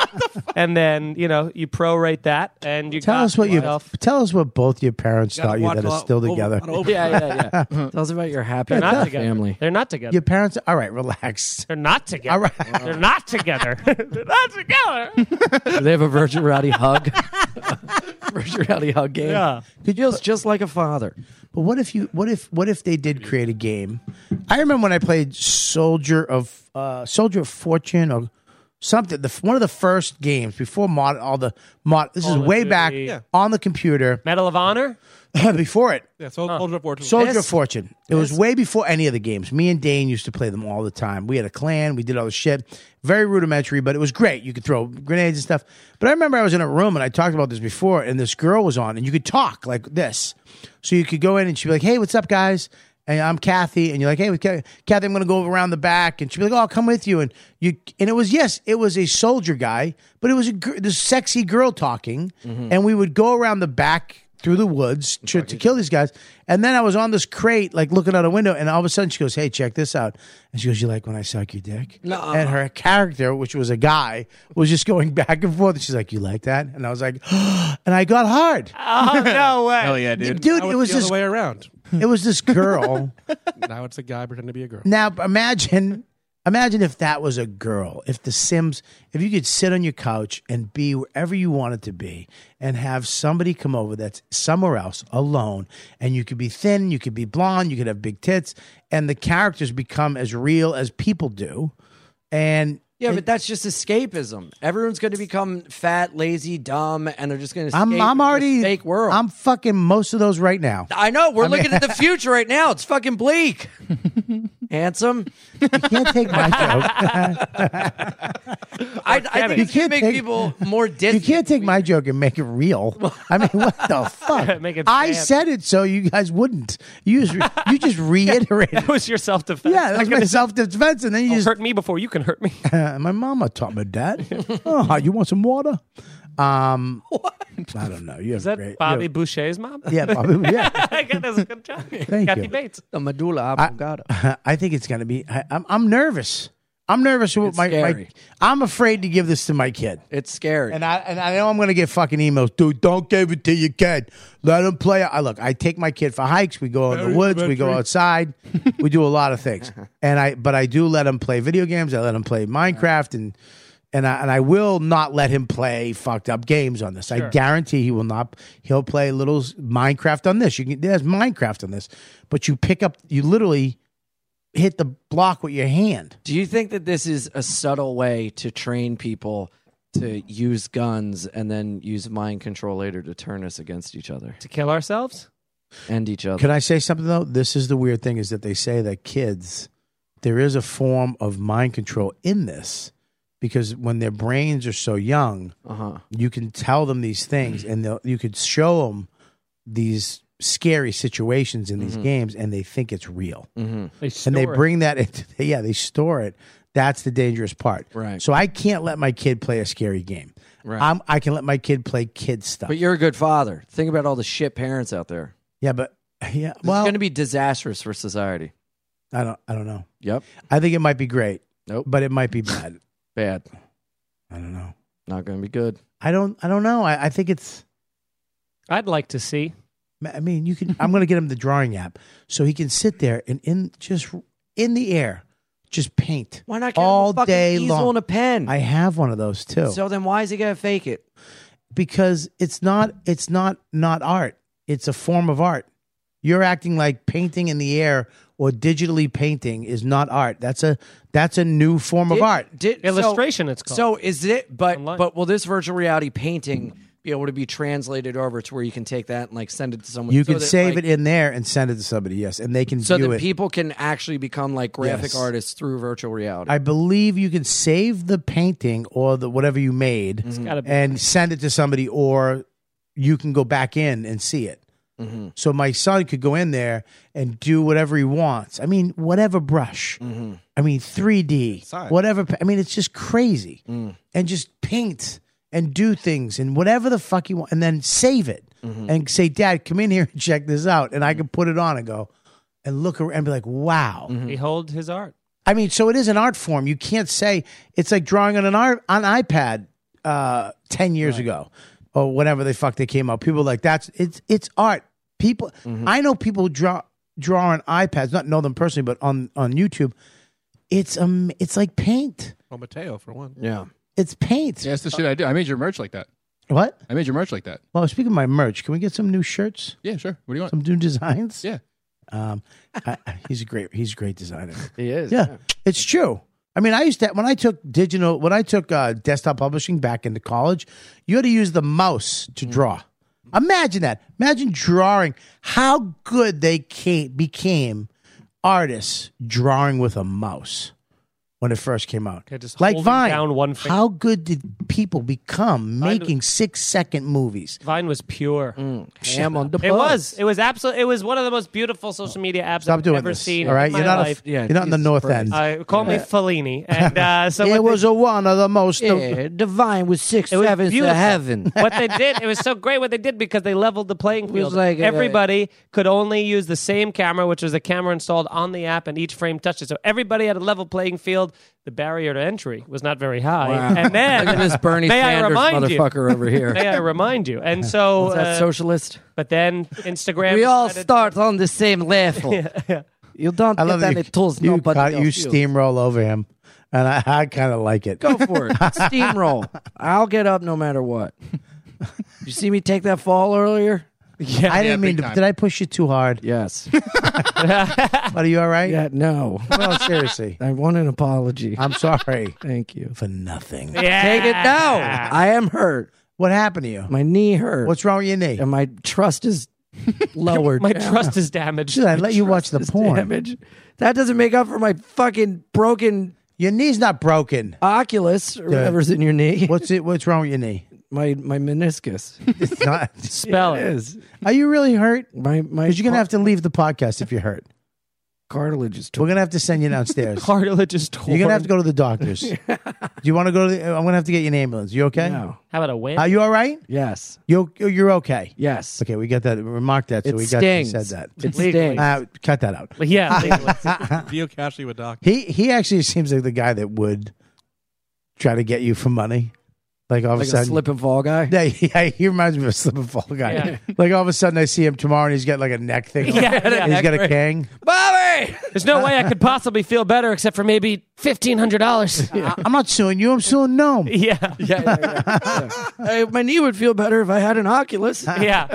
S4: and then you know you prorate that, and you
S1: Tell
S4: got
S1: us what you
S4: yourself-
S1: tell us what both your parents taught you that are still together.
S5: Yeah, yeah, yeah. Tell us about your happy
S4: They're not together.
S5: family.
S4: They're not together.
S1: Your parents, all right, relax.
S4: They're not together.
S1: All right.
S4: They're not together. They're not together.
S5: Do they have a Virgin Rowdy hug? Virgin Rowdy hug game.
S4: Yeah.
S5: He feels just like a father.
S1: But what if you? What if? What if they did create a game? I remember when I played Soldier of uh, Soldier of Fortune or something. The one of the first games before mod all the mod. This
S4: Call
S1: is
S4: of
S1: way
S4: Duty.
S1: back
S4: Yeah.
S1: on the computer
S4: Medal of Honor.
S1: before it.
S6: Yeah, so Soldier of Fortune.
S1: Soldier
S5: Yes.
S1: of Fortune. It was way before any of the games. Me and Dane used to play them all the time. We had a clan. We did all the shit. Very rudimentary, but it was great. You could throw grenades and stuff. But I remember I was in a room and I talked about this before, and this girl was on, and you could talk like this. So you could go in and she'd be like, "Hey, what's up, guys?" And I'm Kathy, and you're like, "Hey, with Kathy, Kathy, I'm going to go around the back," and she'd be like, "Oh, I'll come with you." And you, and it was yes, it was a soldier guy, but it was a gr- this sexy girl talking, and we would go around the back through the woods to, to kill these guys. And then I was on this crate, like looking out a window, and all of a sudden she goes, Hey, check this out. And she goes, You like when I suck your dick?
S5: Nuh-uh.
S1: And her character, which was a guy, was just going back and forth. And she's like, You like that? And I was like, And I got hard.
S4: Oh no way.
S8: Hell yeah, dude.
S1: Dude,
S6: Now
S1: it
S6: it's
S1: was
S6: the other
S1: this
S6: way around.
S1: it was this girl.
S6: now it's a guy pretending to be a girl.
S1: now imagine imagine if that was a girl. If the Sims if you could sit on your couch and be wherever you wanted to be and have somebody come over that's somewhere else alone and you could be thin, you could be blonde, you could have big tits, and the characters become as real as people do. And
S5: Yeah, but that's just escapism. Everyone's going to become fat, lazy, dumb, and they're just going to escape
S1: I'm I'm
S5: from
S1: already
S5: this fake world.
S1: I'm fucking most of those right now.
S5: I know. We're looking at the future right now. It's fucking bleak. Handsome.
S1: Can't take my joke.
S5: I, I think
S1: You
S5: it's
S1: can't
S5: going to make
S1: take-
S5: people more
S1: You
S5: distant.
S1: can't take my joke and make it real. I mean, what the fuck?
S4: Make it
S1: I
S4: bad.
S1: said it so you guys wouldn't. You just, you just reiterated.
S4: That was oh, your self defense.
S1: Yeah, that was my self defense, and then you just
S4: hurt me before you can hurt me.
S1: uh, my mama taught me that. oh, you want some water? Um, I don't know. You have
S4: Is that
S1: great.
S4: Bobby
S1: you
S4: Boucher's mom?
S1: have- yeah, Bobby. Yeah,
S4: I got that's a good job.
S1: Thank
S4: Kathy
S1: you.
S4: Bates.
S5: The medulla oblongata.
S1: I think it's gonna be. I, I'm I'm nervous. I'm nervous with
S5: It's
S1: my, my.
S5: scary.
S1: I'm afraid to give this to my kid.
S5: It's scary.
S1: And I and I know I'm going to get fucking emails, dude. Don't give it to your kid. Let him play. I look. I take my kid for hikes. We go in the woods. We go outside. we do a lot of things. And I but I do let him play video games. I let him play Minecraft and and I and I will not let him play fucked up games on this. I guarantee he will not. He'll play little s- Minecraft on this. You can there's Minecraft on this, but you pick up. You literally hit the block with your hand.
S5: Do you think that this is a subtle way to train people to use guns and then use mind control later to turn us against each other
S4: to kill ourselves?
S5: and each other?
S1: Can I say something though? This is the weird thing is that they say that kids, there is a form of mind control in this because when their brains are so young,
S5: Uh-huh.
S1: you can tell them these things and they'll- you could show them these scary situations in these
S5: Mm-hmm.
S1: games and they think it's real. And they
S4: store it.
S1: bring that into, yeah, they store it. That's the dangerous part.
S5: Right.
S1: So I can't let my kid play a scary game.
S5: Right.
S1: I'm, I can let my kid play kid stuff.
S5: But you're a good father. Think about all the shit parents out there.
S1: yeah, but yeah,
S5: This is
S1: well,
S5: going to be disastrous for society.
S1: I don't, I don't know.
S5: Yep.
S1: I think it might be great.
S5: Nope.
S1: But it might be bad.
S5: Bad.
S1: I don't know.
S5: Not going to be good.
S1: I don't. I don't know. I, I think it's.
S4: I'd like to see.
S1: I mean, you can. I'm going to get him the drawing app so he can sit there and in just in the air, just paint.
S5: Why not get
S1: all
S5: him a fucking
S1: day
S5: easel
S1: long?
S5: and a pen?
S1: I have one of those too
S5: so then why is he going to fake it?
S1: because it's not. It's not not art. It's a form of art. You're acting like painting in the air or digitally painting is not art. That's a that's a new form of
S5: Did-
S1: art.
S5: did- so-
S4: Illustration, it's called.
S5: So is it? But
S4: Online.
S5: but will this virtual reality painting be able to be translated over to where you can take that and like send it to someone?
S1: You
S5: so
S1: can
S5: that,
S1: save
S5: like-
S1: it in there and send it to somebody. Yes, and they can
S5: so
S1: view
S5: that
S1: it.
S5: people can actually become like graphic
S1: Yes.
S5: artists through virtual reality.
S1: I believe you can save the painting or the whatever you made
S4: gotta be-
S1: and send it to somebody, or you can go back in and see it. So my son could go in there and do whatever he wants. I mean, whatever brush. I mean, 3D,
S6: Science.
S1: whatever. pa- I mean, it's just crazy. And just paint and do things and whatever the fuck you want, and then save it and say, Dad, come in here and check this out. And I can put it on and go and look around and be like, wow.
S4: Behold his art.
S1: I mean, so it is an art form. You can't say it's like drawing on an art on iPad uh, ten years ago or whenever the fuck they came out. People are like that's it's it's art. People,
S8: Mm-hmm.
S1: I know people who draw draw on iPads, not know them personally, but on on YouTube, it's um, it's like paint.
S6: Oh, Mateo for one.
S5: yeah.
S1: It's paint.
S8: Yeah, that's the shit I do. I made your merch like that.
S1: What?
S8: I made your merch like that.
S1: Well, speaking of my merch, can we get some new shirts?
S8: Yeah, sure. What do you want?
S1: Some new designs?
S8: Yeah.
S1: Um, I, he's a great he's a great designer.
S5: He is.
S1: Yeah, it's true. I mean, I used to when I took digital when I took uh, desktop publishing back into college, you had to use the mouse
S4: Mm.
S1: to draw. Imagine that. Imagine drawing how good they came, became artists drawing with a mouse when it first came out.
S4: Okay, just
S1: like
S4: holding
S1: Vine.
S4: down one finger.
S1: how good did people become
S4: Vine-
S1: making six second movies?
S4: Vine was pure.
S5: Ham on the
S4: It
S5: butt.
S4: was. It was absolutely. It was one of the most beautiful social media apps
S1: Stop
S4: I've
S1: doing
S4: ever
S1: this.
S4: seen.
S1: all right,
S4: in my
S1: you're not a-
S4: life.
S5: Yeah,
S1: you're not in the
S5: Jesus
S1: north
S5: Christ.
S1: end.
S4: Uh, call me Fellini, and uh, so
S1: it
S4: what
S1: was
S4: they,
S1: a one of the most.
S5: Yeah, divine with six
S4: it was
S5: sevens to
S4: beautiful.
S5: heaven.
S4: what they did, it was so great. What they did because they leveled the playing field.
S5: like, uh,
S4: everybody could only use the same camera, which was a camera installed on the app, and each frame touched it. So everybody had a level playing field. The barrier to entry was not very high. And then
S5: Look at this Bernie
S4: may I
S5: Sanders
S4: remind you?
S5: motherfucker over here.
S4: May I remind you? And so,
S5: Is that
S4: uh,
S5: socialist?
S4: but then Instagram.
S5: We all
S4: decided-
S5: start on the same level. You don't
S1: I love
S5: get
S1: that you,
S5: any tools.
S1: you,
S5: nobody
S1: cut-
S5: else
S1: you
S5: use.
S1: steamroll over him, and I, I kind of like it.
S5: Go for it. Steamroll. I'll get up no matter what. You see me take that fall earlier?
S1: I didn't
S8: big
S1: mean to.
S8: time.
S1: Did I push you too hard?
S5: Yes.
S1: But are you all right?
S5: Yeah, no.
S1: No, seriously.
S5: I want an apology.
S1: I'm sorry
S5: Thank you.
S1: for nothing.
S4: Yeah.
S5: Take it now. I am hurt.
S1: What happened to you?
S5: My knee hurt.
S1: What's wrong with your knee?
S5: and my trust is lowered.
S4: My
S5: now.
S4: trust is damaged.
S1: Should I let you watch the
S5: It's
S1: porn?
S5: damaged. That doesn't make up for my fucking broken
S1: Your knee's not broken.
S5: oculus or whatever's in your knee.
S1: What's it? What's wrong with your knee?
S5: My my meniscus.
S1: It's not.
S4: Spell
S5: It
S4: it.
S5: is.
S1: Are you really hurt?
S5: My my
S1: Because you're gonna have to leave the podcast if you're hurt.
S5: cartilage is torn.
S1: We're gonna have to send you downstairs.
S4: Cartilage is torn.
S1: You're gonna have to go to the doctors. Do you want to go to the, I'm going to have to get you an ambulance. You okay?
S5: No.
S4: How about a win?
S1: Are you all right?
S5: Yes.
S1: You you're okay.
S5: Yes.
S1: Okay, we got that. Remark that. So
S5: It
S1: we got
S5: stings.
S1: said that.
S5: It
S4: Legally.
S5: stings.
S1: Uh, cut that out.
S4: yeah. legally.
S6: Theo Cashley with Doc.
S1: He he actually seems like the guy that would try to get you for money. Like all of
S5: like
S1: a
S5: a
S1: sudden,
S5: slip and fall guy.
S1: Yeah, yeah, he reminds me of a slip and fall guy.
S4: Yeah.
S1: Like all of a sudden, I see him tomorrow, and he's got like a neck thing. on.
S4: Yeah, yeah.
S1: And he's got a kang.
S5: Bobby!
S4: There's no way I could possibly feel better except for maybe fifteen hundred dollars.
S1: I- I'm not suing you. I'm suing Gnome.
S4: Yeah,
S5: Yeah, yeah, yeah. yeah. Hey, my knee would feel better if I had an Oculus.
S4: yeah.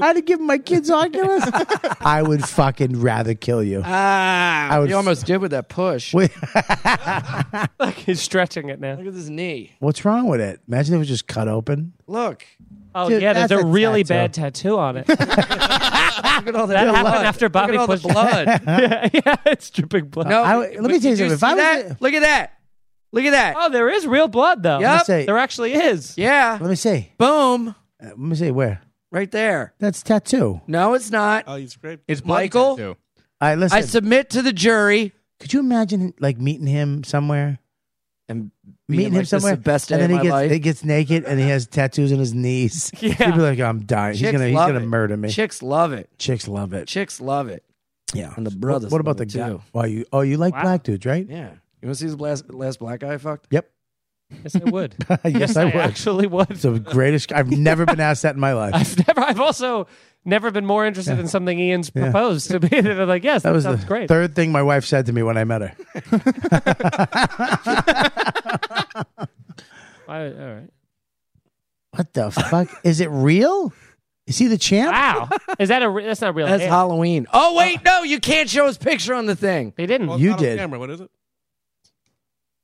S1: I had to give my kids Oculus. I would fucking rather kill you.
S5: Ah,
S1: I would-
S5: you almost did with that push.
S1: Wait,
S4: He's stretching it now.
S5: Look at this knee.
S1: what's wrong with it? Imagine if it was just cut open.
S5: Look.
S4: Oh
S1: Dude,
S4: yeah, there's
S1: that's
S4: a
S1: a
S4: really
S1: tattoo.
S4: bad tattoo on it. that
S5: Look at all that
S4: happened
S5: blood.
S4: after Bobby
S5: Look at all
S4: pushed
S5: the blood.
S4: yeah, yeah, it's dripping blood.
S5: no,
S1: I- let me
S5: but
S1: tell you
S5: did
S1: something. If
S5: see
S1: I was
S5: that?
S1: a-
S5: Look at that. Look at that.
S4: Oh, there is real blood though.
S5: Yep.
S1: Let's say,
S4: There actually is.
S5: Yeah.
S1: let me see.
S5: Boom.
S1: Uh, Let me see where.
S5: Right there.
S1: That's tattoo. All
S5: No, it's not.
S6: Oh, he's scraped.
S8: It's
S5: blood Michael?
S8: Too.
S5: tattoo.
S1: right, listen.
S5: I submit to the jury.
S1: Could you imagine like meeting him somewhere?
S5: And
S1: Meeting him
S5: like, this is
S1: somewhere,
S5: the best day
S1: and then he
S5: of my
S1: gets
S5: life.
S1: he gets naked and he has tattoos on his knees.
S4: Yeah.
S1: He'd be like, "I'm dying. he's
S5: Chicks
S1: gonna he's
S5: love
S1: gonna
S5: it.
S1: murder me."
S5: Chicks love it.
S1: Chicks love it.
S5: Chicks love it.
S1: Yeah,
S5: And the
S1: What-
S5: brothers
S1: What about
S5: love
S1: the
S5: it,
S1: guy?
S5: too.
S1: Why you? Oh, you like
S4: Wow.
S1: black dudes, right?
S5: Yeah. You want to see this last, last black guy I fucked?
S1: Yep.
S4: Yes, I would.
S1: yes, I would.
S4: actually would.
S1: It's the greatest. I've never been asked that in my life.
S4: I've never. I've also never been more interested in something Ian's proposed to me. They're like, yes, that,
S1: That was the
S4: sounds great.
S1: third thing my wife said to me when I met her.
S4: I- all right.
S1: What the fuck? Is it real? Is he the champ?
S4: Wow. Is that a? re- That's not real.
S5: That's
S4: hair.
S5: Halloween. Oh, wait.
S1: Uh.
S5: No, you can't show his picture on the thing.
S4: They didn't.
S6: Well,
S1: You
S6: not on
S1: did.
S6: Camera. What is it?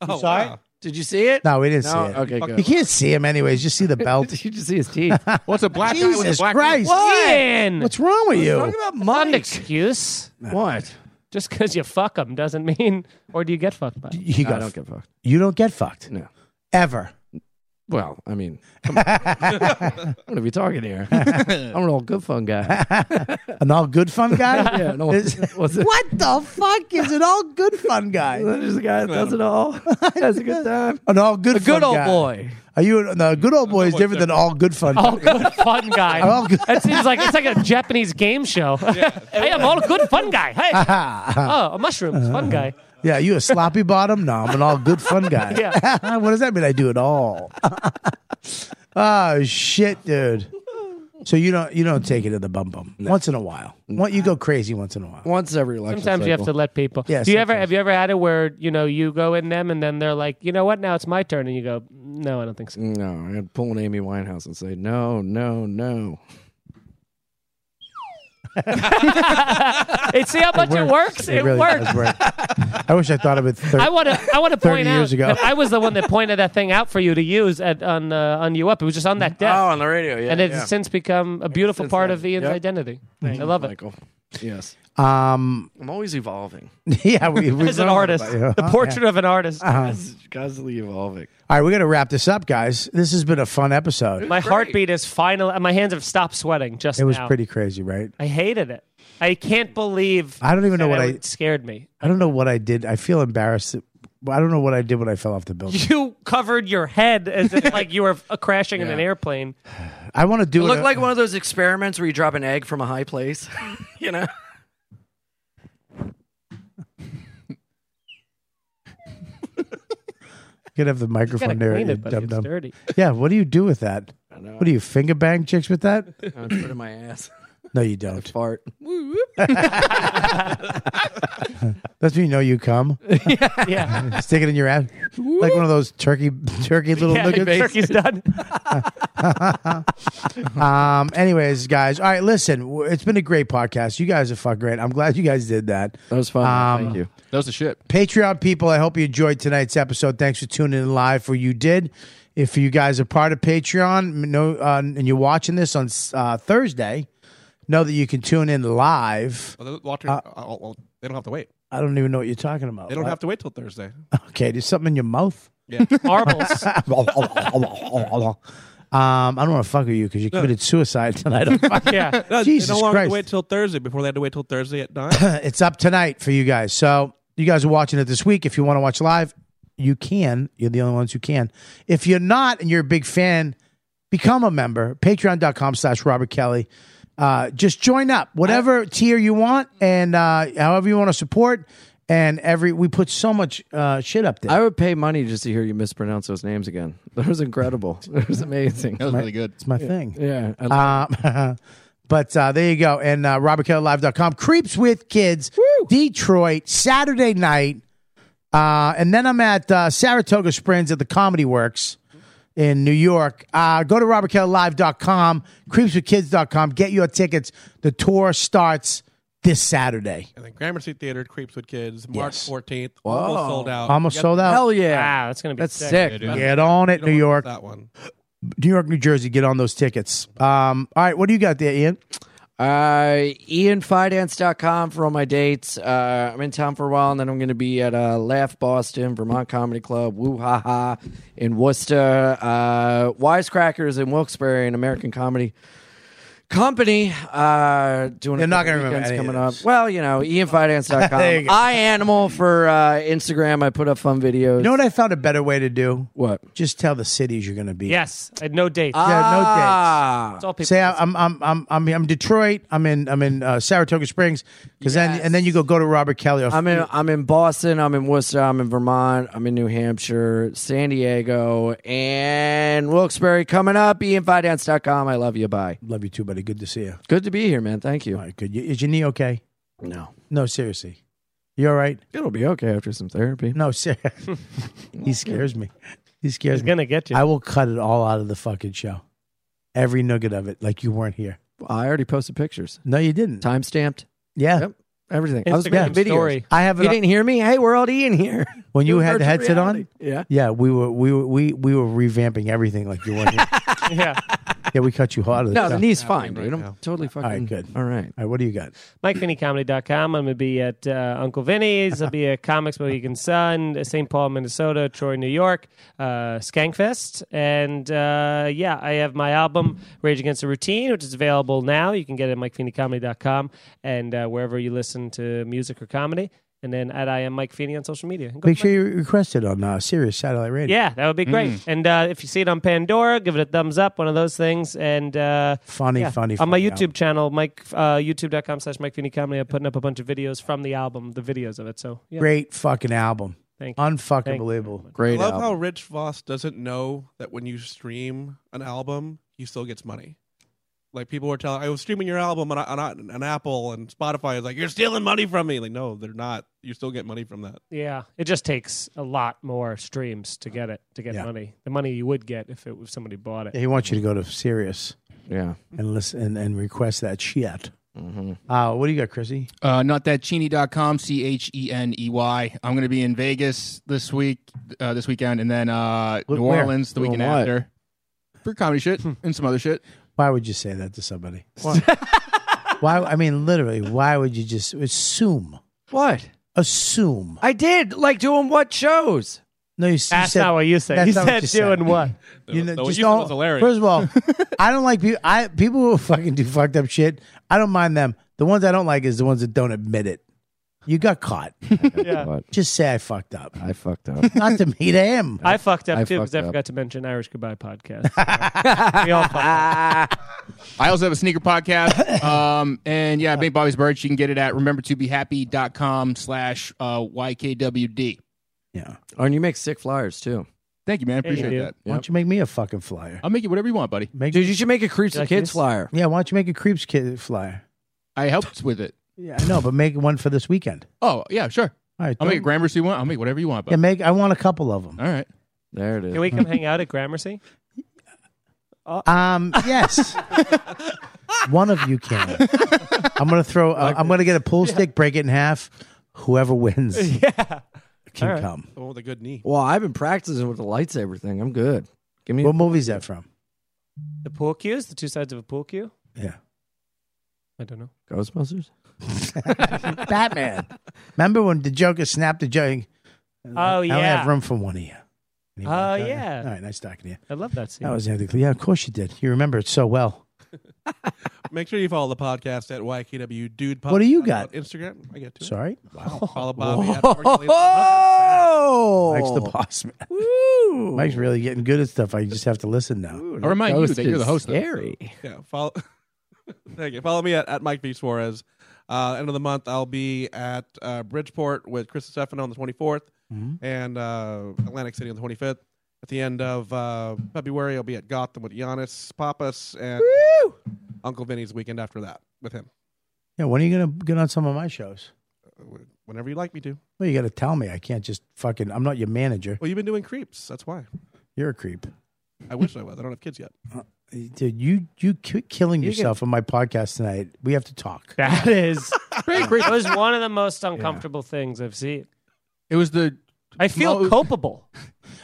S6: Oh,
S1: saw it?
S5: Did you see it?
S1: No, we didn't
S5: No?
S1: see it.
S5: Okay,
S1: You
S5: good.
S1: can't see him anyways. Just see the belt.
S5: Did you just see his teeth?
S8: What's a black guy with a
S1: Jesus
S8: black
S1: Christ!
S4: Ian.
S1: What's wrong with you?
S5: about
S4: An excuse.
S5: What?
S4: Just because you fuck them doesn't mean, or do you get fucked by? 'em?
S1: He
S5: I
S1: got
S5: don't get fucked.
S1: You don't get fucked.
S5: No.
S1: Ever.
S5: Well, I mean, come on. what are we talking here? I'm an old good fun guy.
S1: An all good fun guy?
S5: Yeah, no,
S1: Is-
S5: what's it?
S1: What the fuck is an all good fun guy?
S5: There's a guy that does it all. Has a good time.
S1: An all good
S5: A
S1: fun
S5: good old
S1: guy.
S5: boy.
S1: Are you an- no, good old boy is different than all good fun?
S4: All good fun guy.
S1: All good-
S4: That seems like it's like a Japanese game show. hey, I'm all good fun guy. Hey, oh, a mushroom fun guy.
S1: Yeah, you a sloppy bottom? No, I'm an all good fun guy.
S4: Yeah.
S1: what does that mean? I do it all. oh shit, dude. So you don't you don't take it to the bum bum once in a while. What you go crazy once in a while.
S5: Once every election.
S4: Sometimes you have to
S5: cycle.
S4: let people.
S1: Yeah,
S4: Do you ever
S1: sometimes.
S4: have you ever had it where you know you go in them and then they're like, you know what, now it's my turn, and you go, no, I don't think so.
S5: No, I had pull an Amy Winehouse and say, no, no, no.
S4: Hey, see how much it works. It,
S1: really
S4: works.
S1: does work. I wish I thought of it. Thir-
S4: I want to. I want to
S1: 30
S4: point
S1: years
S4: out
S1: ago.
S4: that I was the one that pointed that thing out for you to use at on uh, on you up. It was just on that
S1: Oh,
S4: desk,
S5: Oh, on the radio, yeah.
S4: and it's since become a beautiful
S5: Since
S4: part
S5: then,
S4: of Ian's
S5: yep.
S4: identity. I love it.
S5: Michael. Yes.
S1: um,
S5: I'm always evolving.
S1: yeah, we, we
S4: As an artist,
S1: Yeah.
S4: the portrait of an artist.
S5: Constantly evolving.
S1: All right, we're gonna wrap this up, guys. This has been a fun episode.
S4: My heartbeat is final. My hands have stopped sweating just
S1: it was
S4: now.
S1: pretty crazy, right?
S4: I hated it. I can't believe.
S1: I don't even know
S4: that
S1: what I-
S4: It scared me.
S1: I don't know what I did. I feel embarrassed. that- I don't know what I did when I fell off the building.
S4: You covered your head as if like you were uh, crashing in an
S5: Yeah.
S4: airplane.
S1: I want to do
S5: It
S1: it.
S5: looked like one of those experiments where you drop an egg from a high place. you know?
S1: Could have the
S4: Gotta
S1: microphone there.
S4: clean
S1: you
S4: it, buddy. It's
S1: dum-dum.
S4: dirty.
S1: Yeah, what do you do with that?
S5: know.
S1: What do you finger bang chicks with that?
S5: I put it in my ass.
S1: No, you don't.
S5: Fart.
S1: That's when you know you come.
S4: Yeah,
S1: Stick it in your ass, like one of those turkey turkey little
S4: yeah.
S1: nuggets.
S4: Turkey's done.
S1: Um. Anyways, guys. All right, listen. w- It's been a great podcast. You guys are fucking great. I'm glad you guys did that.
S5: That was fun.
S1: Um,
S5: Thank you.
S8: That was the shit.
S1: Patreon people, I hope you enjoyed tonight's episode. Thanks for tuning in live. For you did, if you guys are part of Patreon, no, uh, and you're watching this on uh, Thursday, know that you can tune in live.
S6: Oh, the water- oh, oh, they don't have to wait.
S1: I don't even know what you're talking about.
S6: They don't have to wait till Thursday.
S1: Okay, there's something in your mouth.
S6: Yeah.
S4: Marbles.
S1: um, I don't want to fuck with you because you committed suicide tonight.
S4: Yeah.
S6: No,
S1: Jesus
S6: they no longer had
S1: Christ.
S6: to wait till Thursday before they had to wait till Thursday at nine.
S1: it's up tonight for you guys. So you guys are watching it this week. If you want to watch live, you can. You're the only ones who can. If you're not and you're a big fan, become a member. Patreon.com slash Robert Kelly. Uh, just join up, whatever tier you want, and uh, however you want to support. And every we put so much uh, shit up there.
S5: I would pay money just to hear you mispronounce those names again. That was incredible. It was amazing.
S8: That was really good.
S1: it's my thing.
S5: Yeah. I-
S1: Um, but uh, there you go. And uh, RobertKellerLive.com. Creeps with Kids, Detroit, Saturday night. Uh, and then I'm at uh, Saratoga Springs at the Comedy Works in New York. Uh, go to RobertKellerLive.com, creepswithkids.com. Get your tickets. The tour starts this Saturday.
S6: And then Gramercy Theater, Creeps with Kids, March
S5: Yes.
S6: 14th. Almost sold out.
S1: Almost
S6: Yep,
S1: sold out.
S5: Hell yeah.
S1: Ah,
S4: Wow, that's gonna be
S5: That's
S4: sick.
S5: sick.
S1: Get on it,
S6: you don't
S1: New
S6: wanna
S1: York.
S6: miss That one.
S1: New York, New Jersey. Get on those tickets. Um, all right, what do you got there, Ian?
S5: Uh, IanFinance.com for all my dates. Uh, I'm in town for a while, and then I'm going to be at uh, Laugh Boston, Vermont Comedy Club, Woo Ha Ha in Worcester, uh, Wisecrackers in Wilkes-Barre, an American comedy company. Uh, doing
S1: They're
S5: a
S1: not
S5: couple
S1: gonna remember
S5: weekends
S1: any of
S5: coming up.
S1: this.
S5: Well, you know,
S1: There you
S5: IanFinance.com.
S1: go.
S5: I Animal for uh, Instagram. I put up fun videos.
S1: You know what I found a better way to do?
S5: what?
S1: Just tell the cities you're going to be.
S4: Yes, I had no dates.
S1: Yeah, no dates.
S5: Ah.
S4: it's all people.
S1: Say I'm I'm I'm I'm I'm Detroit. I'm in I'm in uh, Saratoga Springs because then and then you go go to Robert Kelly.
S5: I'm in I'm in Boston, I'm in Worcester, I'm in Vermont, I'm in New Hampshire, San Diego, and Wilkes-Barre coming up, ianfidance.com. I love you. Bye.
S1: Love you too, buddy. Good to see you.
S5: Good to be here, man. Thank
S1: All
S5: you.
S1: right, good. You- Is your knee okay?
S5: No.
S1: No, seriously. You all right?
S5: It'll be okay after some therapy.
S1: No, ser- he scares me. He scares
S4: He's
S1: me.
S4: gonna get you.
S1: I will cut it all out of the fucking show. Every nugget of it, like you weren't here.
S5: I already posted pictures.
S1: No, you didn't.
S5: Time stamped.
S1: Yeah,
S5: Yep. Everything. I was
S4: Instagram
S5: making videos.
S4: story.
S1: I have
S5: You
S1: it.
S5: didn't hear me? Hey, we're all Ian here.
S1: When you
S5: Doing
S1: had the
S5: virtual
S1: headset
S5: reality.
S1: on.
S5: Yeah.
S1: Yeah, we were we were we we were revamping everything like you weren't here.
S4: yeah.
S1: yeah, we cut you hard.
S5: No, the knee's fine,
S6: right
S5: dude. I'm
S6: now.
S5: totally fucking
S1: right, good.
S5: All right.
S1: All right, what do you got?
S4: MikeVinnyComedy.com. I'm going to be at uh, Uncle Vinny's. I'll be at Comics Mohegan Sun, St. Paul, Minnesota, Troy, New York, uh, Skankfest. And uh, yeah, I have my album, Rage Against the Routine, which is available now. You can get it at MikeVinnyComedy.com and uh, wherever you listen to music or comedy. And then at I Am Mike Feeney on social media. And go
S1: Make
S4: to
S1: sure you request it on uh, Sirius Satellite Radio.
S4: yeah, that would be great. And uh, if you see it on Pandora, give it a thumbs up, one of those things. And uh,
S1: Funny,
S4: yeah,
S1: funny,
S4: on my
S1: funny
S4: YouTube channel, Mike uh, YouTube.com slash Mike Feeney Comedy. I'm putting up a bunch of videos from the album, the videos of it. So yeah,
S1: Great fucking album.
S4: Thank you.
S1: Unfucking
S4: Thank you.
S1: believable.
S6: I
S5: Great.
S6: love
S5: album.
S6: how Rich Voss doesn't know that when you stream an album, he still gets money. Like people were telling, I was streaming your album on, on, on Apple and Spotify. Is like you're stealing money from me. Like no, they're not. You still get money from that.
S4: yeah, it just takes a lot more streams to get it to get
S1: Yeah.
S4: money. The money you would get if it was somebody bought it.
S1: He wants you to go to Sirius
S5: Yeah.
S1: and listen and, and request that shit. Uh, what do you got, Chrissy?
S8: Uh, NotThatCheney.com, C H E N E Y. I'm going to be in Vegas this week, uh, this weekend, and then uh,
S1: Wh-
S8: New
S1: where?
S8: Orleans the
S5: Doing
S8: weekend
S5: what?
S8: after for comedy shit and some other shit.
S1: Why would you say that to somebody? why? I mean, literally, why would you just assume?
S5: What?
S1: Assume.
S5: I did. Like doing what shows?
S1: No, you, s- you
S4: That's
S1: said,
S4: not what you said.
S1: that's
S4: You
S1: not
S4: said doing what?
S1: You know,
S6: Though
S1: just
S6: you said it
S1: don't-
S6: was hilarious.
S1: First of all, I don't like people. I people who fucking do fucked up shit. I don't mind them. The ones I don't like is the ones that don't admit it. You got caught.
S4: Yeah.
S5: What?
S1: Just say I fucked up.
S5: I fucked up.
S1: Not to me, to him.
S4: I fucked up
S5: I
S4: too because
S5: fucked
S4: I
S5: up.
S4: forgot to mention Irish Goodbye podcast. we all fucked up.
S8: I also have a sneaker podcast. Um, and yeah, Big Bobby's Birds. You can get it at remembertobehappy.com slash uh, YKWD.
S1: Yeah.
S5: Oh, and you make sick flyers too.
S8: Thank you, man.
S4: Yeah, you
S8: Appreciate
S4: do.
S8: that.
S1: Why don't you make me a fucking flyer?
S8: I'll make it whatever you want, buddy.
S1: Make
S5: Dude, you should make a Creeps
S4: Like
S5: and Kids
S4: this?
S5: flyer.
S1: yeah. Why don't you make a creeps kid flyer?
S8: I helped with it.
S1: Yeah, I know, but make one for this weekend.
S8: Oh, yeah, sure.
S1: All right,
S8: I'll make
S1: don't-
S8: it Gramercy you want. I'll make whatever you want,
S1: Yeah,
S8: buddy.
S1: make. I want a couple of them.
S8: All right.
S5: There it is.
S4: Can we come hang out at Gramercy?
S1: Um, yes. one of you can. I'm gonna throw. Uh, I'm gonna get a pool stick, break it in half. Whoever wins
S4: Yeah.
S1: can
S4: all right.
S1: come.
S6: The one Oh, with a good knee.
S5: well, I've been practicing with the lightsaber thing. I'm good. Give me.
S1: What movie's that from?
S4: The pool cues, the two sides of a pool cue.
S1: Yeah,
S4: I don't know.
S5: Ghostbusters?
S1: Batman. Remember when the Joker snapped the joke?
S4: Oh,
S1: I only
S4: yeah.
S1: have room for one of you. And he
S4: Oh,
S1: walked out.
S4: yeah.
S1: All right, nice talking to you.
S4: I love that scene.
S1: That was Andy. Cle- Yeah, of course you did. You remember it so well.
S6: Make sure you follow the podcast at YKW Dude. Pod-
S1: What do you
S6: on
S1: got?
S6: Instagram. I get to it.
S1: Sorry.
S6: Follow Bobby at Robert Kelly Live.
S5: Oh,
S1: Mike's the boss man.
S5: Woo.
S1: Mike's really getting good at stuff. I just have to listen now.
S8: I'll remind you
S5: Ghost
S8: that you're the
S5: is
S8: host. of it.
S5: Scary.
S6: Yeah, follow. Thank you. Follow me at, at Mike V Suarez. Uh, end of the month, I'll be at uh, Bridgeport with Chris Stefano on the 24th and uh, Atlantic City on the 25th. At the end of uh, February, I'll be at Gotham with Giannis Papas and Uncle Vinny's weekend after that with him. Uh,
S1: Yeah, when are you gonna get on some of my shows?
S6: Whenever you like me to.
S1: Well, you got to tell me. I can't just fucking. I'm not your manager.
S6: Well, you've been doing creeps. That's why.
S1: You're a creep,
S6: I wish I was. I don't have kids yet.
S1: dude. You you keep killing yourself on my podcast tonight. We have to talk.
S4: That is That was one of the most uncomfortable things I've seen.
S8: It was the
S4: I feel culpable.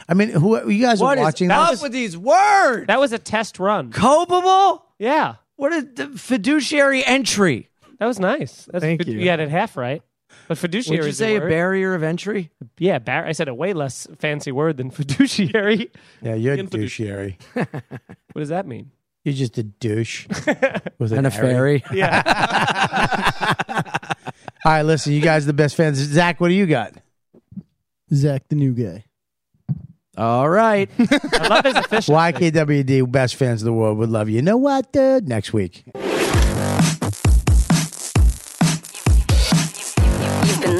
S1: I mean, who you guys
S5: What
S1: are
S5: is
S1: watching?
S5: up
S1: this?
S5: with these words?
S4: That was a test run.
S5: Culpable?
S4: Yeah,
S5: What a d- fiduciary entry.
S4: that was nice. That's,
S5: Thank you.
S4: You got it half right. But fiduciary
S5: Would you
S4: is the
S5: say a
S4: word.
S5: barrier of entry?
S4: Yeah, bar- I said a way less fancy word than fiduciary.
S1: yeah, you're a
S6: Infiduciary.
S1: doucheary.
S4: what does that mean?
S1: You're just a douche with
S5: And a
S1: fairy.
S5: fairy.
S1: All right, listen, you guys are the best fans. Zach, what do you got?
S11: Zach, the new guy.
S5: All right.
S4: I love his official.
S1: YKWd, best fans of the world would love you. You know what, dude? Next week.
S12: You've been